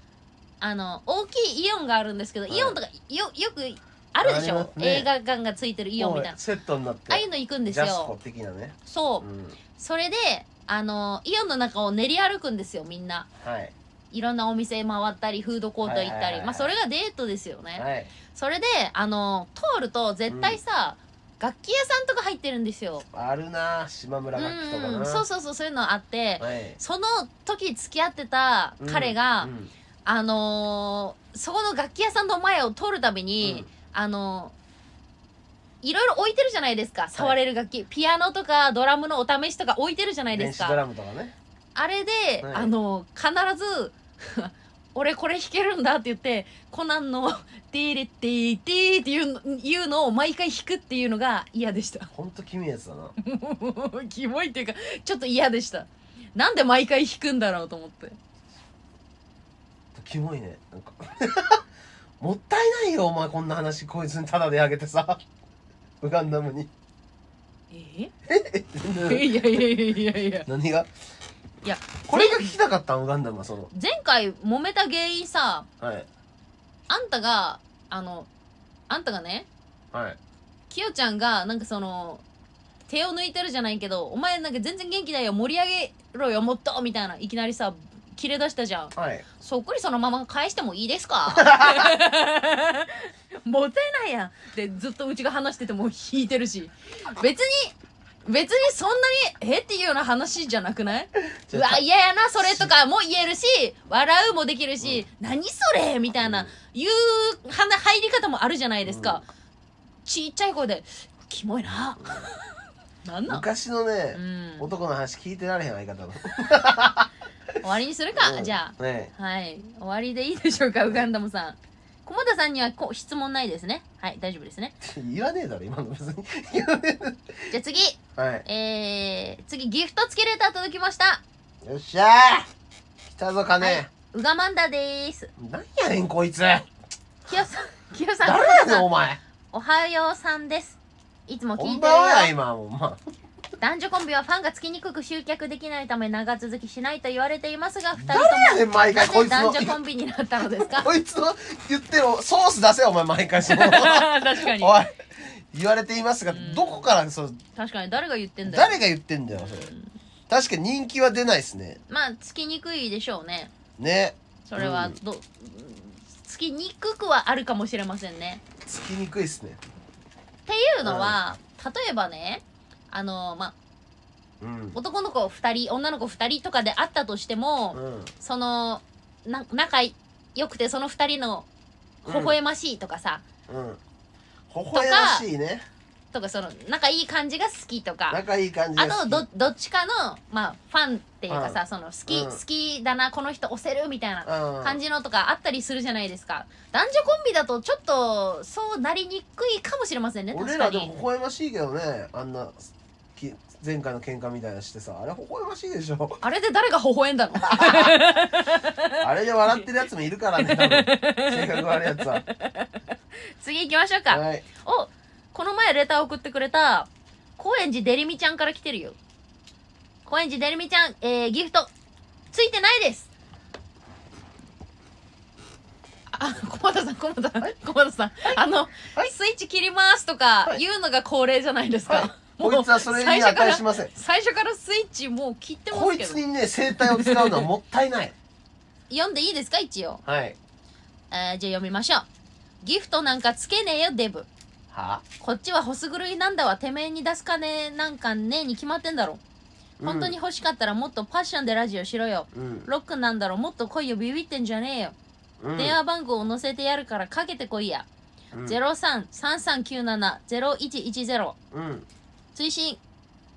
[SPEAKER 1] あの大きいイオンがあるんですけど、
[SPEAKER 2] はい
[SPEAKER 1] イオンとかよよくあるでし
[SPEAKER 2] あり
[SPEAKER 1] ょ
[SPEAKER 2] ま、すね
[SPEAKER 1] 映画館がついてるイオンみたい
[SPEAKER 2] もう
[SPEAKER 1] な
[SPEAKER 2] セットになって
[SPEAKER 1] ああいうの行くんです
[SPEAKER 2] ジャスコ
[SPEAKER 1] よ
[SPEAKER 2] 的なね
[SPEAKER 1] そううんそれであのイオンの中を練り歩くんですよみんな
[SPEAKER 2] はい
[SPEAKER 1] いろんなお店回ったりフードコート行
[SPEAKER 2] は
[SPEAKER 1] っ
[SPEAKER 2] いはい
[SPEAKER 1] た
[SPEAKER 2] はい
[SPEAKER 1] り
[SPEAKER 2] はい
[SPEAKER 1] まあそれがデートですよね、
[SPEAKER 2] はい
[SPEAKER 1] それであの通ると絶対さ、楽器屋さんとか入ってるんですよ
[SPEAKER 2] あるな島
[SPEAKER 1] う
[SPEAKER 2] 村楽器とか
[SPEAKER 1] ん
[SPEAKER 2] な
[SPEAKER 1] そうそうそうそういうのあって、
[SPEAKER 2] はい
[SPEAKER 1] その時付き合ってた彼が、
[SPEAKER 2] うんうん
[SPEAKER 1] あのーそこの楽器屋さんの前を通るたびに、
[SPEAKER 2] うん
[SPEAKER 1] あのいろいろ置いてるじゃないですか触れる楽器、ピアノとかドラムのお試しとか置いてるじゃないで
[SPEAKER 2] 電
[SPEAKER 1] す
[SPEAKER 2] 子ド
[SPEAKER 1] か
[SPEAKER 2] ラムとかね
[SPEAKER 1] あれで、
[SPEAKER 2] はい
[SPEAKER 1] あの必ず 俺これ弾けるんだって言ってコナンの「テーレッテーテー」っていうのいうのを毎回弾くっていうのが嫌でした
[SPEAKER 2] ほんと君やつだな
[SPEAKER 1] もうキモいっていうかちょっと嫌でしたなんで毎回弾くんだろうと思って
[SPEAKER 2] キモいねなんか もったいないよお前こんな話こいつにタダであげてさウガンダムに
[SPEAKER 1] え いやいやいやいやいや
[SPEAKER 2] 何が
[SPEAKER 1] いや
[SPEAKER 2] これが聞きたかったんウガンダムはその
[SPEAKER 1] 前回揉めた原因さ
[SPEAKER 2] はい
[SPEAKER 1] あんたがあのあんたがね
[SPEAKER 2] はい
[SPEAKER 1] きよちゃんがなんかその手を抜いてるじゃないけどお前なんか全然元気ないよ盛り上げろよもっとみたいないきなりさ切れ出したじゃん
[SPEAKER 2] はい
[SPEAKER 1] そっくりそのまま返してもいいですかもったいないやんってずっとうちが話してても引いてるし別に別にそんなにえっていうような話じゃなくないうわ嫌やなそれとかも言えるし笑うもできるし、何それみたいな、いうはな入り方もあるじゃないですか、ちっちゃい声で「キモいな」 なんなん、
[SPEAKER 2] 昔のね
[SPEAKER 1] う、ん、終
[SPEAKER 2] 男の話聞いてられへん相方の
[SPEAKER 1] わりにするか、
[SPEAKER 2] うん
[SPEAKER 1] じゃ
[SPEAKER 2] ね
[SPEAKER 1] あはい終わりでいいでしょうかウガンダムさん駒田さんにはこ質問ないですねはい大丈夫ですね
[SPEAKER 2] えいらねえだろ今の別にいらねえ
[SPEAKER 1] じゃあ次
[SPEAKER 2] はい
[SPEAKER 1] えー、次ギフト付きレター届きました
[SPEAKER 2] よっしゃー来たぞ金、
[SPEAKER 1] はいウガマンダでーす
[SPEAKER 2] なんやねんこいつ誰
[SPEAKER 1] きよさんきよさん
[SPEAKER 2] や
[SPEAKER 1] 駒田
[SPEAKER 2] ねん
[SPEAKER 1] さん
[SPEAKER 2] お前
[SPEAKER 1] おはようさんですいつも聞いて
[SPEAKER 2] 本
[SPEAKER 1] るよ
[SPEAKER 2] 番はや今もうま
[SPEAKER 1] 男女コンビはファンがつきにくく集客できないため長続きしないと言われていますが2人と
[SPEAKER 2] 誰
[SPEAKER 1] も
[SPEAKER 2] やねん毎回こいつ
[SPEAKER 1] な
[SPEAKER 2] の
[SPEAKER 1] ぜ男女コンビになったのです か
[SPEAKER 2] こいつの言ってるソース出せよお前毎回そ の
[SPEAKER 1] 確か
[SPEAKER 2] おい言われていますが
[SPEAKER 1] うん
[SPEAKER 2] どこからそう
[SPEAKER 1] 確かに誰が言ってんだよ
[SPEAKER 2] 誰が言ってんだよそれ
[SPEAKER 1] うん
[SPEAKER 2] 確かに人気は出ないですね
[SPEAKER 1] まあつきにくいでしょうね
[SPEAKER 2] ね
[SPEAKER 1] それは
[SPEAKER 2] うん
[SPEAKER 1] ど、うんつきにくくはあるかもしれませんね
[SPEAKER 2] つきにくいですね
[SPEAKER 1] っていうのは、例えばねあのまあ
[SPEAKER 2] うん
[SPEAKER 1] 男の子2人女の子2人とかであったとしても、
[SPEAKER 2] うん
[SPEAKER 1] そのな仲良くてその2人の微笑ましいとかさ、
[SPEAKER 2] うん微笑ましいね
[SPEAKER 1] とかその仲いい感じが好きとか
[SPEAKER 2] 仲いい感じ
[SPEAKER 1] あ
[SPEAKER 2] です
[SPEAKER 1] のどどっちかの、まあ、ファンっていうかさ、その好き、
[SPEAKER 2] うん
[SPEAKER 1] 好きだなこの人押せるみたいな
[SPEAKER 2] うん
[SPEAKER 1] 感じのとかあったりするじゃないですか男女コンビだとちょっとそうなりにくいかもしれませんね
[SPEAKER 2] 俺
[SPEAKER 1] 確から
[SPEAKER 2] でも
[SPEAKER 1] に
[SPEAKER 2] 微笑ましいけどねあんなき前回の喧嘩みたいなしてさあれ微笑ましいでしょ
[SPEAKER 1] あれで誰が微笑んだの
[SPEAKER 2] あれで笑ってるやつもいるからね多分 性格悪いやつは
[SPEAKER 1] 次行きましょうか、
[SPEAKER 2] はい
[SPEAKER 1] おこの前レター送ってくれた高円寺デリミちゃんから来てるよ高円寺デリミちゃん、えー、ギフトついてないですあ駒田さん駒田さん駒田さんあの、
[SPEAKER 2] はい
[SPEAKER 1] スイッチ切りますとか
[SPEAKER 2] はい
[SPEAKER 1] 言うのが恒例じゃないですか、
[SPEAKER 2] はい
[SPEAKER 1] もう
[SPEAKER 2] こいつはそれに
[SPEAKER 1] 最初か
[SPEAKER 2] 値
[SPEAKER 1] ら
[SPEAKER 2] しません
[SPEAKER 1] 最初からスイッチもう切ってま
[SPEAKER 2] こ
[SPEAKER 1] す
[SPEAKER 2] い
[SPEAKER 1] け
[SPEAKER 2] つ
[SPEAKER 1] ど
[SPEAKER 2] にね生態を使うのはもったいない
[SPEAKER 1] 読んでいいですか一応、
[SPEAKER 2] はい
[SPEAKER 1] えー、じゃあ読みましょうギフトなんかつけねえよデブ
[SPEAKER 2] は
[SPEAKER 1] こっちはホス狂いなんだわてめえに出す金なんかねえに決まってんだろ本当に欲しかったらもっとパッションでラジオしろよ
[SPEAKER 2] うん
[SPEAKER 1] ロックなんだろもっと来いよビビってんじゃねえよ、
[SPEAKER 2] うん
[SPEAKER 1] 電話番号を載せてやるからかけてこいや、
[SPEAKER 2] うん
[SPEAKER 1] 0333970110
[SPEAKER 2] うん
[SPEAKER 1] 追伸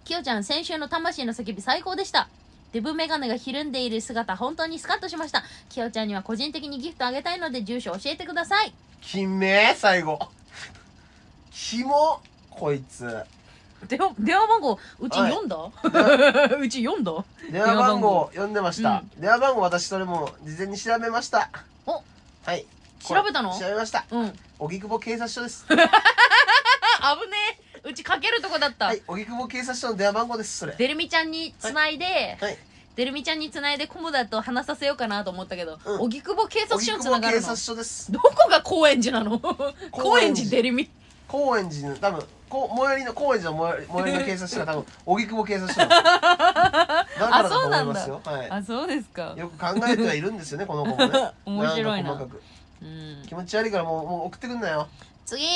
[SPEAKER 1] きよちゃん先週の魂の叫び最高でしたデブメガネがひるんでいる姿本当にスカッとしましたきよちゃんには個人的にギフトあげたいので住所教えてください
[SPEAKER 2] きめえ最後 キモこいつ
[SPEAKER 1] 電話電話番号うち
[SPEAKER 2] はい
[SPEAKER 1] 読んだ うち読んだ
[SPEAKER 2] 電話番
[SPEAKER 1] 電話
[SPEAKER 2] 号読んでました、電話番号私それも事前に調べました
[SPEAKER 1] お
[SPEAKER 2] はい
[SPEAKER 1] 調べたの
[SPEAKER 2] これ調べました
[SPEAKER 1] うん
[SPEAKER 2] 荻窪警察署です
[SPEAKER 1] あ危ねえうちかけるとこだった、
[SPEAKER 2] はい荻窪警察署の電話番号ですそれ
[SPEAKER 1] デルミちゃんにつないで、
[SPEAKER 2] はい
[SPEAKER 1] デルミちゃんにつないでコモダと話させようかなと思ったけど
[SPEAKER 2] うん
[SPEAKER 1] 荻窪、警察
[SPEAKER 2] 荻
[SPEAKER 1] 署につ
[SPEAKER 2] 窪
[SPEAKER 1] なが
[SPEAKER 2] 警
[SPEAKER 1] るの
[SPEAKER 2] 察署です
[SPEAKER 1] どこが高円寺な の高円寺デルミ
[SPEAKER 2] 高円寺の多分こ最寄りの高円寺の最寄り最寄りの警察署 が多分荻窪警察署なんですだからだと思いますよは
[SPEAKER 1] あそうですか
[SPEAKER 2] い、よく考えてはいるんですよねこの子もね
[SPEAKER 1] 面白いなん
[SPEAKER 2] か細かく
[SPEAKER 1] うん
[SPEAKER 2] 気持ち悪いからもうもう送ってくんなよ
[SPEAKER 1] 次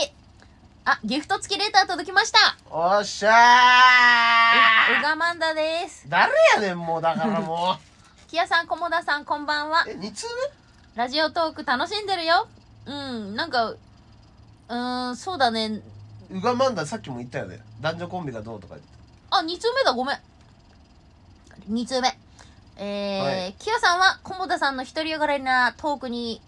[SPEAKER 1] あギフト付きレター届きました
[SPEAKER 2] おっしゃ
[SPEAKER 1] うがまんだです
[SPEAKER 2] ー誰やねんもうだからも
[SPEAKER 1] キヤさんコモダさんこんばんは
[SPEAKER 2] う え2通
[SPEAKER 1] ラジオトーク楽しんでるようんなんかうーんそうだね
[SPEAKER 2] 目ウガマンダさっきも言ったよね男女コンビがどうとか言って
[SPEAKER 1] あ、二通目だ、ごめん。二通目。えー、
[SPEAKER 2] はい
[SPEAKER 1] キヨさんは、菰田さんの独りよがりなトークに、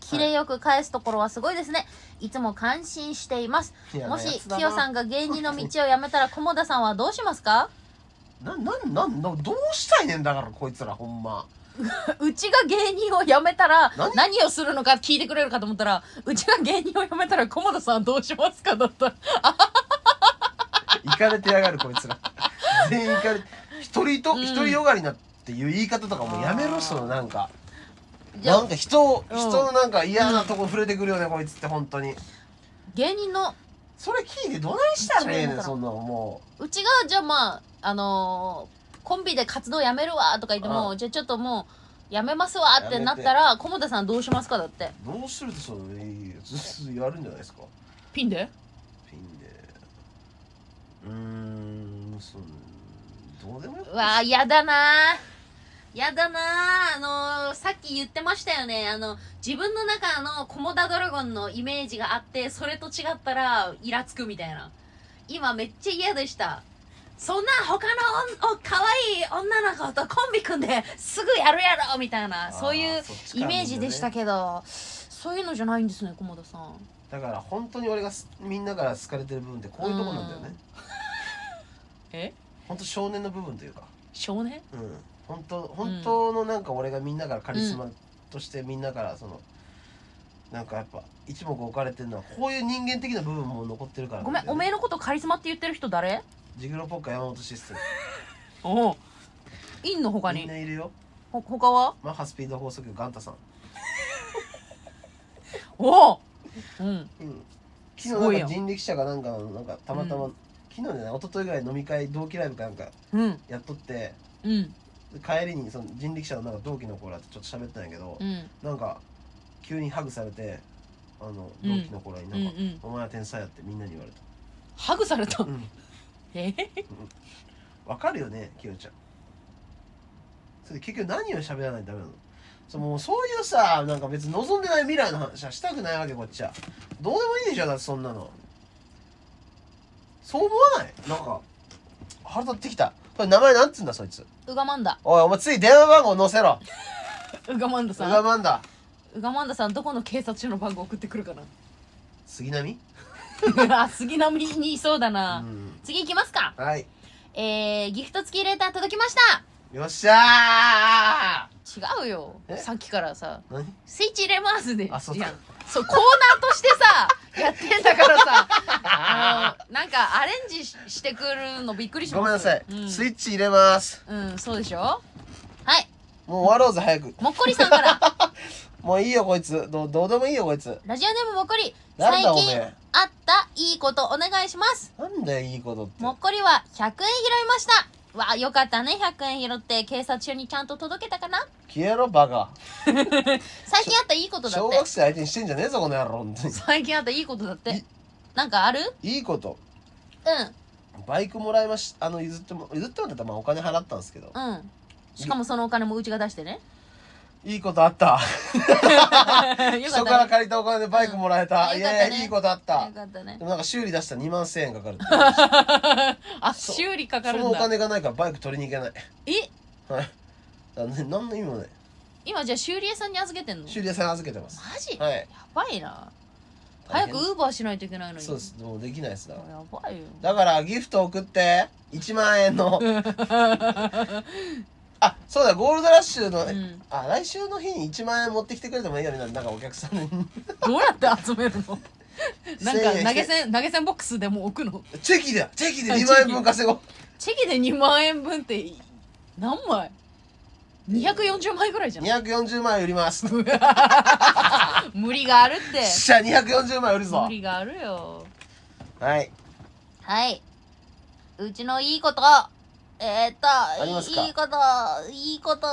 [SPEAKER 1] キレよく返すところはすごいですね。い、つも感心しています。もし、キヨさん
[SPEAKER 2] ん
[SPEAKER 1] が芸人の道を辞めたら、菰田さんはどうします か
[SPEAKER 2] ななんなんなどうしたいねんだからこいつらほんま
[SPEAKER 1] うちが芸人を辞めたら
[SPEAKER 2] 何、
[SPEAKER 1] 何をするのか聞いてくれるかと思ったら、うちが芸人を辞めたら、菰田さんはどうしますかだった。
[SPEAKER 2] 行かれてやがるこいつら 全員行かれ一人と
[SPEAKER 1] うん
[SPEAKER 2] 一人よがりなっていう言い方とかもうやめろ
[SPEAKER 1] あー
[SPEAKER 2] そのなんか
[SPEAKER 1] じゃ
[SPEAKER 2] なん
[SPEAKER 1] あ、
[SPEAKER 2] か人を
[SPEAKER 1] うん
[SPEAKER 2] 人のなんか嫌なとこ触れてくるよねこいつって本当に
[SPEAKER 1] 芸人の、
[SPEAKER 2] それ聞いてどないしたらええ
[SPEAKER 1] 一番だ
[SPEAKER 2] ね
[SPEAKER 1] か
[SPEAKER 2] ん
[SPEAKER 1] ら
[SPEAKER 2] そんなんも
[SPEAKER 1] うちがじゃあまああのーコンビで活動やめるわとか言っても
[SPEAKER 2] う
[SPEAKER 1] じゃあちょっともうやめますわってなったら菰田さんどうしますかだって
[SPEAKER 2] うどうするとそのいいやつやるんじゃないですか
[SPEAKER 1] ピンで
[SPEAKER 2] ピンでうーんそのどうでもよく
[SPEAKER 1] うわあやだなーやだなーあのーさっき言ってましたよねあの自分の中の菰田ドラゴンのイメージがあってそれと違ったらイラつくみたいな今めっちゃ嫌でしたそんな他のおお可愛い女の子とコンビ組んですぐやるやろみたいなそういう
[SPEAKER 2] あそっちか
[SPEAKER 1] イ
[SPEAKER 2] ら
[SPEAKER 1] メージでした
[SPEAKER 2] ね
[SPEAKER 1] けど、そういうのじゃないんですね駒田さん
[SPEAKER 2] だから本当に俺がすみんなから好かれてる部分ってこういうとこなんだよ
[SPEAKER 1] う
[SPEAKER 2] ね
[SPEAKER 1] んえ
[SPEAKER 2] 本当少年の部分というか
[SPEAKER 1] 少年
[SPEAKER 2] うん本当本当のなんか俺がみんなからカリスマとしてみんなからその、なんかやっぱ一目置かれてるのはこういう人間的な部分も残ってるから
[SPEAKER 1] ごめんおめえのことカリスマって言ってる人誰
[SPEAKER 2] ジグロポッカ山本システム
[SPEAKER 1] おおインの他
[SPEAKER 2] みん
[SPEAKER 1] に
[SPEAKER 2] ないるよ
[SPEAKER 1] ほ他は
[SPEAKER 2] マッハスピード放送局ガンタさん
[SPEAKER 1] おおうん
[SPEAKER 2] うん、
[SPEAKER 1] す
[SPEAKER 2] 昨
[SPEAKER 1] ごい
[SPEAKER 2] 日
[SPEAKER 1] や
[SPEAKER 2] なんんか人力車がなんかのなんかたまたま
[SPEAKER 1] う
[SPEAKER 2] 聞昨日ね一昨日ぐらい飲み会同期ライブかなんか
[SPEAKER 1] うん
[SPEAKER 2] やっとって
[SPEAKER 1] うん
[SPEAKER 2] 帰りにその人力車のなんか同期の子らとちょっと喋ったんやけど、
[SPEAKER 1] うん
[SPEAKER 2] なんか急にハグされてあの
[SPEAKER 1] うん
[SPEAKER 2] 同期の子らに
[SPEAKER 1] う
[SPEAKER 2] なんん
[SPEAKER 1] う
[SPEAKER 2] か、
[SPEAKER 1] ん
[SPEAKER 2] お前は天才やってみんなに言われ た
[SPEAKER 1] ハグされた
[SPEAKER 2] うん
[SPEAKER 1] え
[SPEAKER 2] わかるよねきよちゃんそれで結局何を喋らないとダメなのそうもうそういうさなんか別に望んでない未来の話はしたくないわけこっちはどうでもいいでしょだってそんなのそう思わないなんか腹立ってきたこれ名前なんつうんだそいつ
[SPEAKER 1] ウガマンダ
[SPEAKER 2] おいお前つい電話番号載せろ
[SPEAKER 1] ウガマンダ
[SPEAKER 2] ウ
[SPEAKER 1] さ
[SPEAKER 2] ガ
[SPEAKER 1] ん
[SPEAKER 2] マンダ
[SPEAKER 1] ウガマンダさんどこの警察署の番号送ってくるかな
[SPEAKER 2] 杉並
[SPEAKER 1] あ杉並にいそうだ
[SPEAKER 2] う
[SPEAKER 1] な、
[SPEAKER 2] ん
[SPEAKER 1] 次行きますか
[SPEAKER 2] はい
[SPEAKER 1] えー、ギフト付きレーター届きまし
[SPEAKER 2] よっしゃ
[SPEAKER 1] た違うよ
[SPEAKER 2] え
[SPEAKER 1] さっきからさ
[SPEAKER 2] ー何
[SPEAKER 1] スイッチ入れますで
[SPEAKER 2] あそう
[SPEAKER 1] いや
[SPEAKER 2] か
[SPEAKER 1] そうコーナーとして さやってんだからさあのなんかアレンジししてくるのびっくりします
[SPEAKER 2] ごめんなさい、
[SPEAKER 1] うん、
[SPEAKER 2] スイッチ入れます
[SPEAKER 1] うんそうでしょはい
[SPEAKER 2] もう終わろうぜ早く
[SPEAKER 1] もっこりさんから
[SPEAKER 2] もういいよこいつどうどうでもいいよこいつ
[SPEAKER 1] ラジオネームもっこり
[SPEAKER 2] な
[SPEAKER 1] 最
[SPEAKER 2] んだおめ
[SPEAKER 1] 近
[SPEAKER 2] え
[SPEAKER 1] あったいいことお願いします
[SPEAKER 2] なんだよいいことって
[SPEAKER 1] もっこりは100円拾いましたわあよかったね100円拾って警察署にちゃんと届けたかな
[SPEAKER 2] 消えろバカ
[SPEAKER 1] 最近あったいいことだ
[SPEAKER 2] 小
[SPEAKER 1] っ
[SPEAKER 2] 学
[SPEAKER 1] て
[SPEAKER 2] 生相手にしてんじゃねえぞこの野郎本当に
[SPEAKER 1] 最近あったいいことだって
[SPEAKER 2] い
[SPEAKER 1] なんかある
[SPEAKER 2] いいこと
[SPEAKER 1] うん
[SPEAKER 2] バイクもらいましあの譲っても譲ってもらったらまあお金払ったんですけど
[SPEAKER 1] うんしかもそのお金もうちが出してね
[SPEAKER 2] いいことあっ
[SPEAKER 1] よ
[SPEAKER 2] た
[SPEAKER 1] か
[SPEAKER 2] 人
[SPEAKER 1] っ
[SPEAKER 2] から
[SPEAKER 1] たね
[SPEAKER 2] 借りたお金でバイクもらえた、
[SPEAKER 1] うん
[SPEAKER 2] い
[SPEAKER 1] よかった
[SPEAKER 2] や
[SPEAKER 1] ね
[SPEAKER 2] いやいいことあった
[SPEAKER 1] よかったね
[SPEAKER 2] でもなんか修理出したら2万1000円かかるって言われまし
[SPEAKER 1] あ
[SPEAKER 2] そう
[SPEAKER 1] 修理か
[SPEAKER 2] た
[SPEAKER 1] か
[SPEAKER 2] そ
[SPEAKER 1] る
[SPEAKER 2] の
[SPEAKER 1] ん
[SPEAKER 2] お
[SPEAKER 1] だ
[SPEAKER 2] 金がないからバイク取りに行けない
[SPEAKER 1] え
[SPEAKER 2] はいだからね何の意味もない
[SPEAKER 1] 今じゃあ修理屋さんに預けてんの
[SPEAKER 2] 修理屋さん預けてます
[SPEAKER 1] マジ、
[SPEAKER 2] はい
[SPEAKER 1] やばいな
[SPEAKER 2] 大
[SPEAKER 1] 早
[SPEAKER 2] 変
[SPEAKER 1] くウーバーしないといけないのに
[SPEAKER 2] そうですもうできないですだ
[SPEAKER 1] や
[SPEAKER 2] から
[SPEAKER 1] ばいよ
[SPEAKER 2] だからギフト送って1万円 のあそうだゴールドラッシュの、
[SPEAKER 1] うん
[SPEAKER 2] あ来週の日に1万円持ってきてくれてもいいよねなんかお客さんに
[SPEAKER 1] どうやって集める のなん
[SPEAKER 2] 1000
[SPEAKER 1] か
[SPEAKER 2] 円
[SPEAKER 1] 投げ銭投げ銭ボックスでも置くの
[SPEAKER 2] チェキだチェキで
[SPEAKER 1] あ
[SPEAKER 2] 2万
[SPEAKER 1] チェ
[SPEAKER 2] 円
[SPEAKER 1] キ
[SPEAKER 2] 分稼ごう
[SPEAKER 1] チェキで2万円分って何枚 ?240 枚ぐらいじゃない
[SPEAKER 2] 240万円売 ります
[SPEAKER 1] 無理があるって
[SPEAKER 2] しゃ240万円売るぞ
[SPEAKER 1] 無理があるよ
[SPEAKER 2] はい
[SPEAKER 1] はいうちのいいことえー、っと
[SPEAKER 2] りますか
[SPEAKER 1] いいこといいことう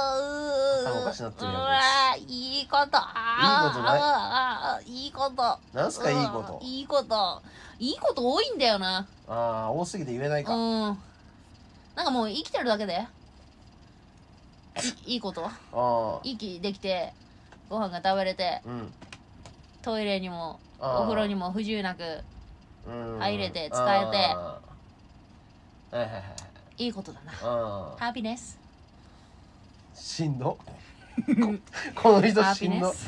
[SPEAKER 2] 頭お
[SPEAKER 1] ー
[SPEAKER 2] かしなってるやん
[SPEAKER 1] うわーいいことあーいいことない
[SPEAKER 2] なんすかいいこと
[SPEAKER 1] いいこといいこと多いんだよな
[SPEAKER 2] ああ多すぎて言えない
[SPEAKER 1] うん
[SPEAKER 2] か、
[SPEAKER 1] なんかもう生きてるだけでいいいこと
[SPEAKER 2] ああ
[SPEAKER 1] 息できてご飯が食べれて
[SPEAKER 2] うん
[SPEAKER 1] トイレにも
[SPEAKER 2] あ
[SPEAKER 1] お
[SPEAKER 2] ー
[SPEAKER 1] 風呂にも不自由なく
[SPEAKER 2] うん
[SPEAKER 1] 入れて使えて
[SPEAKER 2] あーはいはいはい
[SPEAKER 1] いいことだな
[SPEAKER 2] ああ
[SPEAKER 1] ハピネス
[SPEAKER 2] し んどここの人
[SPEAKER 1] ハ
[SPEAKER 2] し
[SPEAKER 1] ピ
[SPEAKER 2] ん
[SPEAKER 1] ネ
[SPEAKER 2] ど
[SPEAKER 1] ス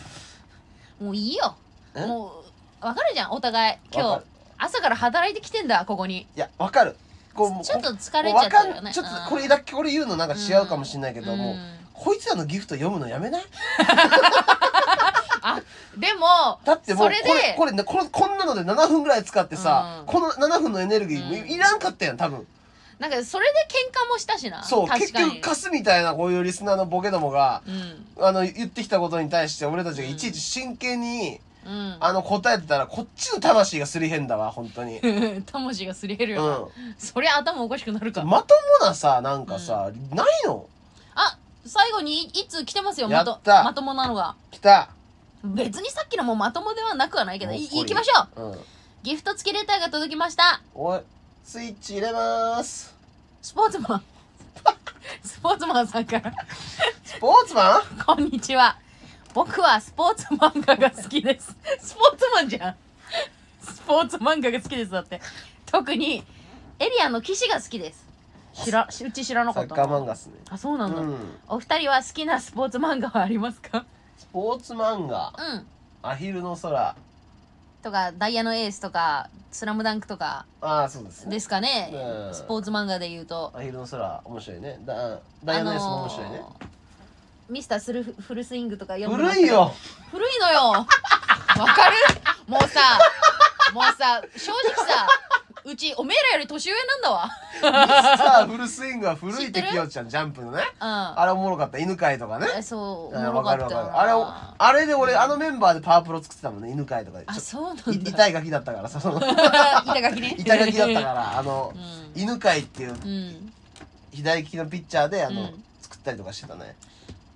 [SPEAKER 1] もういいよ
[SPEAKER 2] え
[SPEAKER 1] もうわかるじゃんお互い
[SPEAKER 2] わ
[SPEAKER 1] 今
[SPEAKER 2] か
[SPEAKER 1] 日
[SPEAKER 2] る
[SPEAKER 1] 朝から働いてきてんだここに
[SPEAKER 2] いやわかるこうもう
[SPEAKER 1] ちょっと疲れち
[SPEAKER 2] わ
[SPEAKER 1] ゃってる
[SPEAKER 2] か
[SPEAKER 1] よ
[SPEAKER 2] ん
[SPEAKER 1] ね
[SPEAKER 2] ちょっとこれだけこれ言うのなんか違うかもしれないけど、
[SPEAKER 1] うん
[SPEAKER 2] もうこいつらのギフト読むのやめない
[SPEAKER 1] あでも
[SPEAKER 2] だってもう
[SPEAKER 1] それで
[SPEAKER 2] これこれこれこんなので7分ぐらい使ってさ、
[SPEAKER 1] うん
[SPEAKER 2] この7分のエネルギー、
[SPEAKER 1] うん
[SPEAKER 2] いらんかったやん多分
[SPEAKER 1] なんかそれで喧嘩もしたしな
[SPEAKER 2] そう
[SPEAKER 1] 確
[SPEAKER 2] 結
[SPEAKER 1] かに
[SPEAKER 2] 局カスみたいなこういうリスナーのボケどもが
[SPEAKER 1] うん
[SPEAKER 2] あの言ってきたことに対して俺たち
[SPEAKER 1] う
[SPEAKER 2] が
[SPEAKER 1] ん
[SPEAKER 2] いちいち真剣に、
[SPEAKER 1] うん
[SPEAKER 2] あの答えてたらこっちの魂がすり減んだわ本当に。
[SPEAKER 1] 魂がすり減る
[SPEAKER 2] うん、
[SPEAKER 1] よな、
[SPEAKER 2] ま
[SPEAKER 1] そりゃ頭おかしくなるか
[SPEAKER 2] ともなさなんかさ、ないの
[SPEAKER 1] あ最後にいつ来てますよ
[SPEAKER 2] や
[SPEAKER 1] ま
[SPEAKER 2] った
[SPEAKER 1] とまともなのが
[SPEAKER 2] 来た、
[SPEAKER 1] 別にさっきのもまともではなくはないけどい
[SPEAKER 2] もうこれ
[SPEAKER 1] 行きましょう
[SPEAKER 2] うん、
[SPEAKER 1] ギフト付きレターが届きました
[SPEAKER 2] おいスイッチ入れます
[SPEAKER 1] スポーツマンスポーツマンさんから
[SPEAKER 2] スポーツマン
[SPEAKER 1] こんにちは僕はスポーツ漫画が好きですスポーツマンじゃんスポーツ漫画が好きですだって特にエリアの騎士が好きです知らうち知らな
[SPEAKER 2] サ
[SPEAKER 1] かっ
[SPEAKER 2] ッ
[SPEAKER 1] た
[SPEAKER 2] カー
[SPEAKER 1] な
[SPEAKER 2] 漫画っすね。
[SPEAKER 1] あそう
[SPEAKER 2] う
[SPEAKER 1] なんだ、
[SPEAKER 2] ん。
[SPEAKER 1] お二人は好きなスポーツ漫画はありますか
[SPEAKER 2] スポーツ漫画、
[SPEAKER 1] うん
[SPEAKER 2] アヒルの空。
[SPEAKER 1] とか、ダイヤのエースとか、スラムダンクとか
[SPEAKER 2] ああ、そうですね
[SPEAKER 1] で。すかね
[SPEAKER 2] う。ん
[SPEAKER 1] スポーツ漫画で言うと。
[SPEAKER 2] アヒルの空、面白いね。だダイアナエースも面白いね。
[SPEAKER 1] あのーミスタースルフフルスイングとか読んでました
[SPEAKER 2] 古
[SPEAKER 1] け
[SPEAKER 2] い
[SPEAKER 1] ど
[SPEAKER 2] よ。
[SPEAKER 1] 古いのよ。わかるもうさ、もうさ、正直さ、うちおめえらより年上なんだわ
[SPEAKER 2] さあフルスイングは古
[SPEAKER 1] 知
[SPEAKER 2] い
[SPEAKER 1] ってる
[SPEAKER 2] 敵よちゃんジャンプのね
[SPEAKER 1] うん
[SPEAKER 2] あれおもろかった犬飼いとかね
[SPEAKER 1] えそうお
[SPEAKER 2] あ
[SPEAKER 1] も
[SPEAKER 2] わ
[SPEAKER 1] ろかっ
[SPEAKER 2] かるわか
[SPEAKER 1] た
[SPEAKER 2] る
[SPEAKER 1] な
[SPEAKER 2] あれをあれで俺あのメンバーでパワープロ作ってたもんね犬飼いとかで
[SPEAKER 1] あ
[SPEAKER 2] ちょ
[SPEAKER 1] そうなん
[SPEAKER 2] い
[SPEAKER 1] だ
[SPEAKER 2] 痛いガキだったからさその
[SPEAKER 1] 板垣ね
[SPEAKER 2] 痛がきだったからあの
[SPEAKER 1] うん
[SPEAKER 2] 犬飼いっていう
[SPEAKER 1] うん
[SPEAKER 2] 左利きのピッチャーであの、
[SPEAKER 1] うん
[SPEAKER 2] 作ったりとかしてたね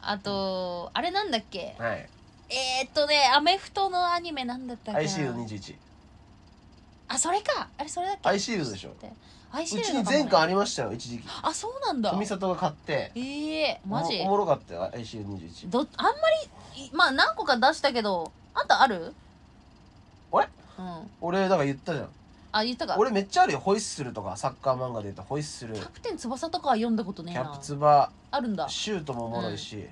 [SPEAKER 1] あとあれなんだっけ
[SPEAKER 2] はい
[SPEAKER 1] えー、っとねアメフトのアニメなんだったかな
[SPEAKER 2] i c ールド21
[SPEAKER 1] あそれかあれそれだっけ
[SPEAKER 2] i c ールドでしょ
[SPEAKER 1] アイ
[SPEAKER 2] う
[SPEAKER 1] シ
[SPEAKER 2] ち
[SPEAKER 1] ールド
[SPEAKER 2] に
[SPEAKER 1] かもね
[SPEAKER 2] 前回ありましたよ一時期
[SPEAKER 1] あそうなんだ
[SPEAKER 2] 富里が買って
[SPEAKER 1] ええマジ
[SPEAKER 2] おもろかったよ i c ールド21
[SPEAKER 1] どあんまりいまあ何個か出したけどあんたある
[SPEAKER 2] あれ
[SPEAKER 1] うん
[SPEAKER 2] 俺だから言ったじゃん
[SPEAKER 1] あ言ったか
[SPEAKER 2] 俺めっちゃあるよホイッスルとかサッカー漫画で言うとホイッスル
[SPEAKER 1] キャプテン翼とかは読んだことね
[SPEAKER 2] キ
[SPEAKER 1] えな
[SPEAKER 2] ャプツバ
[SPEAKER 1] あるんだ
[SPEAKER 2] シュートもおもろいし、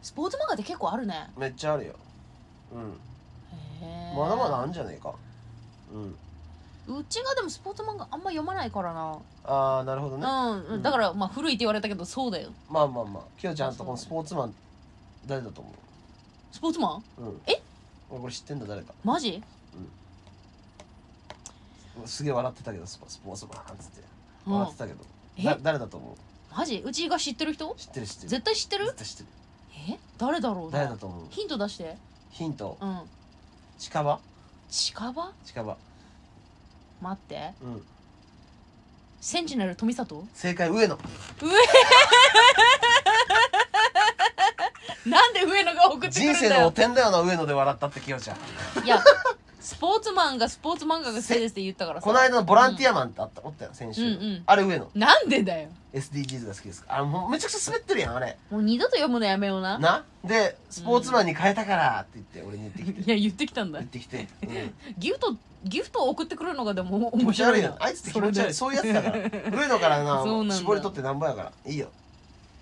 [SPEAKER 1] スポーツ漫画って結構あるね
[SPEAKER 2] めっちゃあるよう
[SPEAKER 1] へ
[SPEAKER 2] ん
[SPEAKER 1] え
[SPEAKER 2] まだまだあんじゃねえかうん
[SPEAKER 1] うちがでもスポーツ漫画あんま読まないからな、
[SPEAKER 2] ああなるほどね
[SPEAKER 1] うん、だからまあ古いって言われたけどそうだよ
[SPEAKER 2] まあまあまあきよちゃんとこのスポーツマン誰だと思
[SPEAKER 1] スポーツマン
[SPEAKER 2] ううん
[SPEAKER 1] え
[SPEAKER 2] 俺これ知ってんだ誰か
[SPEAKER 1] マジ
[SPEAKER 2] すげえ笑ってたけどスポスポーツマンっつって
[SPEAKER 1] うん
[SPEAKER 2] 笑ってたけど、
[SPEAKER 1] え
[SPEAKER 2] だ誰だと思う
[SPEAKER 1] マジうちが知ってる人
[SPEAKER 2] 知ってる知ってる
[SPEAKER 1] 絶対知ってる
[SPEAKER 2] 絶対知ってる
[SPEAKER 1] え誰だろうな
[SPEAKER 2] 誰だと思う
[SPEAKER 1] ヒント出して
[SPEAKER 2] ヒント
[SPEAKER 1] うん
[SPEAKER 2] 近場
[SPEAKER 1] 近場
[SPEAKER 2] 近場
[SPEAKER 1] 待って
[SPEAKER 2] うん
[SPEAKER 1] センチネル富里
[SPEAKER 2] 正解上野
[SPEAKER 1] なんで上野が送ってくる
[SPEAKER 2] 人
[SPEAKER 1] ん
[SPEAKER 2] 生
[SPEAKER 1] だ
[SPEAKER 2] の汚
[SPEAKER 1] よ
[SPEAKER 2] 点だよな上野で笑ったってきよちゃん
[SPEAKER 1] いやスポーツマンがスポーツ漫画が好きですって言ったからさ
[SPEAKER 2] この間のボランティアマンってあったおったよ先週、
[SPEAKER 1] うんうん
[SPEAKER 2] あれ上野
[SPEAKER 1] なんでだよ
[SPEAKER 2] SDGs が好きですあもうめちゃくちゃ滑ってるやんあれ
[SPEAKER 1] もう二度と読むのやめような
[SPEAKER 2] なでスポーツマンに変えたからって言って俺に言ってきて
[SPEAKER 1] いや言ってきたんだ
[SPEAKER 2] 言ってきて、 うん
[SPEAKER 1] ギフトギフトを送ってくるのがでも
[SPEAKER 2] 気持
[SPEAKER 1] 面
[SPEAKER 2] ち悪
[SPEAKER 1] 白
[SPEAKER 2] い
[SPEAKER 1] い
[SPEAKER 2] よ
[SPEAKER 1] な
[SPEAKER 2] あいつって気持ち悪いそういうやつだから上野からな
[SPEAKER 1] そうなんだ
[SPEAKER 2] 絞り取ってなんぼやからいいよ、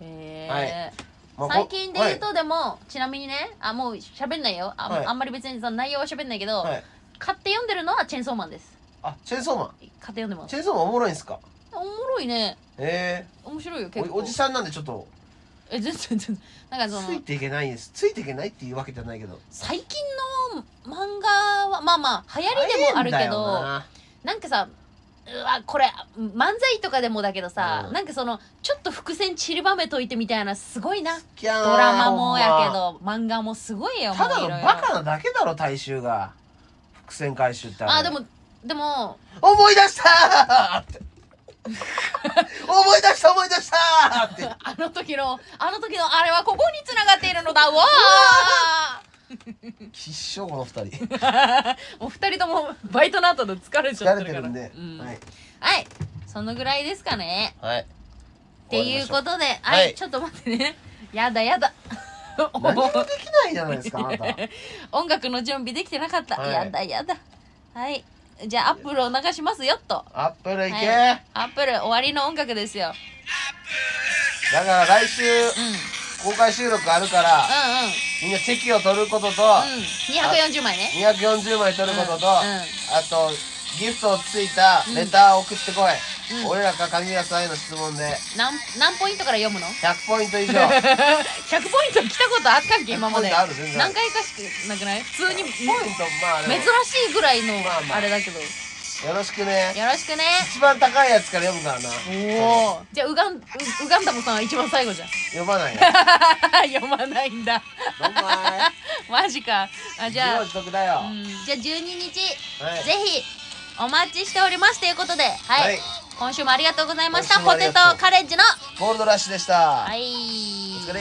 [SPEAKER 1] へー
[SPEAKER 2] まあこ
[SPEAKER 1] 最近で言う
[SPEAKER 2] は
[SPEAKER 1] とでも、ちなみにねあもう喋んないよあ,、
[SPEAKER 2] はい
[SPEAKER 1] あんまり別にその内容は喋んないけど、
[SPEAKER 2] い、はい、
[SPEAKER 1] 買って読んでるのはチェンソーマンです
[SPEAKER 2] あチェーンソーマ
[SPEAKER 1] 買って読んでま
[SPEAKER 2] ン
[SPEAKER 1] す
[SPEAKER 2] チェーンソーマンおもろいんすか
[SPEAKER 1] おもろいね
[SPEAKER 2] え
[SPEAKER 1] 面白いよ
[SPEAKER 2] え
[SPEAKER 1] 結構
[SPEAKER 2] おおじさんなんでちょっと
[SPEAKER 1] え全然全然なんかそ
[SPEAKER 2] つい
[SPEAKER 1] の
[SPEAKER 2] ていけないですついていけないっていうわけじゃないけど
[SPEAKER 1] 最近の漫画はまあまあ流行りでもあるけど
[SPEAKER 2] あ
[SPEAKER 1] なんかさうわこれ漫才とかでもだけどさ、
[SPEAKER 2] うん
[SPEAKER 1] なんかそのちょっと伏線散りばめといてみたいなすごいな
[SPEAKER 2] キャー
[SPEAKER 1] ドラマもやけ
[SPEAKER 2] ほん
[SPEAKER 1] ど、漫画もすごいよ
[SPEAKER 2] まただ
[SPEAKER 1] もういろ
[SPEAKER 2] の
[SPEAKER 1] いろ
[SPEAKER 2] バカなだけだろ大衆が伏線回収ってれ
[SPEAKER 1] あでもでも
[SPEAKER 2] 思い出したーって思い出した思い出したーって
[SPEAKER 1] あの時のあの時のあれはここに繋がっているのだわ
[SPEAKER 2] きっしょこの二人
[SPEAKER 1] ーもう二人ともバイトの後で疲れちゃ
[SPEAKER 2] 疲
[SPEAKER 1] っ
[SPEAKER 2] れ
[SPEAKER 1] て
[SPEAKER 2] て
[SPEAKER 1] るか
[SPEAKER 2] る
[SPEAKER 1] ら
[SPEAKER 2] んで、
[SPEAKER 1] うん
[SPEAKER 2] はい
[SPEAKER 1] はい、そのぐらいですかね
[SPEAKER 2] はいっ
[SPEAKER 1] っていうこととで
[SPEAKER 2] は
[SPEAKER 1] はいい、ちょっと待ってね やだやだ
[SPEAKER 2] 何もできないじゃないですかあなた
[SPEAKER 1] 音楽の準備できてなかった、
[SPEAKER 2] はい
[SPEAKER 1] やだやだはいじゃあアップルを流しますよっと
[SPEAKER 2] アップル行け、
[SPEAKER 1] はアップル終わりの音楽ですよ
[SPEAKER 2] だから来週
[SPEAKER 1] うんうんうん
[SPEAKER 2] 公開収録あるからみんなチェキを取ることと、
[SPEAKER 1] うん240枚ね
[SPEAKER 2] 240枚取ることと、
[SPEAKER 1] うんうん
[SPEAKER 2] あとギフトをついたレターを送ってこい、
[SPEAKER 1] うん
[SPEAKER 2] 俺らか鍵谷さんへの質問で
[SPEAKER 1] 何何ポイントから読むの
[SPEAKER 2] 100ポイント以 上
[SPEAKER 1] 100ポイント来たことあったっけ今まで
[SPEAKER 2] 100ポイントある全然あ
[SPEAKER 1] 何
[SPEAKER 2] る
[SPEAKER 1] 回かしかなくない普通に
[SPEAKER 2] ポ
[SPEAKER 1] 珍
[SPEAKER 2] イントまあでも
[SPEAKER 1] しいぐらいの
[SPEAKER 2] まあまあ
[SPEAKER 1] あれだけど、
[SPEAKER 2] よろしくね
[SPEAKER 1] よろしくね
[SPEAKER 2] 一番高いやつから読むからな
[SPEAKER 1] おおじゃあウガンウウガンダムさんは一番最後じゃん
[SPEAKER 2] 読まないよ
[SPEAKER 1] 読まないんだ
[SPEAKER 2] どんまい
[SPEAKER 1] マジかあじゃあ、う
[SPEAKER 2] 自業自得だよ、
[SPEAKER 1] ん、じゃあ12日、
[SPEAKER 2] はい
[SPEAKER 1] ぜひお待ちしておりますということではい、
[SPEAKER 2] はい
[SPEAKER 1] 今週もありがとうございましたポ
[SPEAKER 2] 今週もあ
[SPEAKER 1] テ
[SPEAKER 2] り
[SPEAKER 1] ト
[SPEAKER 2] がとう
[SPEAKER 1] カレッジの
[SPEAKER 2] ゴールドラッシュでした、
[SPEAKER 1] はい
[SPEAKER 2] お疲れ